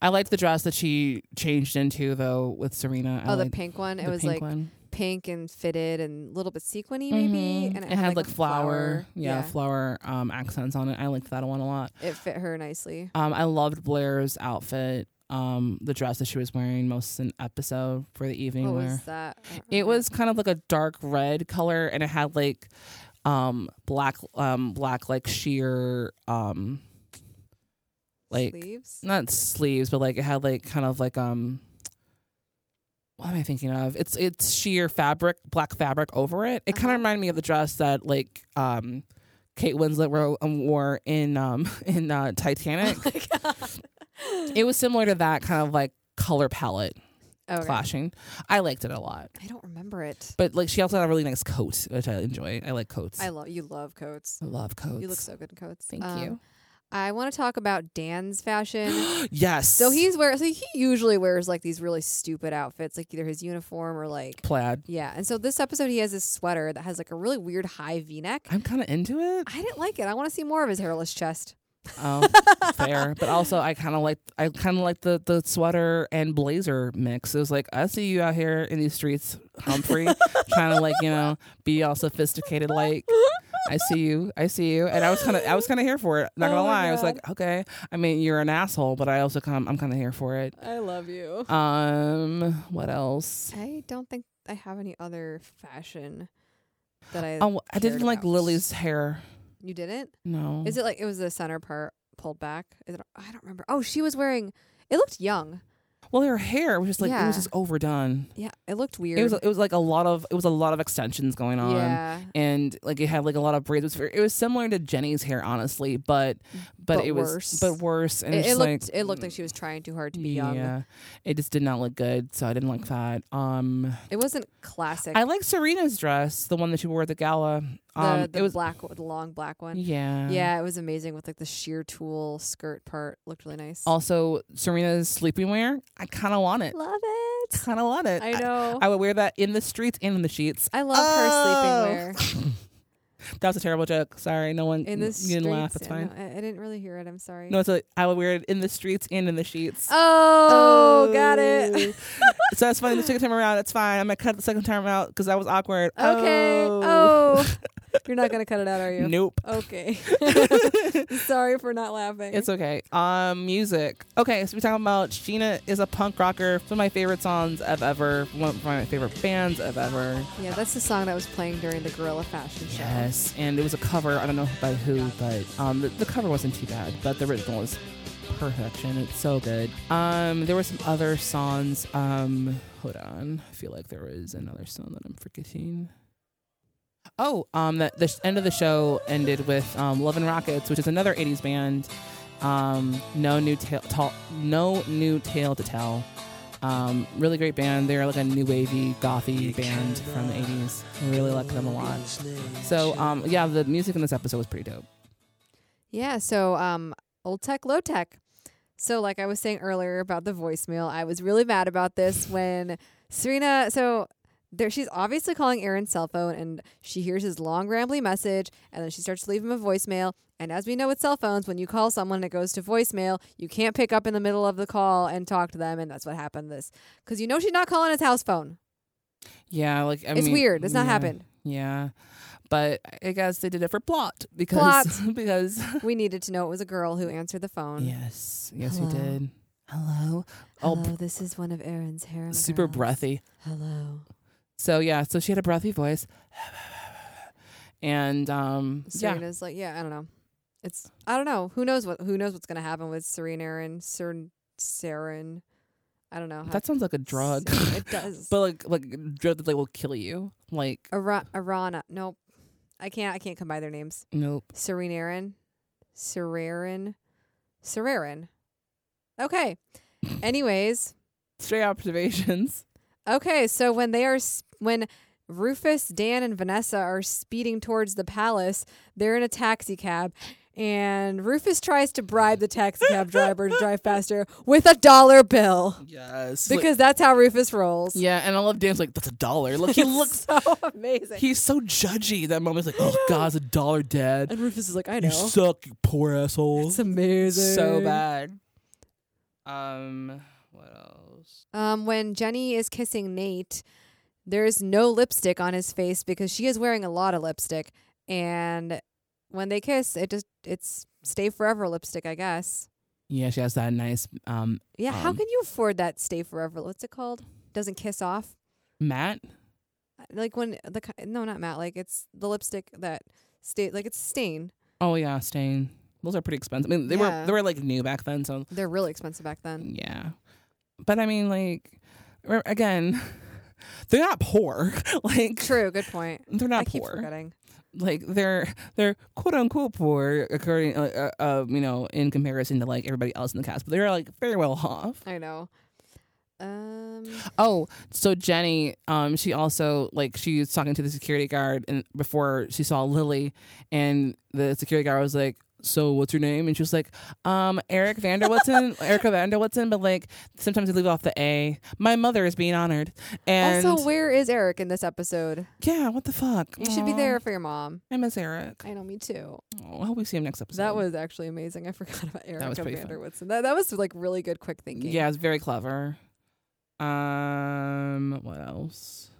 Speaker 3: I liked the dress that she changed into though with Serena. I
Speaker 1: Oh, the
Speaker 3: liked
Speaker 1: pink one. It
Speaker 3: the
Speaker 1: was
Speaker 3: pink
Speaker 1: like
Speaker 3: one.
Speaker 1: pink and fitted and a little bit sequiny, maybe.
Speaker 3: Mhm.
Speaker 1: And it,
Speaker 3: had, like,
Speaker 1: a
Speaker 3: flower, yeah, flower um, accents on it. I liked that one a lot.
Speaker 1: It fit her nicely.
Speaker 3: Um, I loved Blair's outfit, um, the dress that she was wearing most in episode for the evening.
Speaker 1: What
Speaker 3: where
Speaker 1: was that? I don't
Speaker 3: It
Speaker 1: remember.
Speaker 3: was kind of like a dark red color, and it had like um, black, um, black like sheer, um, like
Speaker 1: sleeves.
Speaker 3: not sleeves, but like it had like kind of like um. What am I thinking of? It's it's sheer fabric, black fabric over it. It kind
Speaker 1: Uh-huh.
Speaker 3: of reminded me of the dress that like um, Kate Winslet wore, um, wore in um in uh, Titanic.
Speaker 1: Oh
Speaker 3: It was similar to that kind of like color palette
Speaker 1: Oh, Okay.
Speaker 3: clashing. I liked it a lot,
Speaker 1: I don't remember it.
Speaker 3: but like she also had a really nice coat, which I enjoy. I like coats.
Speaker 1: I
Speaker 3: I
Speaker 1: love you. Love coats.
Speaker 3: love coats.
Speaker 1: You look so good in coats. Um,
Speaker 3: Thank you.
Speaker 1: I want to talk about Dan's fashion.
Speaker 3: yes.
Speaker 1: so he's wear. So he usually wears like these really stupid outfits, like either his uniform or like
Speaker 3: plaid.
Speaker 1: yeah. And so this episode, he has this sweater that has like a really weird high V neck.
Speaker 3: I'm kind of into it.
Speaker 1: I didn't like it. I want to see more of his hairless chest.
Speaker 3: Oh, fair. But also, I kind of like I kind of like the the sweater and blazer mix. It was like I see you out here in these streets, Humphrey, trying to like you know be all sophisticated. Like I see you, I see you, and I was kind of I was kind of here for it. Not
Speaker 1: Oh
Speaker 3: gonna lie, I was like, okay. I mean, you're an asshole, but I also kind I'm kind of here for it.
Speaker 1: I love you.
Speaker 3: Um, what else?
Speaker 1: I don't think I have any other fashion that I.
Speaker 3: Oh, I didn't
Speaker 1: cared
Speaker 3: like
Speaker 1: about.
Speaker 3: Lily's hair.
Speaker 1: You didn't?
Speaker 3: No,
Speaker 1: Is it like it was the center part pulled back? Is it, I don't remember. Oh, she was wearing. It looked young.
Speaker 3: well, her hair was just like it was
Speaker 1: Yeah.
Speaker 3: just overdone.
Speaker 1: Yeah, it looked weird.
Speaker 3: It was it was like a lot of it was a lot of extensions going on.
Speaker 1: Yeah.
Speaker 3: And like it had like a lot of braids. It was, very, it was similar to Jenny's hair, honestly, but but,
Speaker 1: But
Speaker 3: it was
Speaker 1: worse.
Speaker 3: but worse. And
Speaker 1: it,
Speaker 3: it's
Speaker 1: it
Speaker 3: just
Speaker 1: looked.
Speaker 3: like
Speaker 1: it looked like she was trying too hard to be young.
Speaker 3: yeah, it just did not look good. So I didn't like that. Um,
Speaker 1: It wasn't classic.
Speaker 3: I like Serena's dress, the one that she wore at the gala.
Speaker 1: the,
Speaker 3: Um,
Speaker 1: the
Speaker 3: it was
Speaker 1: black, the long black one.
Speaker 3: yeah
Speaker 1: Yeah, it was amazing with like the sheer tulle skirt part. Looked really nice.
Speaker 3: Also, Serena's sleeping wear, I kind of want it.
Speaker 1: love it.
Speaker 3: Kind of want it.
Speaker 1: I know.
Speaker 3: I, would wear that in the streets and in the sheets.
Speaker 1: I love
Speaker 3: Oh.
Speaker 1: her sleeping
Speaker 3: That was a terrible joke. Sorry, no one
Speaker 1: wear in the
Speaker 3: you didn't laugh.
Speaker 1: streets.
Speaker 3: It's
Speaker 1: I
Speaker 3: fine.
Speaker 1: know- I, I didn't really hear it. I'm sorry.
Speaker 3: No, it's like I would wear it in the streets and in the sheets.
Speaker 1: Oh, got it.
Speaker 3: so that's fine. The second time around, it's fine. I'm gonna cut the second time out because that was awkward.
Speaker 1: Oh, Okay.
Speaker 3: Oh.
Speaker 1: Oh. You're not gonna cut it out, are you?
Speaker 3: nope.
Speaker 1: Okay. Sorry for not laughing.
Speaker 3: It's okay. Um, music. Okay, so we're talking about Sheena is a punk rocker. One of my favorite songs I've ever. One of my favorite bands I've ever.
Speaker 1: yeah, that's the song that was playing during the Gorilla Fashion Show.
Speaker 3: Yes, and it was a cover. I don't know by who, but um, the, the cover wasn't too bad, but the original was perfection. It's so good. Um, there were some other songs. Um, hold on, I feel like there was another song that I'm forgetting. Oh, um, the, the sh- end of the show ended with um, Love and Rockets, which is another '80s band. Um, no new tale, tall no new tale to tell. Um, really great band. They're like a new wavy, gothy band from the '80s. I really like them a lot. So um, yeah, the music in this episode was pretty dope.
Speaker 1: Yeah, so um, old tech, low tech. So, like I was saying earlier about the voicemail, I was really mad about this when Serena. So, there she's obviously calling Aaron's cell phone, and she hears his long rambling message, and then she starts to leave him a voicemail. And as we know with cell phones, when you call someone and it goes to voicemail, you can't pick up in the middle of the call and talk to them, and that's what happened. This because you know she's not calling his house phone.
Speaker 3: Yeah, like I
Speaker 1: It's
Speaker 3: mean,
Speaker 1: weird. It's not
Speaker 3: yeah,
Speaker 1: happened.
Speaker 3: Yeah, but I guess they did it for plot because
Speaker 1: Plot.
Speaker 3: because
Speaker 1: we needed to know it was a girl who answered the phone.
Speaker 3: yes, yes, we
Speaker 1: Hello.
Speaker 3: did. Hello.
Speaker 1: Hello,
Speaker 3: Oh, p-
Speaker 1: this is one of Aaron's harem.
Speaker 3: super
Speaker 1: girls.
Speaker 3: breathy.
Speaker 1: Hello.
Speaker 3: So yeah, so she had a breathy voice, and um, yeah,
Speaker 1: Serena's like, yeah, I don't know. It's I don't know. Who knows what who knows what's gonna happen with Serena and Seren Seren. I don't know. how-
Speaker 3: that sounds like a drug.
Speaker 1: it does.
Speaker 3: but like like drug that they will kill you. Like
Speaker 1: Ara- Arana. Nope. I can't I can't combine their names.
Speaker 3: nope.
Speaker 1: Serena Aaron. Sererin. Sererin. Okay. Anyways.
Speaker 3: Stray observations.
Speaker 1: Okay, so when they are s- when Rufus, Dan, and Vanessa are speeding towards the palace, they're in a taxi cab, and Rufus tries to bribe the taxi cab driver to drive faster with a dollar bill
Speaker 3: Yes. like-
Speaker 1: because that's how Rufus rolls.
Speaker 3: yeah, and I love Dan's like that's a dollar. Look, he looks.
Speaker 1: so amazing.
Speaker 3: He's so judgy. That moment's like, oh God, it's a dollar, Dad.
Speaker 1: and Rufus is like, I
Speaker 3: You
Speaker 1: know.
Speaker 3: suck, you poor asshole.
Speaker 1: It's amazing.
Speaker 3: so bad. Um, what else?
Speaker 1: Um, when Jenny is kissing Nate, there's no lipstick on his face because she is wearing a lot of lipstick. And when they kiss, it just it's stay forever lipstick, I guess.
Speaker 3: Yeah, she has that nice um
Speaker 1: Yeah, how
Speaker 3: Um,
Speaker 1: can you afford that stay forever? What's it called? Doesn't kiss off. Uh,
Speaker 3: mat.
Speaker 1: Like when the ki- no, not matte. Like it's the lipstick that stay like it's stain.
Speaker 3: Oh yeah, stain. Those are pretty expensive. I mean, they
Speaker 1: Yeah.
Speaker 3: were they were like new back then, so
Speaker 1: They're really expensive back then.
Speaker 3: yeah. But I mean, like re- again, they're not poor. like
Speaker 1: True, good point. I
Speaker 3: they're not
Speaker 1: keep
Speaker 3: poor.
Speaker 1: forgetting.
Speaker 3: like they're they're quote unquote poor according uh, uh, uh, you know in comparison to like everybody else in the cast but they're like very well off
Speaker 1: I know. Um,
Speaker 3: oh so jenny um she also like she was talking to the security guard and before she saw lily and the security guard was like so what's your name and she was like um eric vanderwitson erica vanderwitson but like sometimes they leave off the a my mother is being honored and
Speaker 1: also, where is Eric in this episode?
Speaker 3: yeah what the fuck
Speaker 1: You should be
Speaker 3: Aw,
Speaker 1: there for your mom.
Speaker 3: i miss eric
Speaker 1: I know, me too.
Speaker 3: oh, i hope we see him next episode
Speaker 1: That was actually amazing. I forgot about
Speaker 3: was
Speaker 1: Erica
Speaker 3: pretty fun.
Speaker 1: Vanderwoodson. That that was like really good quick thinking.
Speaker 3: Yeah, it's very clever. Um, what else?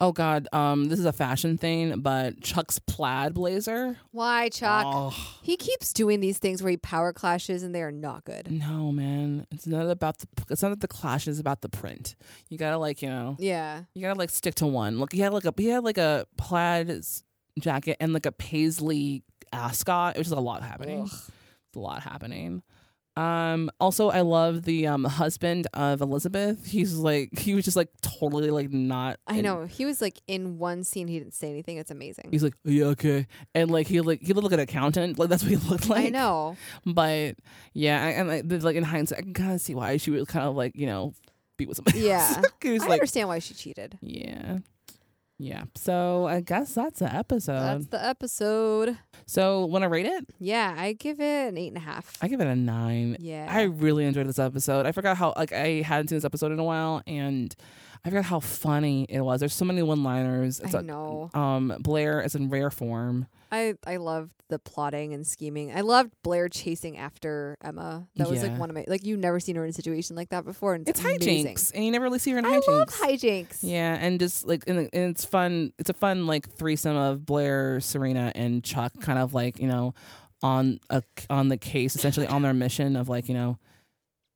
Speaker 3: Oh God, um, this is a fashion thing, but Chuck's plaid blazer.
Speaker 1: Why, Chuck?
Speaker 3: Oh
Speaker 1: He keeps doing these things where he power clashes and they are not good.
Speaker 3: no, man! It's not about the. It's not that the clash is about the print. You gotta like you know.
Speaker 1: Yeah.
Speaker 3: You gotta like stick to one. Look, he had like a he had like a plaid s- jacket and like a paisley ascot. It was just a lot happening. It's a lot happening. Um. Also, I love the um husband of Elizabeth. He's like he was just like totally like not.
Speaker 1: I
Speaker 3: in-
Speaker 1: know. He was like in one scene he didn't say anything. It's amazing.
Speaker 3: He's like yeah okay, and like he like he looked like an accountant. Like that's what he looked like.
Speaker 1: I know.
Speaker 3: But yeah, I, and like, but, like in hindsight, I can kind of see why she was kind of like you know beat with somebody. else.
Speaker 1: Yeah.
Speaker 3: It was
Speaker 1: I
Speaker 3: like
Speaker 1: understand why she cheated.
Speaker 3: Yeah. Yeah. So I guess that's the episode.
Speaker 1: That's the episode.
Speaker 3: so want to rate it?
Speaker 1: Yeah, I give it an eight and a half.
Speaker 3: I give it a nine.
Speaker 1: yeah.
Speaker 3: I really enjoyed this episode. I forgot how like I hadn't seen this episode in a while, and I forgot how funny it was. There's so many one-liners. It's
Speaker 1: I
Speaker 3: like,
Speaker 1: know.
Speaker 3: Um, Blair is in rare form.
Speaker 1: I I loved the plotting and scheming. I loved Blair chasing after Emma. That was
Speaker 3: Yeah.
Speaker 1: like one of my like you've never seen her in a situation like that before. And it's,
Speaker 3: It's
Speaker 1: amazing.
Speaker 3: hijinks, and you never really see her in
Speaker 1: I
Speaker 3: hijinks.
Speaker 1: love hijinks.
Speaker 3: yeah, and just like and, and it's fun. It's a fun like threesome of Blair, Serena, and Chuck, kind of like you know, on a on the case, essentially on their mission of like you know,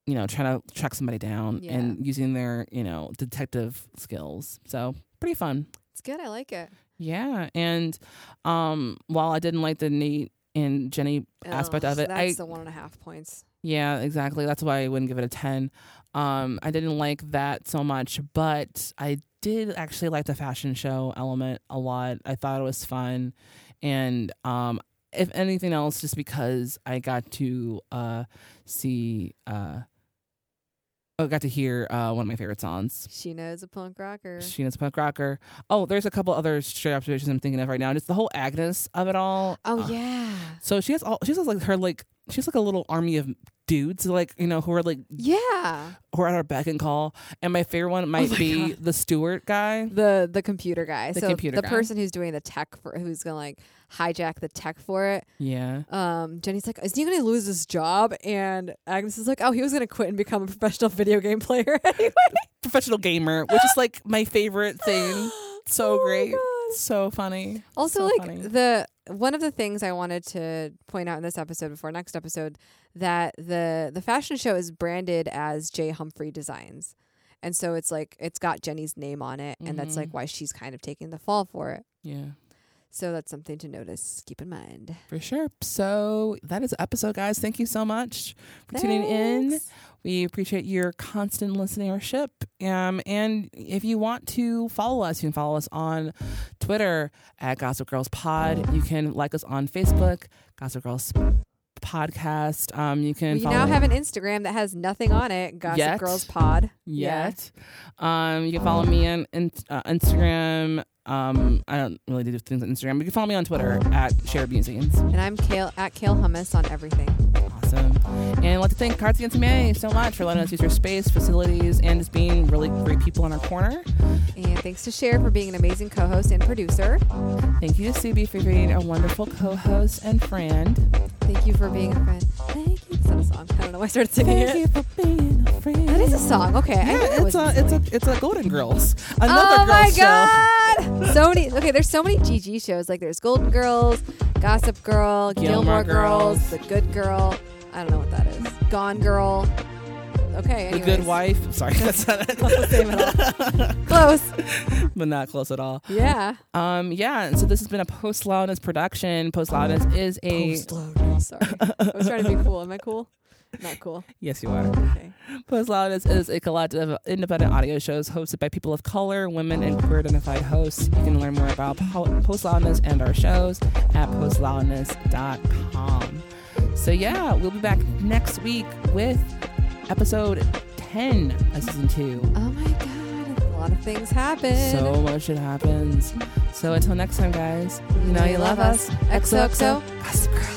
Speaker 3: you know, trying to track somebody down
Speaker 1: Yeah.
Speaker 3: and using their you know detective skills. So pretty fun.
Speaker 1: It's good. I like it.
Speaker 3: Yeah, and um, while I didn't like the Nate and Jenny aspect
Speaker 1: Ugh,
Speaker 3: of it,
Speaker 1: Oh, That's
Speaker 3: I
Speaker 1: the one and a half points.
Speaker 3: yeah, exactly. That's why I wouldn't give it a 10. Um, I didn't like that so much, but I did actually like the fashion show element a lot. I thought it was fun. And um, if anything else, just because I got to uh, see uh, oh, got to hear uh, one of my favorite songs.
Speaker 1: She knows a punk rocker.
Speaker 3: Sheena's punk rocker. Oh, there's a couple other straight observations I'm thinking of right now. Just the whole Agnes of it all.
Speaker 1: Oh
Speaker 3: Uh,
Speaker 1: yeah,
Speaker 3: So she has all. She has like her like. She's like a little army of dudes, like you know, who are like
Speaker 1: yeah.
Speaker 3: who are at her beck and call. And Oh my favorite one might be the Stewart guy.
Speaker 1: The the computer guy.
Speaker 3: The
Speaker 1: so
Speaker 3: computer
Speaker 1: the
Speaker 3: guy.
Speaker 1: person who's doing the tech for who's gonna like hijack the tech for it.
Speaker 3: Yeah.
Speaker 1: Um, Jenny's like, isn't he gonna lose his job? And Agnes is like, oh, he was gonna quit and become a professional video game player anyway.
Speaker 3: professional gamer, which is like my favorite thing. So great. So funny.
Speaker 1: Oh Also,
Speaker 3: So
Speaker 1: like
Speaker 3: funny.
Speaker 1: the one of the things I wanted to point out in this episode before next episode that the the fashion show is branded as J Humphrey Designs, and so it's like it's got Jenny's name on it, and that's
Speaker 3: Mm-hmm.
Speaker 1: like why she's kind of taking the fall for it.
Speaker 3: Yeah.
Speaker 1: So that's something to notice. Keep in mind.
Speaker 3: For sure. So that is the episode, guys. Thank you so much for tuning in.
Speaker 1: Thanks.
Speaker 3: We appreciate your constant listenership. Um, and if you want to follow us, you can follow us on Twitter at Gossip Girls Pod. You can like us on Facebook, Gossip Girls Podcast. Um, you can
Speaker 1: We
Speaker 3: follow
Speaker 1: now have an Instagram that has nothing on it. Gossip
Speaker 3: Yet.
Speaker 1: Girls Pod.
Speaker 3: yet. Um, you can follow me on in, uh, Instagram. Um, I don't really do things on Instagram, but you can follow me on Twitter at Shared Musings.
Speaker 1: And I'm Kale at Kale Hummus on everything.
Speaker 3: Awesome. And I'd like to thank Cards Against Humanity so much for letting us use your space, facilities, and just being really great people in our corner.
Speaker 1: And thanks to Cher for being an amazing co-host and producer.
Speaker 3: Thank you to Subi for being a wonderful co host and friend.
Speaker 1: Thank you for being a friend. Thank you. It's not a song. I don't know why I started singing
Speaker 3: Thank
Speaker 1: it.
Speaker 3: you for being a friend.
Speaker 1: That is a song. Okay, I knew it
Speaker 3: Yeah, it's a,
Speaker 1: wasn't
Speaker 3: it's a
Speaker 1: silly.
Speaker 3: it's a Golden Girls. Another
Speaker 1: Oh my
Speaker 3: girls show.
Speaker 1: god! so many. Okay, there's so many GG shows. Like there's Golden Girls, Gossip Girl,
Speaker 3: Gilmore
Speaker 1: Gilmore, Girls,
Speaker 3: Girls.
Speaker 1: The Good Girl. I don't know what that is. Gone Girl. Okay.
Speaker 3: The
Speaker 1: Anyways.
Speaker 3: Good Wife. Sorry, that's not it.
Speaker 1: Same at all. Close.
Speaker 3: but not close at all.
Speaker 1: Yeah.
Speaker 3: Um, yeah, and so this has been a post loudness production. Post loudness is a
Speaker 1: Sorry. I was trying to be cool. Am I cool? Not cool.
Speaker 3: yes, you are.
Speaker 1: Okay.
Speaker 3: Post loudness is a collective of independent audio shows hosted by people of color, women, and queer identified hosts. You can learn more about po- post loudness and our shows at postloudness.com. So yeah, we'll be back next week with episode ten of season two.
Speaker 1: Oh my god. A lot of things happen.
Speaker 3: So much shit happens. So until next time, guys. You know you love us.
Speaker 1: XOXO.
Speaker 3: Gossip Girl.